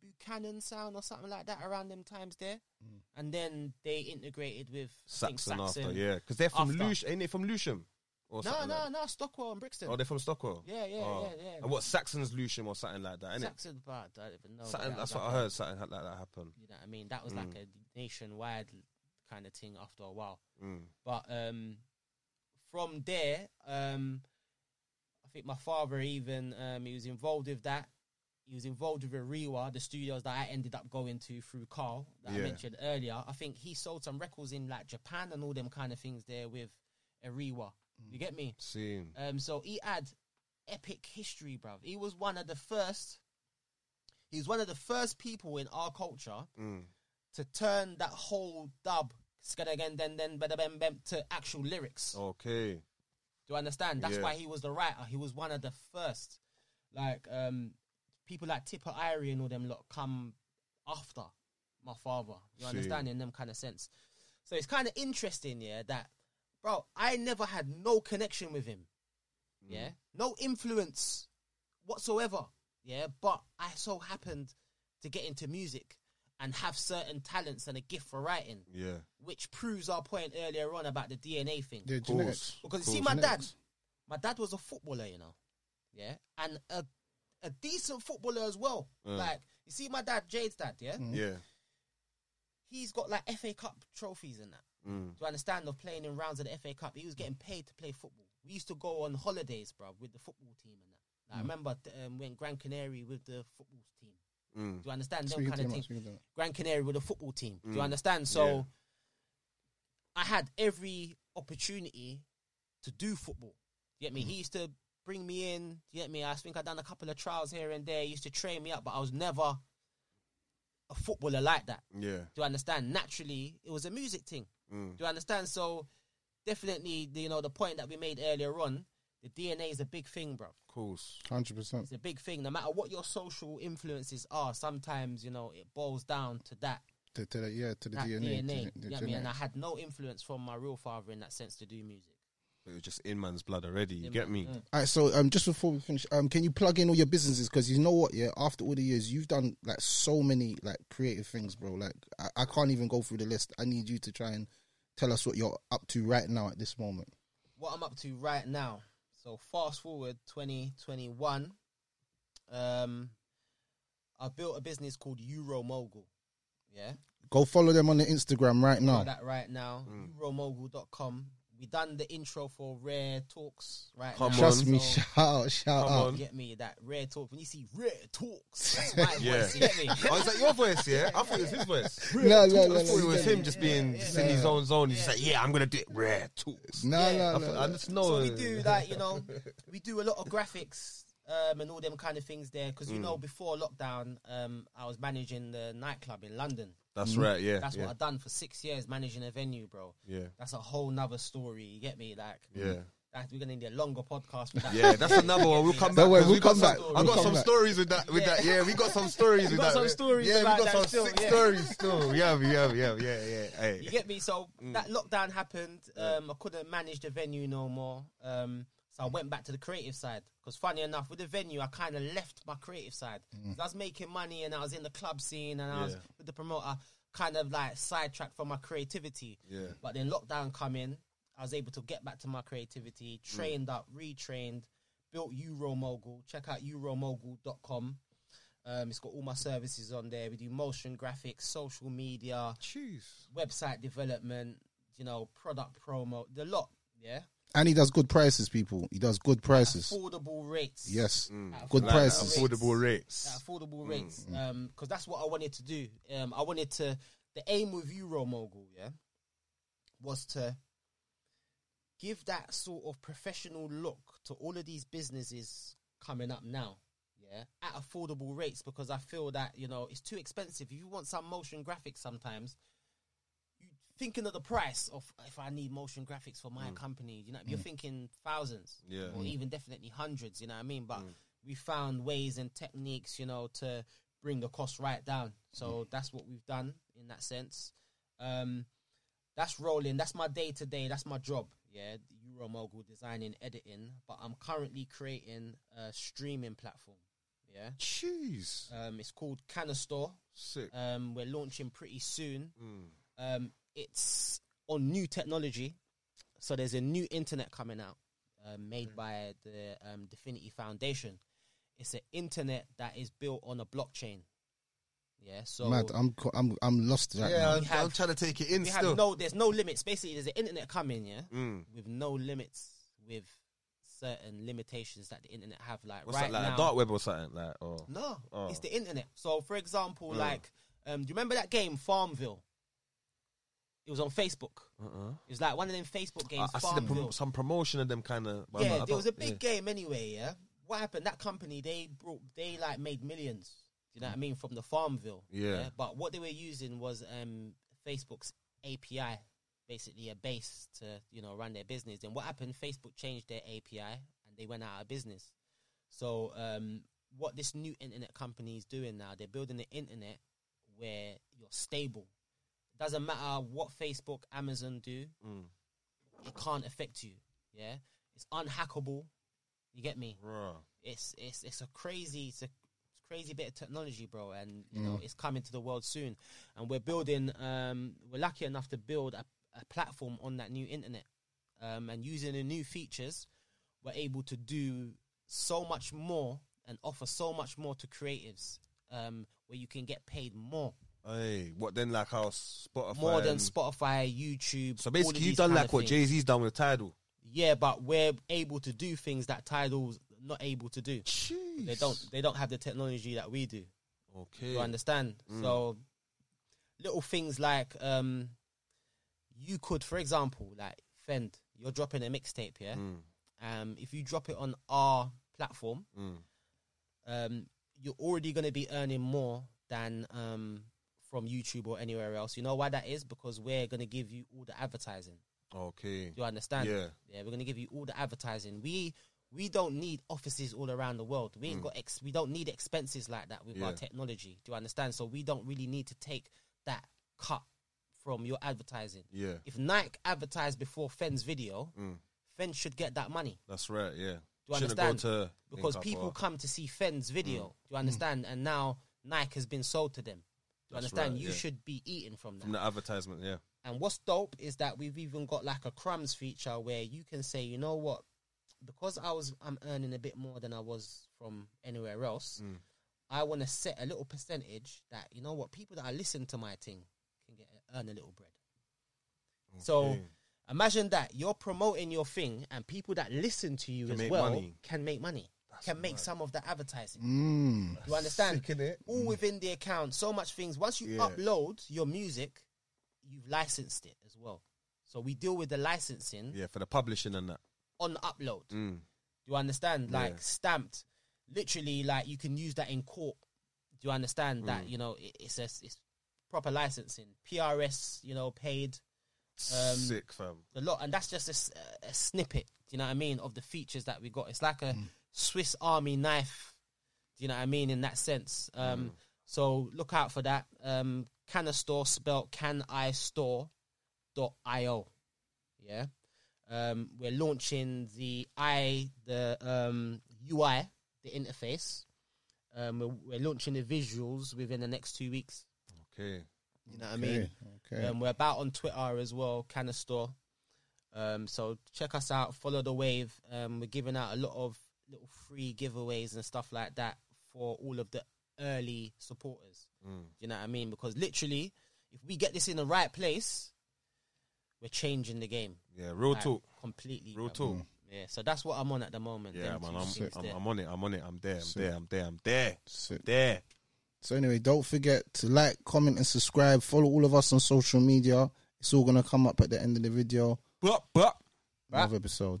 Speaker 3: Buchanan sound or something like that around them times there,
Speaker 1: Mm.
Speaker 3: and then they integrated with I think,
Speaker 5: Saxon after,
Speaker 3: Saxon.
Speaker 5: yeah. Because they're from
Speaker 3: after.
Speaker 5: Lush, ain't they from Lusham? Or
Speaker 3: No,
Speaker 5: something
Speaker 3: no,
Speaker 5: like
Speaker 3: no, Stockwell and Brixton.
Speaker 5: that? Oh, they're from Stockwell?
Speaker 3: Yeah, yeah,
Speaker 5: Oh.
Speaker 3: yeah, yeah.
Speaker 5: And what, Saxon's Lusham or something like that, innit?
Speaker 3: Saxon, but I don't even know. but
Speaker 5: Something,
Speaker 3: that
Speaker 5: that's
Speaker 3: was
Speaker 5: what I
Speaker 3: like a-
Speaker 5: heard, Mm. something like that happen.
Speaker 3: You know what I mean? That was like a nationwide kind of thing after a while.
Speaker 5: Mm,
Speaker 3: But um, from there, um, I think my father even um, he was involved with that. He was involved with Ariwa, the studios that I ended up going to through Carl that I
Speaker 5: Yeah.
Speaker 3: mentioned earlier. I think he sold some records in like Japan and all them kind of things there with Ariwa.
Speaker 5: Mm.
Speaker 3: You get me?
Speaker 5: Seen.
Speaker 3: Um, so he had epic history, bruv. He was one of the first. He was one of the first people in our culture to turn that whole dub "Skada again then then bada bem bem to actual
Speaker 5: Oh,
Speaker 3: lyrics.
Speaker 5: Okay.
Speaker 3: Do you understand? That's
Speaker 5: Yeah.
Speaker 3: why he was the writer. He was one of the first. Like um, people like Tipper Irie and all them lot come after my father. You understand in them kind of sense. So it's kind of interesting, yeah. That bro, I never had no connection with him. Yeah, no influence whatsoever. Yeah, but I so happened to get into music and have certain talents and a gift for writing,
Speaker 5: Yeah.
Speaker 3: which proves our point earlier on about the DNA thing.
Speaker 1: Yeah, genetics.
Speaker 3: Because you see, my dad, my dad was a footballer, you know, yeah, and a a decent footballer as well. Like you see, my dad, Jade's dad, yeah,
Speaker 5: Yeah.
Speaker 3: he's got like FA Cup trophies and that. Do you understand? Of playing in rounds of the FA Cup, he was getting paid to play football. We used to go on holidays, bruv, with the football team and that. Like, I remember um, when Grand Canary with the football team. Do you understand? Them
Speaker 1: Speaking
Speaker 3: kind of
Speaker 1: to them,
Speaker 3: thing.
Speaker 1: speaking to them.
Speaker 3: Grand Canary with a football team. Do you understand? So
Speaker 5: Yeah.
Speaker 3: I had every opportunity to do football. You get me? He used to bring me in. You get me? I think I done a couple of trials here and there. He used to train me up, but I was never a footballer like that.
Speaker 5: Yeah.
Speaker 3: Do you understand? Naturally, it was a music thing. Do you understand? So definitely, you know, the point that we made earlier on, the DNA is a big thing, bro.
Speaker 5: Of course.
Speaker 1: Hundred percent.
Speaker 3: It's a big thing. No matter what your social influences are, sometimes you know it boils down to that
Speaker 1: To, to the, yeah, to the
Speaker 3: that
Speaker 1: DNA.
Speaker 3: DNA.
Speaker 1: DNA.
Speaker 3: you know what I mean? And I had no influence from my real father in that sense to do music.
Speaker 5: It was just in man's blood already, you get me?
Speaker 3: mm.
Speaker 1: All right, so um, just before we finish, um, can you plug in all your businesses? Because you know what, yeah, after all the years, you've done like so many like creative things, bro. Like I, I can't even go through the list. I need you to try and tell us what you're up to right now at this moment.
Speaker 3: What I'm up to right now. So fast forward 2021. Um, I built a business called Euro Mogul. Yeah.
Speaker 1: Go follow them on the Instagram right
Speaker 3: Follow
Speaker 1: now.
Speaker 3: that right now.
Speaker 5: Mm.
Speaker 3: Euromogul.com. We done the intro for Rare Talks right
Speaker 5: Come
Speaker 3: now.
Speaker 1: Trust
Speaker 5: on.
Speaker 1: me,
Speaker 3: so-
Speaker 1: *laughs* shout shout
Speaker 5: Come
Speaker 1: out.
Speaker 5: on.
Speaker 3: Get me that Rare Talk. When you see Rare Talks,
Speaker 5: *laughs*
Speaker 3: that's my voice.
Speaker 5: Yeah.
Speaker 3: You get me?
Speaker 5: oh, is that your voice, yeah? I thought it was his
Speaker 3: *laughs*
Speaker 5: voice.
Speaker 1: No, no,
Speaker 5: I
Speaker 1: no,
Speaker 5: thought it
Speaker 1: no,
Speaker 5: was him just being just in his own zone. He's like, yeah, I'm going to do it rare talks.
Speaker 1: no, no,
Speaker 5: I,
Speaker 1: no.
Speaker 5: thought- I just know.
Speaker 3: So we do like you know, we do a lot of graphics um, and all them kind of things there. Because you know,
Speaker 5: Mm.
Speaker 3: before lockdown, um, I was managing the nightclub in London.
Speaker 5: That's right, yeah.
Speaker 3: That's
Speaker 5: yeah.
Speaker 3: what I've done for six years, managing a venue, bro.
Speaker 5: Yeah.
Speaker 3: that's a whole nother story. You get me? Like,
Speaker 5: Yeah.
Speaker 3: that, we're gonna need a longer podcast. For that.
Speaker 5: Yeah, that's
Speaker 3: *laughs*
Speaker 5: another one. We'll come back.
Speaker 1: worry,
Speaker 5: 'cause
Speaker 1: we'll
Speaker 5: we got
Speaker 1: come back.
Speaker 5: some-
Speaker 1: We'll
Speaker 5: I got
Speaker 1: come
Speaker 5: some
Speaker 1: back.
Speaker 5: stories with that. With that, yeah, we got some stories
Speaker 3: *laughs*
Speaker 5: with
Speaker 3: got
Speaker 5: that.
Speaker 3: some stories
Speaker 5: Yeah,
Speaker 3: about
Speaker 5: we got
Speaker 3: that
Speaker 5: some
Speaker 3: still,
Speaker 5: sick
Speaker 3: yeah.
Speaker 5: stories still. Yeah, we have, yeah, yeah, yeah, yeah.
Speaker 3: You
Speaker 5: Hey. Mm.
Speaker 3: get me? So that lockdown happened. Um, I couldn't manage the venue no more. Um, so I went back to the creative side. Because funny enough, with the venue, I kind of left my creative side.
Speaker 5: Mm.
Speaker 3: 'Cause I was making money and I was in the club scene and I was with the promoter, kind of like sidetracked from my creativity.
Speaker 5: Yeah.
Speaker 3: But then lockdown come in, I was able to get back to my
Speaker 5: Mm.
Speaker 3: creativity, trained up, retrained, built Euro Mogul. Check out euromogul.com. Um, it's got all my services on there. We do motion graphics, social media, website development, you know, product promo, the lot, yeah.
Speaker 1: And he does good prices, people. He does good prices.
Speaker 3: Affordable rates.
Speaker 1: Yes,
Speaker 5: Mm.
Speaker 3: At
Speaker 1: good
Speaker 3: affordable
Speaker 1: prices.
Speaker 3: rates.
Speaker 5: Affordable rates.
Speaker 3: At affordable rates. Because that's what I wanted to do. Um, I wanted to, the aim with Euro Mogul, yeah, was to give that sort of professional look to all of these businesses coming up now. Yeah, at affordable rates because I feel that you know it's too expensive. If you want some motion graphics, sometimes you thinking of the price of if I need motion graphics for my company, you know, you're thinking thousands,
Speaker 5: Yeah.
Speaker 3: or even definitely hundreds. You know what I mean? But we found ways and techniques, you know, to bring the cost right down. So that's what we've done in that sense. Um, that's rolling. That's my day to day. That's my job. Yeah, Euro mogul designing, editing. But I'm currently creating a streaming platform. Yeah,
Speaker 5: Jeez.
Speaker 3: um, it's called Canistore.
Speaker 5: Sick. Mm.
Speaker 3: Um, we're launching pretty soon. Um, it's on new technology, so there's a new internet coming out, uh,
Speaker 5: Mm.
Speaker 3: made by the um, Definity Foundation. It's an internet that is built on a blockchain. Yeah, so
Speaker 1: Mad. I'm co- I'm I'm lost right
Speaker 5: Yeah,
Speaker 1: now.
Speaker 5: I'm,
Speaker 3: have-
Speaker 5: I'm trying to take it in
Speaker 3: we
Speaker 5: still. Mm.
Speaker 3: have no there's no limits basically there's an internet coming yeah with no limits with certain limitations that the internet have like
Speaker 5: What's
Speaker 3: right
Speaker 5: that, like
Speaker 3: now
Speaker 5: a dark web or something? Like, oh.
Speaker 3: no
Speaker 5: Oh. Mm.
Speaker 3: it's the internet so for example like um, do you remember that game farmville it was on facebook uh-uh. it was like one of them facebook
Speaker 5: I,
Speaker 3: games
Speaker 5: I see the
Speaker 3: farmville
Speaker 5: prom- some promotion of them kind of.
Speaker 3: yeah there was a big game anyway yeah what happened that company they brought they like made millions do you know what i mean from the farmville
Speaker 5: Yeah.
Speaker 3: but what they were using was um facebook's api basically a base to you know run their business then what happened facebook changed their api and they went out of business so um what this new internet company is doing now they're building an internet where you're stable doesn't matter what facebook amazon do it can't affect you. Yeah, it's unhackable. You get me? It's it's it's a crazy it's a it's a crazy bit of technology, bro,
Speaker 5: Mm.
Speaker 3: and you know it's coming to the world soon. And we're building. Um, we're lucky enough to build a, a platform on that new internet, um, and using the new features, we're able to do so much more and offer so much more to creatives. Um, where you can get paid more,
Speaker 5: Hey, what then? Like how Spotify.
Speaker 3: more than
Speaker 5: and-
Speaker 3: Spotify, YouTube.
Speaker 5: So
Speaker 3: all of
Speaker 5: basically, you
Speaker 3: these
Speaker 5: done
Speaker 3: kind
Speaker 5: like
Speaker 3: of
Speaker 5: what
Speaker 3: things.
Speaker 5: Jay Z's done with Tidal.
Speaker 3: Yeah, but we're able to do things that Tidal's not able to do.
Speaker 5: Jeez.
Speaker 3: They don't. They don't have the technology that we do.
Speaker 5: Okay.
Speaker 3: You understand? So little things like um, you could, for example, like Fend, you're dropping a mixtape, yeah. Um, if you drop it on our platform,
Speaker 6: mm,
Speaker 3: um, you're already going to be earning more than um from YouTube or anywhere else. You know why that is? Because we're going to give you all the advertising.
Speaker 5: Okay.
Speaker 3: Do you understand?
Speaker 5: Yeah.
Speaker 3: Yeah, we're gonna give you all the advertising. We we don't need offices all around the world. We ain't got ex- we don't need expenses like that with our
Speaker 5: Mm. Yeah.
Speaker 3: technology. Do you understand? So we don't really need to take that cut from your advertising.
Speaker 5: Yeah.
Speaker 3: If Nike advertised before Fen's video, Fen should get that money.
Speaker 5: That's right. Yeah.
Speaker 3: Do you
Speaker 5: Shouldn't go
Speaker 3: understand?
Speaker 5: to Link
Speaker 3: because
Speaker 5: Up
Speaker 3: people
Speaker 5: or- Mm.
Speaker 3: come to see Fen's video. Do you understand? And now Nike has been sold to them. Do you
Speaker 5: That's
Speaker 3: understand?
Speaker 5: right,
Speaker 3: you
Speaker 5: yeah.
Speaker 3: should be eating from that.
Speaker 5: from the advertisement. Yeah.
Speaker 3: And what's dope is that we've even got like a crumbs feature where you can say, you know what, because I was I'm earning a bit more than I was from anywhere else, I want to set a little percentage that you know what people that are listening to my thing can get earn a little bread. So imagine that you're promoting your thing and people that listen to you as
Speaker 5: make
Speaker 3: well
Speaker 5: money.
Speaker 3: can make money. can make some of the advertising.
Speaker 1: Mm.
Speaker 3: You understand?
Speaker 5: Sick, innit?
Speaker 3: All within the account, so much things. Once you
Speaker 5: Yeah.
Speaker 3: upload your music, you've licensed it as well. So we deal with the licensing
Speaker 5: Yeah. For the publishing and that.
Speaker 6: Mm.
Speaker 3: Um, on the upload. Do you understand? Like stamped. literally like you can use that in court. Do you understand that? You know, it, it's a, it's proper licensing, PRS. You know, paid
Speaker 6: Sick fam.
Speaker 3: a lot, and that's just a s- a, snippet. Do you know what I mean of the features that we got? It's like a Swiss Army knife. Do you know what I mean in that sense? Um, So look out for that. Um, can a store spelled can I store dot io. Yeah, um, we're launching the i the um, UI the interface. Um, we're, we're launching the visuals within the next two weeks.
Speaker 6: Okay.
Speaker 3: You know what I mean?
Speaker 1: okay.
Speaker 3: Um, we're about on Twitter as well, Canna Store. Um, so check us out, follow the wave. Um, we're giving out a lot of little free giveaways and stuff like that for all of the early supporters.
Speaker 6: Mm.
Speaker 3: You know what I mean? Because literally, if we get this in the right place, we're changing the game.
Speaker 6: Yeah, real
Speaker 3: Like,
Speaker 6: talk.
Speaker 3: Completely.
Speaker 6: Real
Speaker 1: Mm.
Speaker 6: talk.
Speaker 3: Yeah, so that's what I'm on at the moment.
Speaker 6: Yeah,
Speaker 3: Them
Speaker 6: man,
Speaker 3: two
Speaker 6: I'm,
Speaker 3: things
Speaker 6: I'm,
Speaker 3: there.
Speaker 6: I'm on it. I'm on it. I'm there. I'm there. I'm there. I'm there.
Speaker 1: Sick.
Speaker 6: There.
Speaker 1: So anyway, don't forget to like, comment, and subscribe. Follow all of us on social media. It's all gonna come up at the end of the video.
Speaker 6: But but
Speaker 1: Another episode.